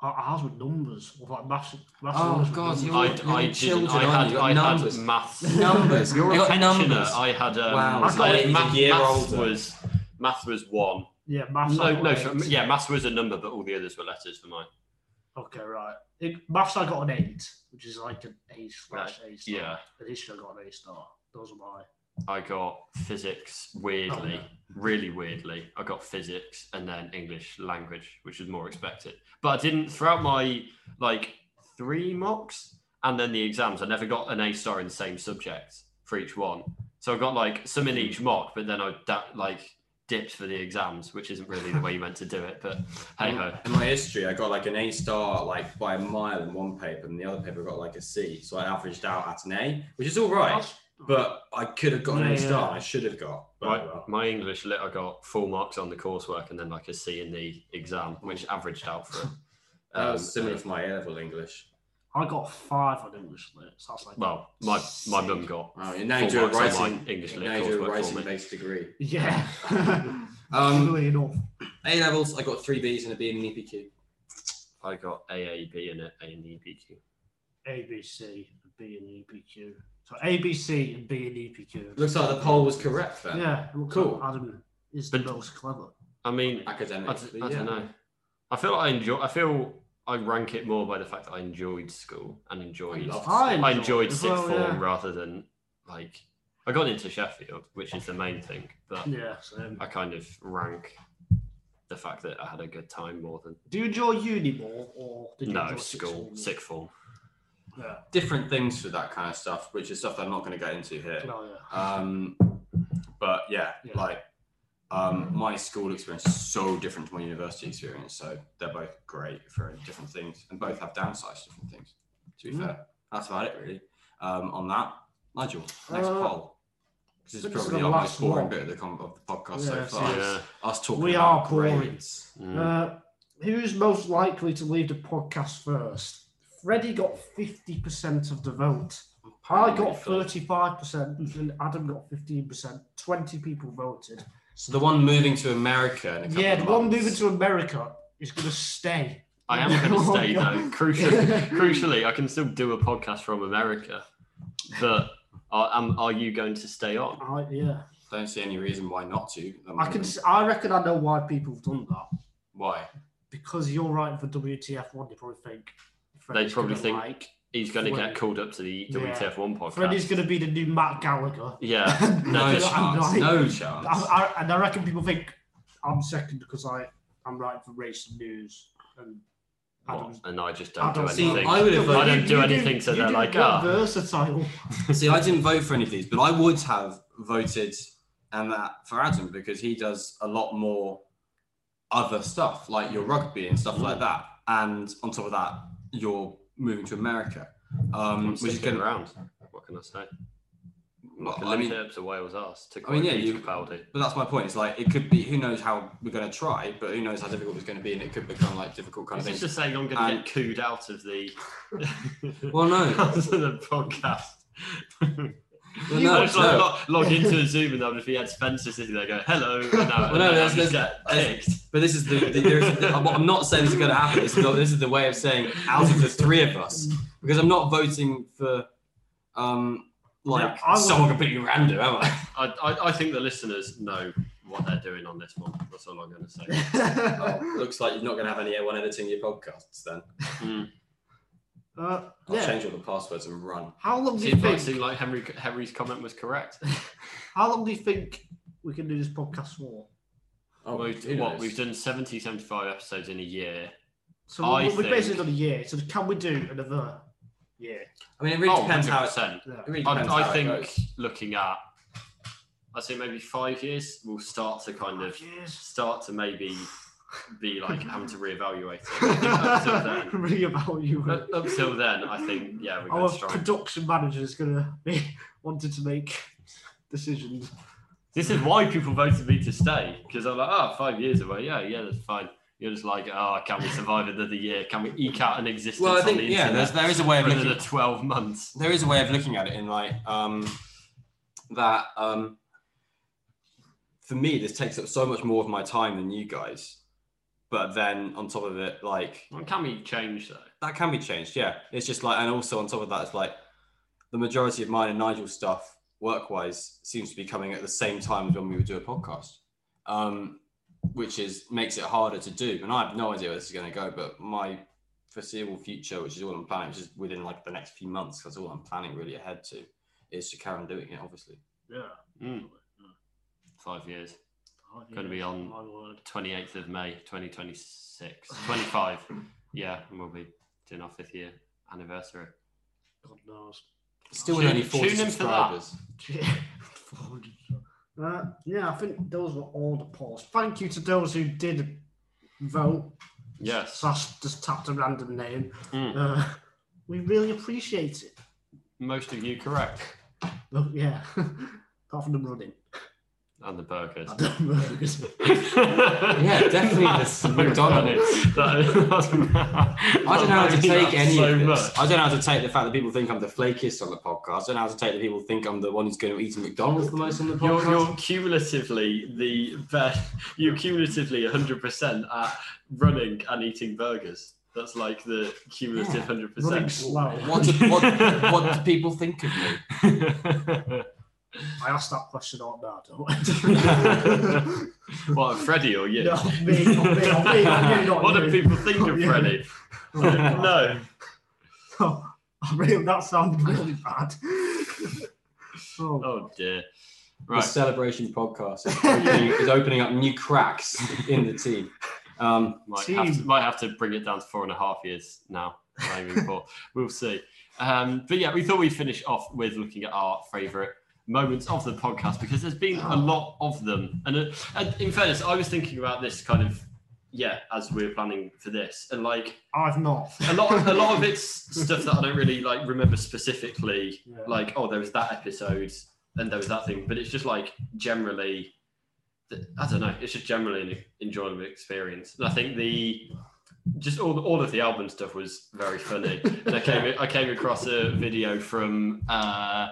S3: I, I was with numbers. I was like massive, massive
S2: Oh,
S3: numbers with
S2: God,
S3: numbers.
S2: you're-
S1: I,
S2: You're
S1: I
S2: children,
S1: didn't. I
S2: aren't
S1: had,
S2: you?
S1: I
S2: You've got numbers.
S1: had maths. <laughs>
S2: Numbers.
S1: You're
S2: You
S1: a
S2: got
S1: pensioner.
S2: numbers.
S1: I had. Um,
S2: Wow,
S1: I
S3: it's like
S1: had
S2: a
S1: math,
S2: year
S1: maths
S2: older.
S1: was math was one.
S3: yeah, maths. I
S1: No,
S3: got
S1: no,
S3: an
S1: sorry,
S3: eight.
S1: yeah, maths was a number, but all the others were letters for mine.
S3: Okay, right. It, maths, I got an eight, which is like an A slash A star.
S1: Yeah,
S3: And history, I got an A star. Those are my.
S1: I got physics weirdly,
S2: Oh,
S1: really weirdly. I got physics and then English language, which was more expected. But I didn't throughout my like three mocks and then the exams. I never got an A star in the same subject for each one. So I got like some in each mock, but then I da- like dipped for the exams, which isn't really the way you meant to do it. But hey ho.
S2: In my history, I got like an A star, like by a mile in one paper, and the other paper got like a C. So I averaged out at an A, which is all right. But I could have got an
S3: Oh. Yeah,
S2: A star.
S3: yeah.
S2: I should have got. But,
S1: My,
S2: well.
S1: my English lit, I got full marks on the coursework and then like a C in the exam, which averaged out for.
S2: That
S1: um,
S2: was similar to my A level English.
S3: I got five on English lit. So that's like.
S1: Well, my my mum got
S2: Oh, you now you
S1: full
S2: do a
S1: marks on my
S2: writing,
S1: English
S2: now
S1: lit
S2: you do
S1: coursework
S2: a
S1: for
S2: writing
S1: me.
S2: based degree.
S3: <laughs> yeah.
S2: <laughs> Um,
S3: Funnily enough.
S2: A levels, I got three Bs and a B in an E EPQ.
S1: I got AAB and A and E, EPQ.
S3: ABC, B and EPQ. So ABC and B and EPQ.
S2: Looks like the poll was correct then.
S3: yeah, it looks
S2: Cool.
S3: like Adam is the
S1: But-
S3: most clever.
S1: I mean, I, d-
S2: Academically,
S1: I
S2: yeah.
S1: don't know. I feel like I enjoy. I feel I rank it more by the fact that I enjoyed school and enjoyed.
S2: love
S1: I enjoyed
S3: as
S1: sixth
S3: well,
S1: form rather than like I got into Sheffield, which is the main thing. But
S3: Yeah. yeah so,
S1: I kind of rank the fact that I had a good time more than
S3: do you enjoy uni more or did you
S1: no
S3: enjoy sixth
S1: school
S3: form more?
S1: sixth form.
S3: Yeah.
S2: Different things for that kind of stuff, which is stuff that I'm not going to get into here.
S3: No, yeah.
S2: Um, but yeah,
S3: Yeah.
S2: like um, my school experience is so different to my university experience. So they're both great for different things, and both have downsides to different things. To be
S3: Mm.
S2: fair, that's about it really. Um, on that, Nigel, next
S3: Uh,
S2: poll. This is
S3: this is
S2: probably
S3: the
S2: our most
S3: last
S2: boring
S3: one.
S2: bit of the, com- of the podcast so
S3: Yeah, so-
S2: far.
S1: Yeah.
S2: Us talking
S3: We
S2: about
S3: are boring.
S2: grades.
S1: Mm.
S3: Uh, who's most likely to leave the podcast first? Freddie got 50% of the vote.
S1: Oh
S3: I got 35% and Adam got 15%. 20 people voted.
S2: So the one moving to America. In a couple
S3: Yeah, the
S2: of
S3: one
S2: months.
S3: moving to America is going to stay.
S1: I am going to
S3: <laughs> Oh,
S1: stay
S3: God.
S1: though.
S3: <laughs>
S1: Crucially, crucially, I can still do a podcast from America, but are, um, are you going to stay on?
S3: I, yeah.
S2: Don't see any reason why not to. at the
S3: I can.
S1: Mm.
S2: moment.
S3: s- I reckon I know why people have done that.
S2: Why?
S3: Because you're writing for WTF1, they probably think. Freddie's
S1: probably
S3: gonna
S1: think-
S3: Like,
S1: He's going to
S3: Well,
S1: get called up to the
S3: yeah.
S1: WTF One podcast.
S3: Freddie's going to be the new Matt Gallagher.
S1: Yeah,
S3: <laughs>
S2: No
S1: No,
S3: just- I'm
S2: chance.
S3: like-
S2: No chance.
S3: I, I, and I reckon people think I'm second because I, I'm writing for race and news. And
S1: What?
S3: Adam's.
S1: and I just don't do
S3: Adam's-
S2: See,
S1: anything.
S2: I would have
S3: No, but
S2: voted.
S1: I don't
S3: you-
S1: do
S3: you
S1: anything, so
S3: you
S1: they're
S3: do
S1: like,
S3: more
S1: ah.
S3: versatile.
S2: See, I didn't vote for any of these, but I would have voted and that for Adam because he does a lot more other stuff, like your rugby and stuff
S1: Mm.
S2: like that. And on top of that, you're moving to America,
S1: I'm
S2: um, which is
S1: sticking
S2: going
S1: around. What can I say?
S2: Well,
S1: Like
S2: I mean-
S1: up to Wales' ass to
S2: I mean,
S1: quote
S2: yeah, you-
S1: Peter Capaldi.
S2: But that's my point. It's like it could be. Who knows how we're going to try, but who knows how difficult it's going to be, and it could become like difficult kind
S1: Is
S2: of
S1: this
S2: thing.
S1: just saying I'm going to
S2: And-
S1: get cooed out of the? <laughs>
S3: <laughs>
S2: Well, no.
S1: out of the podcast. No,
S2: Well, no,
S1: just like
S2: no.
S1: lo- log into a Zoom and they'll just be Ed Spencer sitting there going, hello. And now,
S2: <laughs> Well, no,
S1: and
S2: that's-
S1: I'll just
S2: that's-
S1: get ticked.
S2: But this is the. the, there's- <laughs> I'm I'm not saying this is going to happen. This is, not, this is the way of saying out of the three of us, because I'm not voting for, um, like
S3: Yeah, I was-
S2: someone completely random, am I?
S1: I, I, I think the listeners know what they're doing on this one. That's all I'm going to
S2: <laughs>
S1: say.
S2: Oh, <laughs> looks like you're not going to have anyone editing your podcasts. Then
S3: uh,
S2: I'll
S3: yeah.
S2: change all the passwords and run.
S3: How long do you
S1: Seems like,
S3: think?
S1: seems like Henry, Henry's comment was
S2: <laughs>
S1: correct.
S3: How long do you think we can do this podcast for?
S2: Oh,
S1: we've,
S2: who
S1: what,
S2: knows?
S1: we've done 70, 75 episodes in a year.
S3: So
S1: I
S3: we- we've basically
S1: think-
S3: done a year. So can we do another year?
S2: I mean, it really
S1: Oh,
S2: depends how it's.
S1: 100%.
S3: Yeah.
S2: It really
S1: I,
S2: depends how
S1: I
S2: it
S1: think
S2: goes.
S1: looking at, I'd say maybe five years, we'll start to kind of
S3: Yes.
S1: start to maybe be like having to reevaluate it. <laughs> I think up till then,
S3: <laughs> Reevaluate.
S1: Up, up till then, I think yeah, we're
S3: Our
S1: going strong.
S3: <laughs> production manager is going to be wanting to make decisions.
S1: This is why people voted me to stay because I'm like, oh, five years away. Yeah, yeah, that's fine. You're just like, oh, can we survive another year? Can we eke out an existence
S2: Well, I
S1: on
S2: think
S1: the
S2: yeah,
S1: internet
S2: there's, there is a way of
S1: for
S2: looking.
S1: another 12 months?
S2: there is a way of looking at it in like um, that um, for me this takes up so much more of my time than you guys but then on top of it like
S1: Well, Can we change though?
S2: that can be changed yeah it's just like and also on top of that it's like the majority of mine and nigel's stuff work wise seems to be coming at the same time as when we would do a podcast um, which is makes it harder to do and i have no idea where this is going to go but my foreseeable future which is all i'm planning which is within like the next few months that's all i'm planning really ahead to is to carry on doing it obviously
S3: Yeah. Hmm.
S1: Mm. Five years.
S3: Oh,
S1: Gonna
S3: yeah,
S1: be on-
S3: My word.
S1: 28th of May 2026. 25. yeah, and we'll be doing our fifth year anniversary.
S3: God knows.
S2: still with
S1: Tune-
S2: only 40
S1: tune in for that.
S2: subscribers
S3: <laughs> uh, yeah, I think those were all the polls. Thank you to those who did vote.
S1: Yes.
S3: Slash just tapped a random name.
S2: Hmm.
S1: Mm.
S3: Uh, we really appreciate it.
S1: Most of you correct.
S3: Oh, yeah. <laughs> Apart from them running.
S1: And the burgers.
S3: I
S2: <laughs>
S3: don't know.
S1: <laughs> yeah,
S2: definitely the McDonald's.
S1: <laughs>
S2: <laughs> I don't know how to take any
S1: so
S2: of this.
S1: Much.
S2: I don't know how to take the fact that people think I'm the flakiest on the podcast. I don't know how to take that people think I'm the one who's going to eat McDonald's the most on the podcast.
S1: You're, you're cumulatively the best. You're cumulatively 100% at running and eating burgers. That's like the cumulative
S2: Yeah,
S1: 100%.
S3: running slow.
S2: What, do, what, what do people think of me?
S3: <laughs> I asked that question on that. don't
S2: <laughs>
S3: I?
S1: <laughs> what, Freddie or you?
S3: No, me, <laughs> not me, not
S1: <laughs>
S3: me,
S2: <laughs>
S3: not you, not
S1: what do
S3: you.
S1: people think of
S3: Yeah. <laughs>
S1: Freddie? no.
S3: Oh, I really, that sounded
S1: <laughs>
S3: really bad. <laughs> Oh,
S1: Oh dear.
S2: The
S1: Right.
S2: celebration podcast is opening, is opening up new cracks in the team. Um,
S1: Might have, to,
S3: Team.
S1: might have to bring it down to four and a half years now. I'm aiming for. We'll see. Um, but yeah, we thought we'd finish off with looking at our favourite moments of the podcast because there's been a lot of them. And, uh, and in fairness, I was thinking about this kind of, yeah, as we were planning for this. And like
S3: I've not.
S1: a lot of, a
S3: <laughs>
S1: lot of it's stuff that I don't really like remember specifically.
S3: Yeah.
S1: Like, oh, there was that episode and there was that thing. But it's just like generally, th- I don't know. It's just generally an enjoyable experience. And I think the just all all of the album stuff was very
S3: <laughs>
S1: funny. and I came I came across a video from. Uh,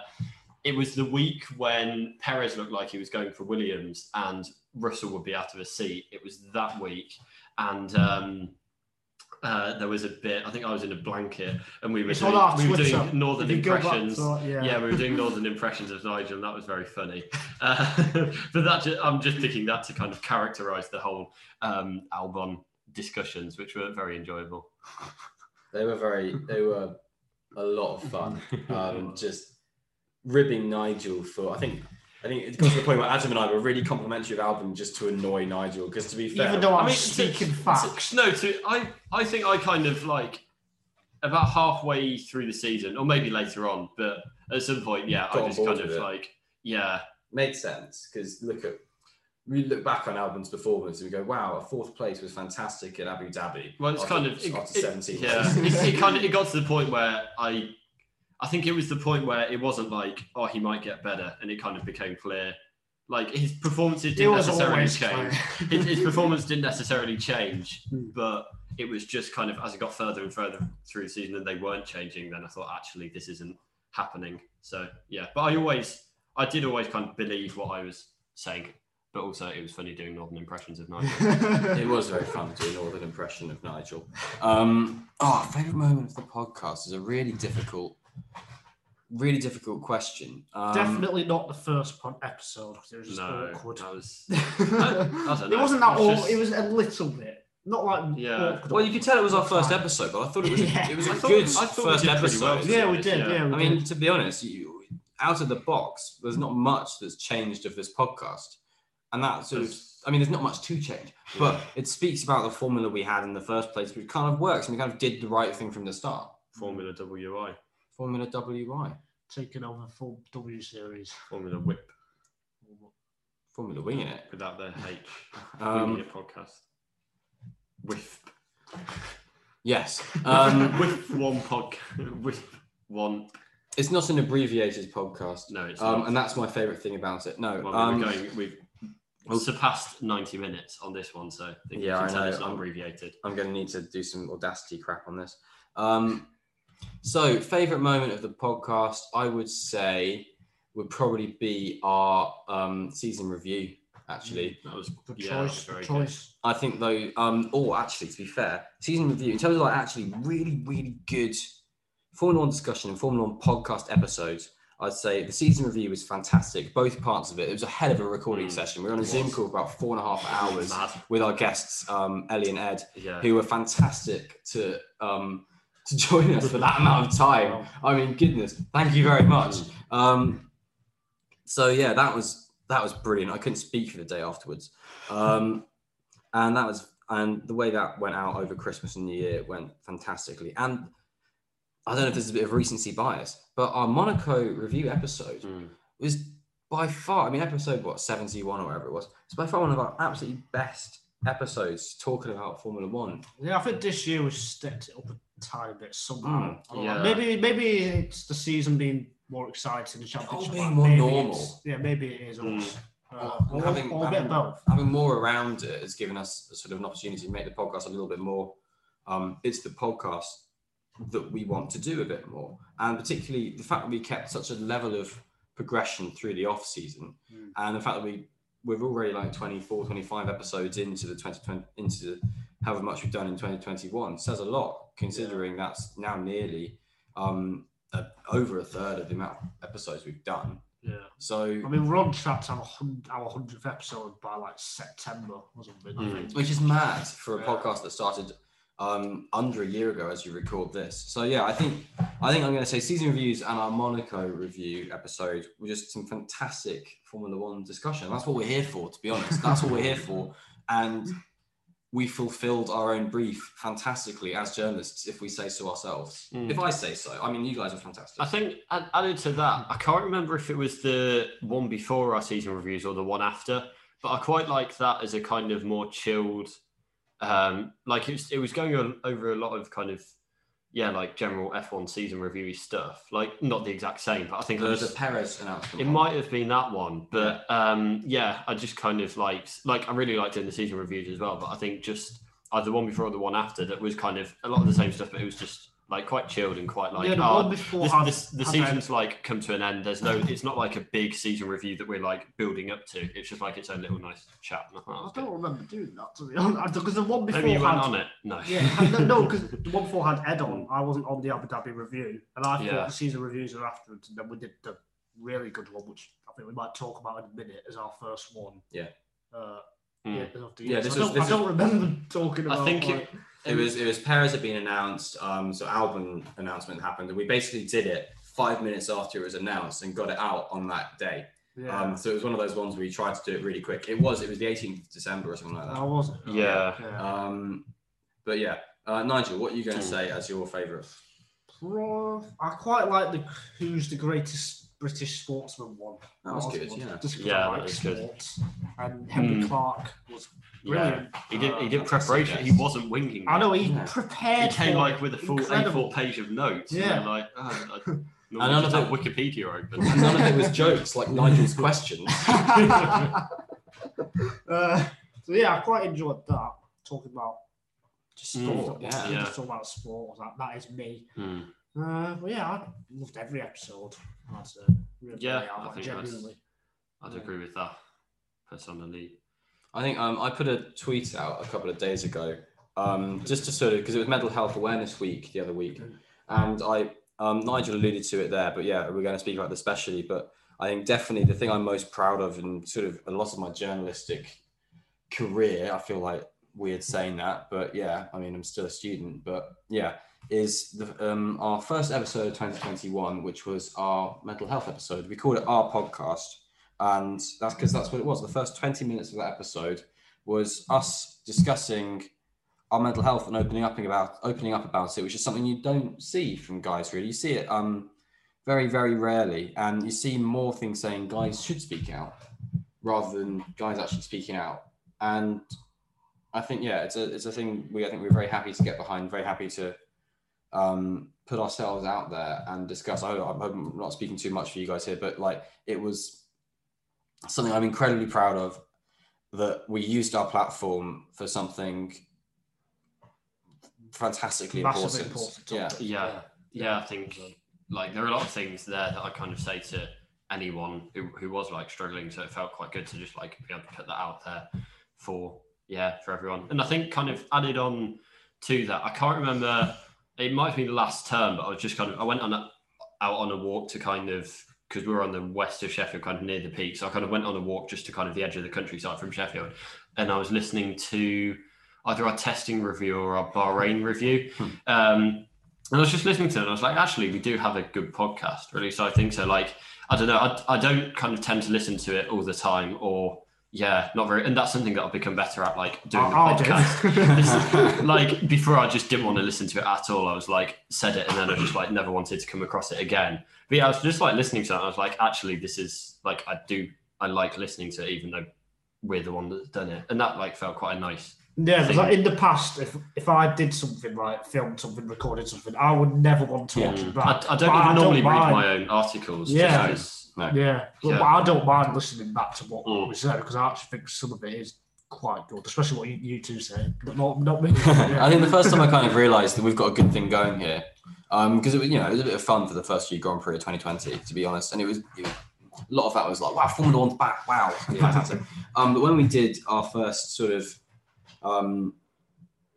S1: it was the week when Perez looked like he was going for Williams and Russell would be out of his seat. It was that week. And um, uh, there was a bit, I think I was in a blanket and we were
S3: It's
S1: doing,
S3: on our
S1: we were
S3: Twitter.
S1: doing Northern
S3: If you go back
S1: Impressions.
S3: to it, yeah.
S1: yeah. we were doing Northern Impressions of Nigel and that was very funny. <laughs> Uh, but that ju- I'm just picking that to kind of characterize the whole um, Albon discussions, which were very enjoyable.
S2: They were very, they were a lot of fun. <laughs> Um, just ribbing Nigel for, I think, I think it got to the point where Adam and I were really complimentary of Alvin just to annoy Nigel. Because to be fair,
S3: Even though I'm
S1: I mean,
S3: speaking
S1: So-
S3: facts.
S1: no, to I I think I kind of like about halfway through the season, or maybe later on, but at some point, yeah,
S2: Got
S1: I
S2: on
S1: just
S2: board
S1: kind
S2: with
S1: of
S2: it.
S1: like, yeah,
S2: made sense because look at we look back on Albon's performance and we go, wow, a fourth place was fantastic at Abu Dhabi.
S1: well, it's
S2: after-
S1: kind of it,
S2: after
S1: it-
S2: 17. <laughs>
S1: yeah, it, it kind of it got to the point where I. I think it was the point where it wasn't like, oh, he might get better, and it kind of became clear. Like his performances
S3: It
S1: didn't
S3: was
S1: necessarily
S3: always
S1: change.
S3: clear.
S1: His,
S3: <laughs>
S1: his performance didn't necessarily change,
S3: Hmm.
S1: but it was just kind of as it got further and further through the season and they weren't changing, then I thought actually this isn't happening. So yeah, but I always, I did always kind of believe what I was saying, but also it was funny doing Northern impressions of Nigel. Um,
S2: It was very fun to do an Northern impression of Nigel. Um, oh, favorite moment of the podcast is a really difficult, really difficult question. Um,
S3: Definitely not the first pod episode because it was just
S1: no,
S3: awkward.
S1: that
S3: <laughs>
S1: was I don't
S3: it
S1: know.
S3: wasn't that
S1: It was
S3: awkward.
S1: just-
S3: It was a little bit, not like
S1: Yeah.
S3: awkward,
S2: Well, you could tell it was our first
S3: Fine.
S2: episode, but I thought it was a, it was a
S1: I thought-
S2: good
S1: I thought we
S2: first
S1: did pretty
S2: episode.
S1: well.
S3: Yeah, we did. Yeah,
S1: Yeah.
S3: we
S2: I
S3: did.
S2: mean, to be honest, you, out of the box, there's not much that's changed of this podcast, and that sort of.
S1: There's-
S2: I mean, there's not much to change, but it speaks about the formula we had in the first place, which kind of works, and we kind of did the right thing from the start.
S1: Formula WI,
S2: Formula WY,
S3: taking over full W series.
S1: Formula Whip
S2: Formula Wing in it.
S1: without the H.
S2: Um,
S1: Winging it podcast. <laughs> Whiff.
S2: Yes. Um,
S1: <laughs> Whiff one podcast. Whiff one
S2: It's not an abbreviated podcast,
S1: No, it's
S2: um,
S1: not.
S2: and that's my favourite thing about it. No,
S1: Well,
S2: um,
S1: we were going, we've surpassed 90 minutes on this one, so I think you
S2: Yeah, I
S1: can tell
S2: know,
S1: it's not
S2: I'm-
S1: abbreviated.
S2: I'm going to need to do some audacity crap on this. Um, so, favorite moment of the podcast, I would say, would probably be our um, season review. Actually,
S1: That was
S3: Good
S1: Yeah,
S3: choice.
S1: very
S3: Good choice.
S2: I think though, um, or actually, to be fair, season review in terms of like actually really, really good Formula One discussion and Formula One podcast episodes. I'd say the season review was fantastic. Both parts of it. It was a hell of a recording
S1: Mm,
S2: session. We were on a
S1: it
S2: Zoom
S1: was.
S2: call for about four and a half hours
S1: Mad.
S2: with our guests, um, Ellie and Ed
S1: Yeah.
S2: who were fantastic to um, to <laughs> join us for that amount of time. I mean, goodness, thank you very much. Um, so yeah, that was that was brilliant. I couldn't speak for the day afterwards, um, and that was and the way that went out over Christmas and New Year went fantastically. And I don't know if there's a bit of recency bias, but our Monaco review episode
S1: Mm.
S2: was by far, I mean, episode what, 71 or whatever it was, it's by far one of our absolutely best episodes talking about Formula One.
S3: Yeah, I think this year we stepped it up a tiny bit somehow.
S2: Mm,
S3: I don't know.
S1: Hmm, yeah.
S3: Maybe maybe it's the season being more exciting, the championship
S2: being
S3: like,
S2: more
S3: maybe
S2: normal.
S3: it's- Yeah, maybe it is.
S1: Mm.
S3: us. Uh,
S2: Well,
S3: or,
S2: having-
S3: or a bit of
S2: having-
S3: both.
S2: Having more around it has given us a sort of an opportunity to make the podcast a little bit more. Um, it's the podcast that we want to do a bit more. And particularly the fact that we kept such a level of progression through the off season
S3: Mm.
S2: and the fact that we we're already like 24 25 episodes into the 2020 into the, however much we've done in 2021 says a lot considering that's now nearly um uh, over a third of the amount of episodes we've done
S3: Yeah.
S2: so
S3: I mean, we're on track to have a hun- our 100th episode by like September or something, I
S1: Mm.
S3: think.
S2: which is mad for a
S3: Yeah.
S2: podcast that started um, under a year ago as you record this. So yeah, I think I think I'm going to say season reviews and our Monaco review episode were just some fantastic Formula One discussion. That's what we're here for, to be honest. That's what we're here for, and we fulfilled our own brief fantastically as journalists, if we say so ourselves.
S1: Mm.
S2: If I say so, I mean you guys are fantastic.
S1: I think add- added to that, I can't remember if it was the one before our season reviews or the one after, but I quite like that as a kind of more chilled, um, like it was, it was going on over a lot of kind of, yeah, like general F1 season review stuff. Like not the exact same, but I think I
S2: There was
S1: just-
S2: a Perez announcement.
S1: It might have been that one, but um, yeah, I just kind of liked, like, I really liked doing the season reviews as well. But I think just either the one before or the one after that was kind of a lot of the same stuff, but it was just like quite chilled and quite like,
S3: yeah, the
S1: oh,
S3: one before
S1: this,
S3: had-
S1: this, the
S3: had
S1: season's like come to an end. There's no, it's not like a big season review that we're like building up to. It's just like its own little nice chat. And I
S3: I
S1: thought that was
S3: don't remember doing that, to be honest. <laughs> Because the one
S1: good.
S3: before
S1: Maybe you
S3: had,
S1: went on it. No. <laughs>
S3: Yeah, no, no, because the one before had Ed on. I wasn't on the Abu Dhabi review, and I thought
S1: Yeah.
S3: the season reviews were afterwards. And then we did the really good one, which I think we might talk about in a minute, as our first one.
S2: Yeah.
S3: Uh,
S1: Mm.
S3: yeah, after
S2: Yeah,
S3: years.
S2: this
S3: I,
S2: was-
S3: don't,
S2: this
S3: I don't remember talking
S1: I
S3: about.
S1: think
S3: like,
S1: it-
S2: It was it was Perez had been announced. Um, so album announcement happened, and we basically did it five minutes after it was announced and got it out on that day.
S3: yeah,
S2: Um, so it was one of those ones where you tried to do it really quick. It was it was the 18th of December or something like
S3: I
S2: that.
S3: was.
S1: Yeah.
S2: Um, but yeah, uh, Nigel, what are you going to
S1: Hmm.
S2: say as your favourite?
S3: Pro- I quite like the who's the greatest British sportsman one.
S2: That was good.
S3: one,
S2: Yeah,
S3: just 'cause I
S1: Yeah, that
S3: like
S1: was good.
S3: sports. And Henry
S1: Mm.
S3: Clark was
S1: Yeah.
S3: brilliant. Oh,
S1: He did, he
S2: Uh,
S1: did preparation. He wasn't winging.
S3: I know
S1: it.
S3: he
S2: Yeah.
S1: He
S3: prepared.
S1: came
S3: for
S1: like
S3: it.
S1: with a full
S3: Incredible.
S1: A4 page of notes. Yeah.
S3: Yeah.
S1: And they're like,
S3: <laughs>
S1: oh, I,
S2: And
S1: none of that Wikipedia open.
S2: And none of it was jokes like Nigel's <laughs> questions.
S3: <laughs> uh, so yeah, I quite enjoyed that talking about just
S1: Mm,
S3: sport.
S2: yeah.
S3: yeah.
S1: Yeah.
S3: Just talking about sport. That, that is me.
S1: Hmm.
S3: Uh, but yeah, I loved every episode. I'd say. Really,
S1: Yeah,
S3: really,
S1: I
S3: like,
S1: think that's-
S3: genuinely.
S1: I'd agree with that personally.
S2: I think um, I put a tweet out a couple of days ago, um, just to sort of because it was Mental Health Awareness Week the other week, and I um, Nigel alluded to it there, but yeah, we're going to speak about this specially. But I think definitely the thing I'm most proud of, and sort of a lot of my journalistic career, I feel like weird saying that, but yeah, I mean I'm still a student, but yeah, is the, um, our first episode of 2021, which was our mental health episode. We called it our podcast and that's because that's what it was. The first 20 minutes of that episode was us discussing our mental health and opening up about opening up about it, which is something you don't see from guys really. You see it um very, very rarely, and you see more things saying guys should speak out rather than guys actually speaking out. And I think yeah, it's a it's a thing we I think we're very happy to get behind, very happy to um put ourselves out there and discuss. I, I'm not speaking too much for you guys here, but like it was something I'm incredibly proud of that we used our platform for something fantastically
S3: Massively
S2: important.
S3: important.
S2: Yeah.
S1: yeah, yeah. I think like there are a lot of things there that I kind of say to anyone who, who was like struggling, so it felt quite good to just like be able to put that out there for yeah for everyone. And I think kind of added on to that, I can't remember. It might be the last term, but I was just kind of I went on a, out on a walk to kind of because we were on the west of Sheffield, kind of near the peak. So I kind of went on a walk just to kind of the edge of the countryside from Sheffield, and I was listening to either our testing review or our Bahrain review.
S2: Hmm.
S1: Um, and I was just listening to it, and I was like, actually, we do have a good podcast, or at least I think so. Like, I don't know, I, I don't kind of tend to listen to it all the time, or yeah, not very. And that's something that I've become better at, like doing the
S3: I'll, I'll
S1: podcast. <laughs>
S3: do.
S1: like before I just didn't want to listen to it at all. I was like said it and then I just like never wanted to come across it again. But yeah, I was just like listening to it. And I was like, actually, this is like I do I like listening to it even though we're the one that's done it. And that like felt quite a nice.
S3: Yeah, because like in the past, if if I did something like filmed something, recorded something, I would never want to watch it
S1: I,
S3: back.
S1: I don't
S3: But I
S1: even
S3: don't
S1: normally read
S3: mind.
S1: my own articles. Just
S3: Yeah.
S1: 'cause-
S3: Yeah, but,
S1: Yeah.
S3: but I don't mind listening back to what
S1: Mm.
S3: we said because I actually think some of it is quite good, especially what you, you two say. But Not,
S2: <laughs>
S3: not me. <laughs> Yeah.
S2: I think the first time I kind of realised that we've got a good thing going here, because it was you know it was a bit of fun for the first few Grand Prix of 2020, to be honest, and it was, it was- a lot of that was like wow Formula One's back, wow, <laughs> fantastic. um, but when we did our first sort of um,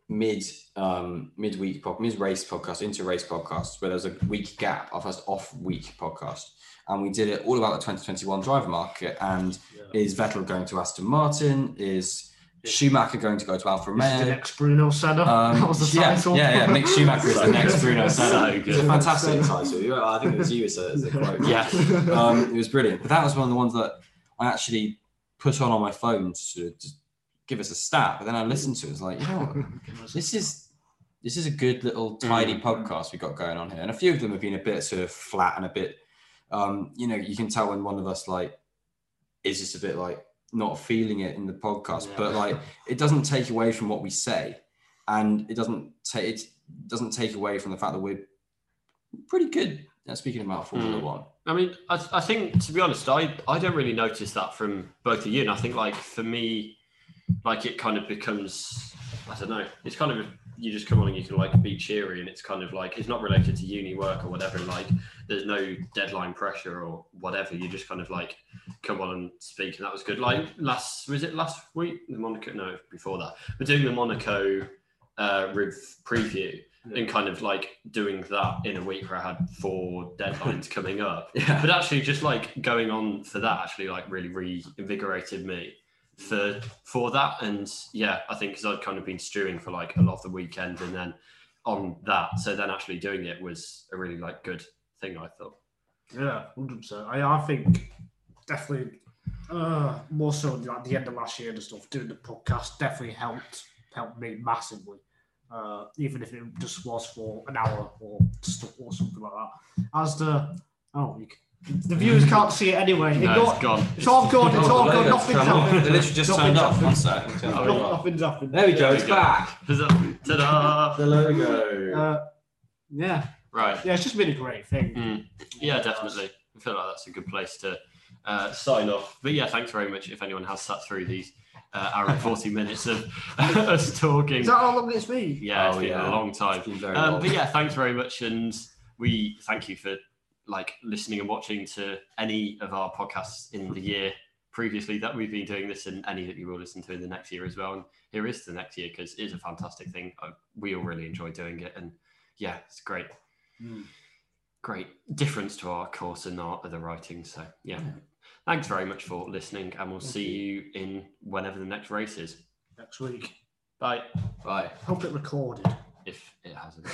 S2: mid um, midweek pod, mid race podcast, inter race podcast, where there was a week gap, our first off week podcast, and we did it all about the 2021 driver market and is Vettel going to Aston Martin? Is Schumacher going to go to Alfa
S3: <laughs> This is the
S2: Romeo?
S3: next Bruno Senna.
S2: uh, Um,
S3: <laughs> that was the
S2: yeah,
S3: title.
S2: Yeah, yeah, Mick Schumacher
S3: <laughs>
S2: is the next Bruno
S1: So
S2: Senna.
S1: good.
S2: It's a fantastic title. You- I think it was you who said it as a quote.
S1: Yeah.
S3: <laughs>
S2: Um, it was brilliant. But that was one of the ones that I actually put on on my phone to sort of just give us a stat. But then I listened to it. It's like, you know,
S3: Oh,
S2: what? this is this is a good little tidy podcast we got going on here and a few of them have been a bit sort of flat and a bit um you know you can tell when one of us like is just a bit like not feeling it in the podcast
S1: Yeah.
S2: but like it doesn't take away from what we say and it doesn't take it doesn't take away from the fact that we're pretty good at speaking about formula
S1: Mm.
S2: one
S1: I mean, I, I think to be honest, I, I don't really notice that from both of you. And I think like for me, like it kind of becomes I don't know. It's kind of you just come on and you can like be cheery, and it's kind of like it's not related to uni work or whatever. And like there's no deadline pressure or whatever. You just kind of like come on and speak, and that was good. Like last was it last week the Monaco? No, before that we're doing the Monaco uh, rev preview. And kind of like doing that in a week where I had four deadlines coming up,
S2: yeah
S1: but actually just like going on for that actually like really reinvigorated me for for that and yeah i think because i'd kind of been stewing for like a lot of the weekend and then on that so then actually doing it was a really like good thing i thought
S3: Yeah, hundred percent. I I think definitely uh, more so like the end of last year and stuff. Doing the podcast definitely helped helped me massively. Uh, even if it just was for an hour or stuff or something like that. As the oh, you c the viewers can't see it anyway.
S1: no
S3: Ignore-
S1: it's gone
S3: it's all gone. It's
S2: Oh,
S3: all
S2: the
S3: gone.
S2: logo's
S3: Nothing's
S2: turned off.
S3: happened.
S2: They literally just turned
S3: Nothing's
S2: off. One
S3: happened.
S2: sec. Turn it
S1: Oh,
S3: No-
S1: yeah.
S2: off.
S3: Nothing's happened.
S2: There we go.
S1: There we
S2: It's
S1: go.
S2: back.
S1: There's a- ta-da!
S2: The logo.
S3: Uh, yeah,
S1: right
S3: yeah. It's just been a great thing.
S1: Mm. Yeah, definitely. I feel like that's a good place to uh, sign off. But yeah, thanks very much if anyone has sat through these uh, hour and 40 minutes of <laughs> us talking.
S3: Is that how long it's been?
S1: Yeah, it's
S2: Oh,
S1: been
S2: yeah.
S1: a long time.
S2: It's been very
S1: Um,
S2: old.
S1: but yeah, thanks very much, and we thank you for like listening and watching to any of our podcasts in the year previously that we've been doing this, and any that you will listen to in the next year as well. And here is the next year because it is a fantastic thing. I, we all really enjoy doing it, and yeah, it's great, Hmm.
S3: Mm.
S1: great difference to our course and our other writing. So yeah, thanks very much for listening, and we'll
S2: Thank
S1: see you. in whenever the next race is.
S3: Next week.
S1: Bye.
S2: Bye.
S3: Hope it recorded.
S1: If it hasn't.